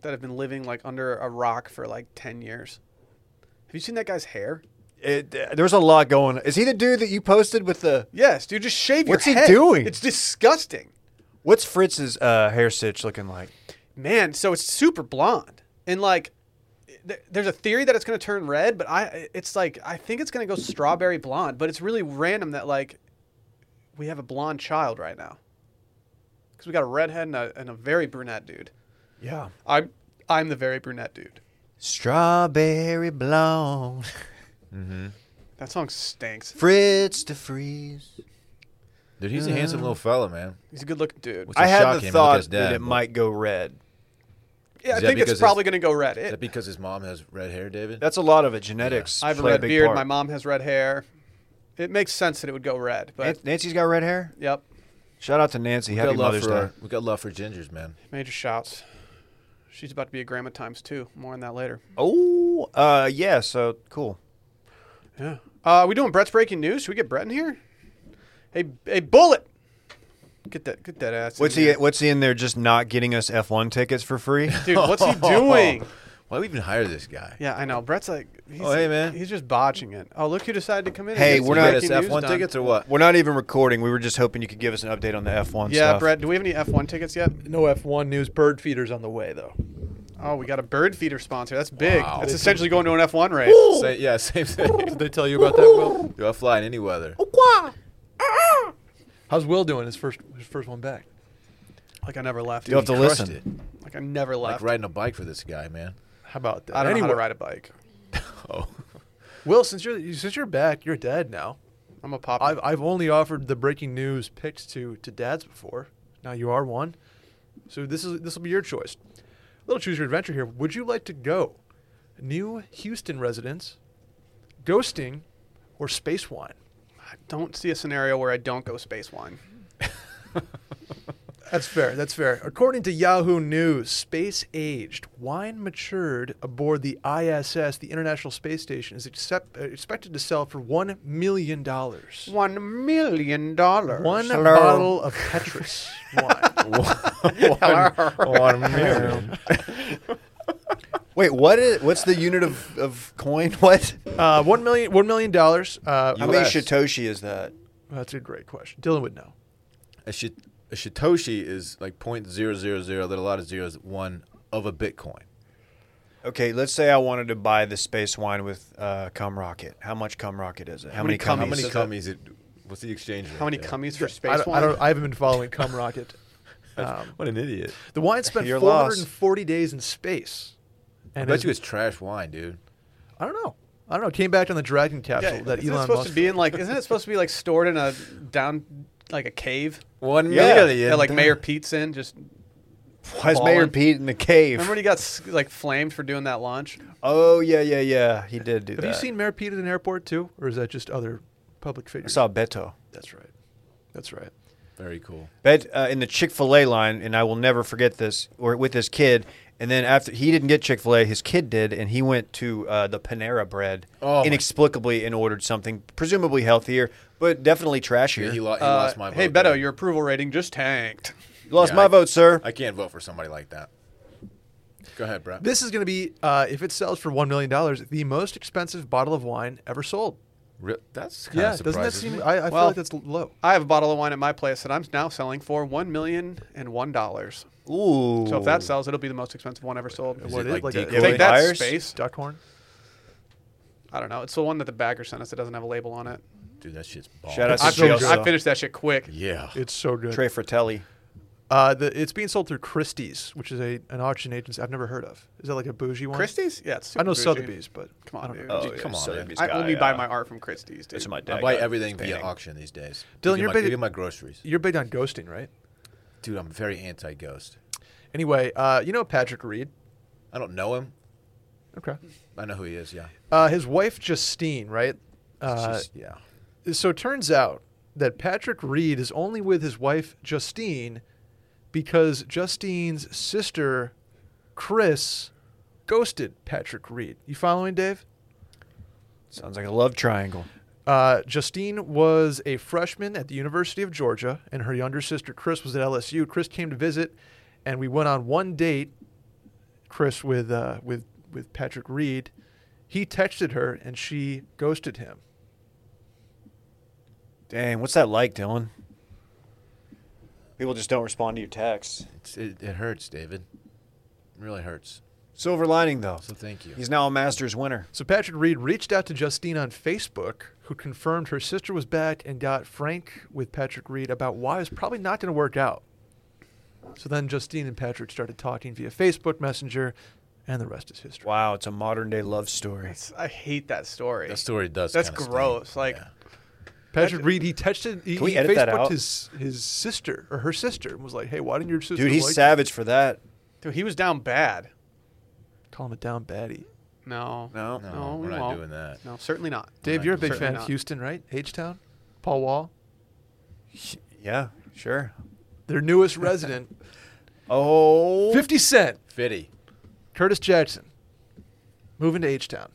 Speaker 1: that have been living like under a rock for like ten years. Have you seen that guy's hair?
Speaker 2: it, there's a lot going. Is he the dude that you posted with the
Speaker 1: Yes, dude. Just shave your
Speaker 2: What's he
Speaker 1: head.
Speaker 2: doing?
Speaker 1: It's disgusting,
Speaker 2: What's Fritz's uh, hair stitch looking like?
Speaker 1: man. So it's super blonde, and like, th- there's a theory that it's gonna turn red, but I, it's like I think it's gonna go strawberry blonde, but it's really random that like, we have a blonde child right now, because we got a redhead and a, and a very brunette dude.
Speaker 2: Yeah,
Speaker 1: I'm I'm the very brunette dude.
Speaker 2: strawberry blonde,
Speaker 1: That song stinks.
Speaker 2: Fritz to freeze.
Speaker 3: Dude,
Speaker 2: Uh,
Speaker 3: he's a handsome little fella, man.
Speaker 1: He's a good looking dude.
Speaker 3: What's-
Speaker 2: I
Speaker 3: shock
Speaker 2: had
Speaker 3: him,
Speaker 2: the
Speaker 3: look
Speaker 2: thought
Speaker 3: at his dad,
Speaker 2: that it
Speaker 3: but-
Speaker 2: might go red.
Speaker 1: yeah, I
Speaker 3: that
Speaker 1: think
Speaker 3: because
Speaker 1: it's
Speaker 3: his-
Speaker 1: probably gonna go red.
Speaker 3: Is that
Speaker 1: It,
Speaker 3: because his mom has red hair, David?
Speaker 2: That's a lot of it. Genetics.
Speaker 1: I have a
Speaker 2: play
Speaker 1: red
Speaker 2: big
Speaker 1: beard.
Speaker 2: part.
Speaker 1: My mom has red hair. It makes sense that it would go red, but
Speaker 2: Nan- Nancy's got red hair.
Speaker 1: yep,
Speaker 2: Shout out to Nancy.
Speaker 3: we
Speaker 2: Happy
Speaker 3: got love
Speaker 2: Mother's
Speaker 3: for
Speaker 2: Day.
Speaker 3: our- we got love for gingers, man.
Speaker 1: major shouts. She's about to be a grandma times two. More on that later.
Speaker 2: Oh, uh, yeah. So cool.
Speaker 1: Yeah. Uh, we doing Brett's breaking news? Should we get Brett in here? Hey, hey, bullet! Get that, get that ass. in
Speaker 2: What's he?
Speaker 1: here.
Speaker 2: What's he in there? Just not getting us F1 tickets for free?
Speaker 1: <laughs> Dude, what's
Speaker 2: <laughs>
Speaker 1: he doing?
Speaker 3: Why we even hire this guy?
Speaker 1: yeah, I know. Brett's like, he's,
Speaker 3: Oh, hey, man.
Speaker 1: He's just botching it. Oh, look who decided to come in. and
Speaker 2: Hey,
Speaker 1: get
Speaker 2: we're
Speaker 1: some
Speaker 2: not-
Speaker 3: Get us
Speaker 1: breaking news
Speaker 3: F1
Speaker 1: done.
Speaker 3: tickets or what?
Speaker 2: We're not even recording. We were just hoping you could give us an update on the F1
Speaker 1: Yeah,
Speaker 2: stuff.
Speaker 1: Brett. Do we have any F1 tickets yet?
Speaker 7: No F1 news. Bird feeders on the way though.
Speaker 1: Oh, we got a bird feeder sponsor. That's big.
Speaker 3: Wow.
Speaker 1: That's essentially going to an F1 race.
Speaker 3: Sa- yeah, <laughs> same thing.
Speaker 7: Did they tell you about that, Will?
Speaker 3: Do I fly in any weather?
Speaker 7: How's Will doing? His first his first one back.
Speaker 1: Like I never left.
Speaker 2: You'll have to
Speaker 3: He crushed
Speaker 2: listen.
Speaker 3: it.
Speaker 1: Like I never
Speaker 3: Like
Speaker 1: left.
Speaker 3: riding a bike for this guy, man.
Speaker 7: How about that?
Speaker 1: I don't know how
Speaker 7: Anyway,
Speaker 1: to ride a bike.
Speaker 3: Oh,
Speaker 7: Will, since you're you- since you're back, you're dad now.
Speaker 1: I'm a pop.
Speaker 7: I've I've only offered the breaking news picks to to dads before. Now you are one, so this is this will be your choice. Little choose your adventure here. Would you like to go, new Houston residents, ghosting, or space wine?
Speaker 1: I don't see a scenario where I don't go space wine.
Speaker 7: That's fair. That's fair. According to Yahoo News, space aged wine matured aboard the ISS, the International Space Station, is accept, uh, expected to sell for one million dollars.
Speaker 1: One million dollars.
Speaker 7: One bottle of Petrus
Speaker 3: <laughs>
Speaker 7: wine.
Speaker 3: one million.
Speaker 2: Wait, what is? What's the unit of, of coin? <laughs> What?
Speaker 7: Uh, one million. One million dollars. Uh,
Speaker 2: How many
Speaker 7: US.
Speaker 2: shitoshi is that?
Speaker 7: That's a great question. Dylan would know.
Speaker 3: A, shi- a shitoshi is like point zero zero zero. That a lot of zeros. One of a bitcoin.
Speaker 2: Okay, let's say I wanted to buy the space wine with uh, cum rocket. How much cum rocket is it? How,
Speaker 1: many
Speaker 2: cum?
Speaker 3: How
Speaker 1: Cummies.
Speaker 3: many
Speaker 1: So
Speaker 3: cummies? It, what's the exchange rate?
Speaker 1: How many
Speaker 3: there?
Speaker 1: cummies for
Speaker 7: I
Speaker 1: space
Speaker 7: don't,
Speaker 1: wine?
Speaker 7: I, don't, I haven't been following
Speaker 3: <laughs>
Speaker 7: Cum Rocket. Um,
Speaker 3: What an idiot!
Speaker 7: The wine spent
Speaker 2: You're
Speaker 7: 440 days in space.
Speaker 3: I
Speaker 7: And
Speaker 3: bet
Speaker 7: is-
Speaker 3: you it's trash wine, dude.
Speaker 7: I don't know. I don't know. It Came back on the Dragon capsule
Speaker 1: yeah,
Speaker 7: that
Speaker 1: isn't it
Speaker 7: Elon
Speaker 1: supposed
Speaker 7: Musk.
Speaker 1: to be in like? Isn't it supposed to be like stored in a down like a cave?
Speaker 3: One
Speaker 1: That, like Mayor Pete's in. Just
Speaker 2: Why is Mayor
Speaker 1: Ballin'.
Speaker 2: Pete in the cave?
Speaker 1: remember when he got s- like flamed for doing that launch?
Speaker 2: oh yeah, yeah, yeah. He did do
Speaker 7: Have
Speaker 2: that.
Speaker 7: you seen Mayor Pete at an airport too, or is that just other public
Speaker 2: I
Speaker 7: figures?
Speaker 2: saw Beto.
Speaker 7: That's right. That's right.
Speaker 3: Very cool.
Speaker 2: Bet uh, in the Chick Fil A line, and I will never forget this. Or with his kid, and then after he didn't get Chick Fil A, his kid did, and he went to uh, the Panera Bread
Speaker 3: Oh, my-
Speaker 2: inexplicably and ordered something presumably healthier, but definitely trashier.
Speaker 3: He,
Speaker 2: you
Speaker 3: lo- he
Speaker 1: Uh,
Speaker 3: lost my vote.
Speaker 1: hey,
Speaker 3: there.
Speaker 1: Beto, your approval rating just tanked.
Speaker 2: lost
Speaker 3: Yeah,
Speaker 2: my
Speaker 3: I-
Speaker 2: vote, sir.
Speaker 3: I can't vote for somebody like that. Go ahead, Brett.
Speaker 7: This is going to be, uh, if it sells for one million dollars, the most expensive bottle of wine ever sold.
Speaker 3: Re- that's kind
Speaker 7: Yeah,
Speaker 3: of
Speaker 7: doesn't that
Speaker 3: surprises
Speaker 7: seem?
Speaker 3: me.
Speaker 7: I, I feel
Speaker 1: Well-
Speaker 7: like that's l- low.
Speaker 1: I have a bottle of wine at my place that I'm now selling for one million and one dollars.
Speaker 2: Ooh.
Speaker 1: So if that sells, it'll be the most expensive one ever sold.
Speaker 3: Is it
Speaker 7: What is-
Speaker 3: like
Speaker 7: like
Speaker 3: Dick
Speaker 7: a-
Speaker 2: It
Speaker 1: Take that
Speaker 2: expires?
Speaker 1: space.
Speaker 7: Duck horn.
Speaker 1: I don't know. It's the one that the bagger sent us that doesn't have a label on it.
Speaker 3: Dude, that shit's bomb.
Speaker 2: Shout out
Speaker 1: I
Speaker 2: to
Speaker 7: so
Speaker 1: finished,
Speaker 2: Chelsea.
Speaker 7: good.
Speaker 1: I finished that shit quick.
Speaker 3: Yeah.
Speaker 7: It's so good.
Speaker 2: Trey Fratelli.
Speaker 7: Uh, the, it's being sold through Christie's, which is a an auction agency I've never heard of. Is that like a bougie one?
Speaker 1: Christie's? Yeah, it's super
Speaker 7: I know
Speaker 1: bougie.
Speaker 7: Sotheby's, but
Speaker 1: Come
Speaker 7: I
Speaker 1: on,
Speaker 7: don't
Speaker 1: dude.
Speaker 7: know.
Speaker 3: Dude, come on,
Speaker 2: Oh, Sotheby's
Speaker 1: Oh, I
Speaker 2: guy,
Speaker 1: only buy
Speaker 2: uh,
Speaker 1: my art from Christie's, dude.
Speaker 2: That's what my
Speaker 3: I
Speaker 2: dad.
Speaker 3: buy
Speaker 2: got.
Speaker 3: everything via
Speaker 2: Painting.
Speaker 3: auction these days.
Speaker 7: Dylan,
Speaker 3: Look at
Speaker 7: you're
Speaker 3: my,
Speaker 7: big-
Speaker 3: look at my groceries.
Speaker 7: You're big on ghosting, right?
Speaker 3: Dude, I'm very anti-ghost.
Speaker 7: Anyway, uh, you know Patrick Reed.
Speaker 3: I don't know him.
Speaker 7: Okay.
Speaker 3: I know who he is. Yeah.
Speaker 7: Uh, his wife Justine, right? Uh,
Speaker 3: Just- yeah.
Speaker 7: so it turns out that Patrick Reed is only with his wife Justine because Justine's sister, Chris, ghosted Patrick Reed. You following, Dave?
Speaker 2: Sounds like a love triangle.
Speaker 7: Uh, Justine was a freshman at the University of Georgia, and her younger sister Chris was at LSU. Chris came to visit, and we went on one date. Chris with uh, with with Patrick Reed. He texted her, and she ghosted him.
Speaker 2: Dang, what's that like, Dylan? People just don't respond to your texts.
Speaker 3: It's, it, it hurts, David. It really hurts.
Speaker 2: Silver lining, though.
Speaker 3: So thank you.
Speaker 2: He's now a Masters winner.
Speaker 7: So Patrick Reed reached out to Justine on Facebook, who confirmed her sister was back and got frank with Patrick Reed about why it's probably not going to work out. So then Justine and Patrick started talking via Facebook Messenger, and the rest is history.
Speaker 2: Wow, it's a modern day love story.
Speaker 1: It's- I hate that story.
Speaker 3: that story does.
Speaker 1: That's
Speaker 3: kinda sting.
Speaker 1: gross. Like,
Speaker 3: Yeah.
Speaker 7: Patrick Reed, he texted, he,
Speaker 2: Can we
Speaker 7: he
Speaker 2: edit that
Speaker 7: Facebooked
Speaker 2: out?
Speaker 7: his his sister or her sister and was like, "Hey, why didn't your sister?"
Speaker 2: Dude, he's
Speaker 7: like
Speaker 2: savage for that.
Speaker 1: dude, he was down bad.
Speaker 7: Call him a down baddie.
Speaker 1: No,
Speaker 2: No.
Speaker 3: No,
Speaker 1: no, we
Speaker 3: we're not
Speaker 1: won't.
Speaker 3: doing that.
Speaker 1: no, certainly not.
Speaker 7: Dave,
Speaker 3: not
Speaker 7: you're a big
Speaker 1: Certainly
Speaker 7: fan of
Speaker 1: not.
Speaker 7: Houston, right? H Town, Paul Wall,
Speaker 2: Yeah, sure.
Speaker 7: their
Speaker 1: <laughs>
Speaker 7: newest resident,
Speaker 2: Oh.
Speaker 7: Fifty Cent,
Speaker 3: Fitty.
Speaker 7: Curtis Jackson, moving to H Town.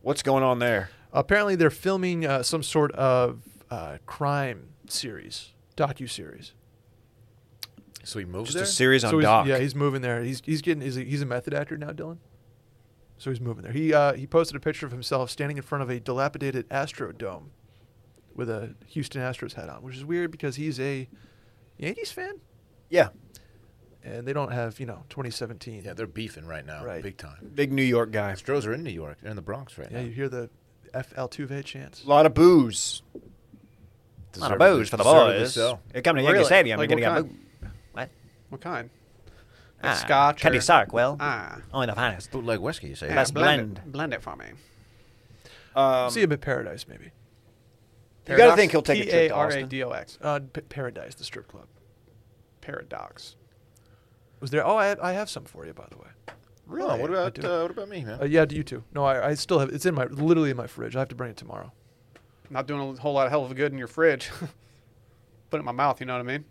Speaker 2: What's going on there?
Speaker 7: Apparently, they're filming uh, some sort of uh, crime series, docu series.
Speaker 3: So he moved
Speaker 2: Just
Speaker 3: there.
Speaker 2: a series on
Speaker 7: he's,
Speaker 2: Doc.
Speaker 7: yeah, he's moving there. He's he's getting he's a, he's a method actor now, Dylan. So he's moving there. He uh, he posted a picture of himself standing in front of a dilapidated Astrodome with a Houston Astros hat on, which is weird because he's a Yankees fan
Speaker 2: yeah,
Speaker 7: and they don't have you know 2017.
Speaker 3: yeah, they're beefing right now,
Speaker 7: Right.
Speaker 3: big time.
Speaker 2: big New York guy.
Speaker 3: Astros are in New York. They're in the Bronx right
Speaker 7: yeah,
Speaker 3: now.
Speaker 7: you hear the F. Altuve chants.
Speaker 2: A lot of booze. A lot of
Speaker 3: Deservedly-
Speaker 2: booze for the
Speaker 3: deservedly
Speaker 2: boys.
Speaker 3: So.
Speaker 2: They come to
Speaker 1: Really?
Speaker 2: Yankee Stadium.
Speaker 1: Like
Speaker 2: they're
Speaker 1: what
Speaker 2: gonna
Speaker 1: kind?
Speaker 2: get What?
Speaker 1: What kind?
Speaker 2: Ah,
Speaker 1: Scotch
Speaker 2: Candy
Speaker 1: or-
Speaker 2: Sark, well,
Speaker 1: Ah.
Speaker 2: only the finest.
Speaker 3: Bootleg whiskey, you say?
Speaker 1: Yeah,
Speaker 2: Best
Speaker 1: blend,
Speaker 2: blend.
Speaker 1: it, blend it for me.
Speaker 2: Um,
Speaker 7: See him at Paradise maybe.
Speaker 2: You gotta think he'll take a trip to Austin.
Speaker 1: P-A-R-A-D-O-X.
Speaker 7: Uh, P- Paradise, the strip club.
Speaker 1: Paradox.
Speaker 7: Was there? Oh, I I have some for you by the way.
Speaker 3: Really? what
Speaker 7: I
Speaker 3: about
Speaker 7: do.
Speaker 3: uh, what about me, man?
Speaker 7: Uh, yeah, do you too? No, I, I still have. It's in my literally in my fridge. I have to bring it tomorrow.
Speaker 1: Not doing a whole lot of hell of a good in your fridge. <laughs> Put it in my mouth, you know what I mean?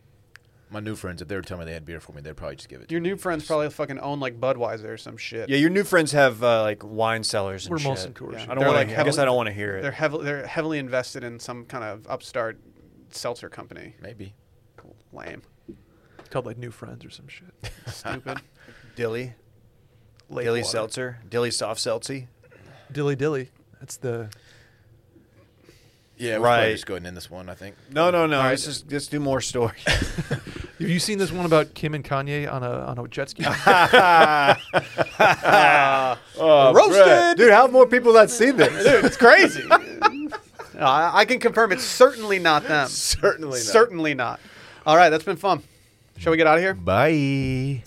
Speaker 3: My new friends, if they were telling me they had beer for me, they'd probably just give it. to
Speaker 1: Your
Speaker 3: me.
Speaker 1: new friends probably fucking own like Budweiser or some shit.
Speaker 2: yeah, your new friends have uh, like wine cellars and
Speaker 7: We're
Speaker 2: shit.
Speaker 7: Molson Coors.
Speaker 1: Yeah.
Speaker 2: I don't
Speaker 1: They're
Speaker 2: want
Speaker 1: like
Speaker 2: to. I guess
Speaker 1: heavily-
Speaker 2: I don't want to hear
Speaker 1: They're
Speaker 2: it.
Speaker 1: heavily they're heavily invested in some kind of upstart seltzer company.
Speaker 3: Maybe.
Speaker 1: Lame.
Speaker 7: It's called like New Friends or some <laughs> shit.
Speaker 1: Stupid.
Speaker 2: Dilly,
Speaker 7: Lake
Speaker 2: Dilly
Speaker 7: water.
Speaker 2: Seltzer, Dilly Soft Seltzy.
Speaker 7: Dilly Dilly. That's the.
Speaker 3: Yeah, we're
Speaker 2: Right.
Speaker 3: probably just going in this one, I think.
Speaker 2: No, no, no.
Speaker 1: All right.
Speaker 2: Let's just let's do more stories.
Speaker 7: Have you seen this one about Kim and Kanye on a on a <laughs> jet
Speaker 2: <laughs>
Speaker 7: ski?
Speaker 2: Roasted, Oh, dude. How have more people not seen this?
Speaker 1: Dude, it's crazy.
Speaker 2: <laughs>
Speaker 1: No, I, I can confirm it's certainly not them.
Speaker 3: Certainly
Speaker 1: Certainly not. All right, that's been fun. Shall we get out of here?
Speaker 3: Bye.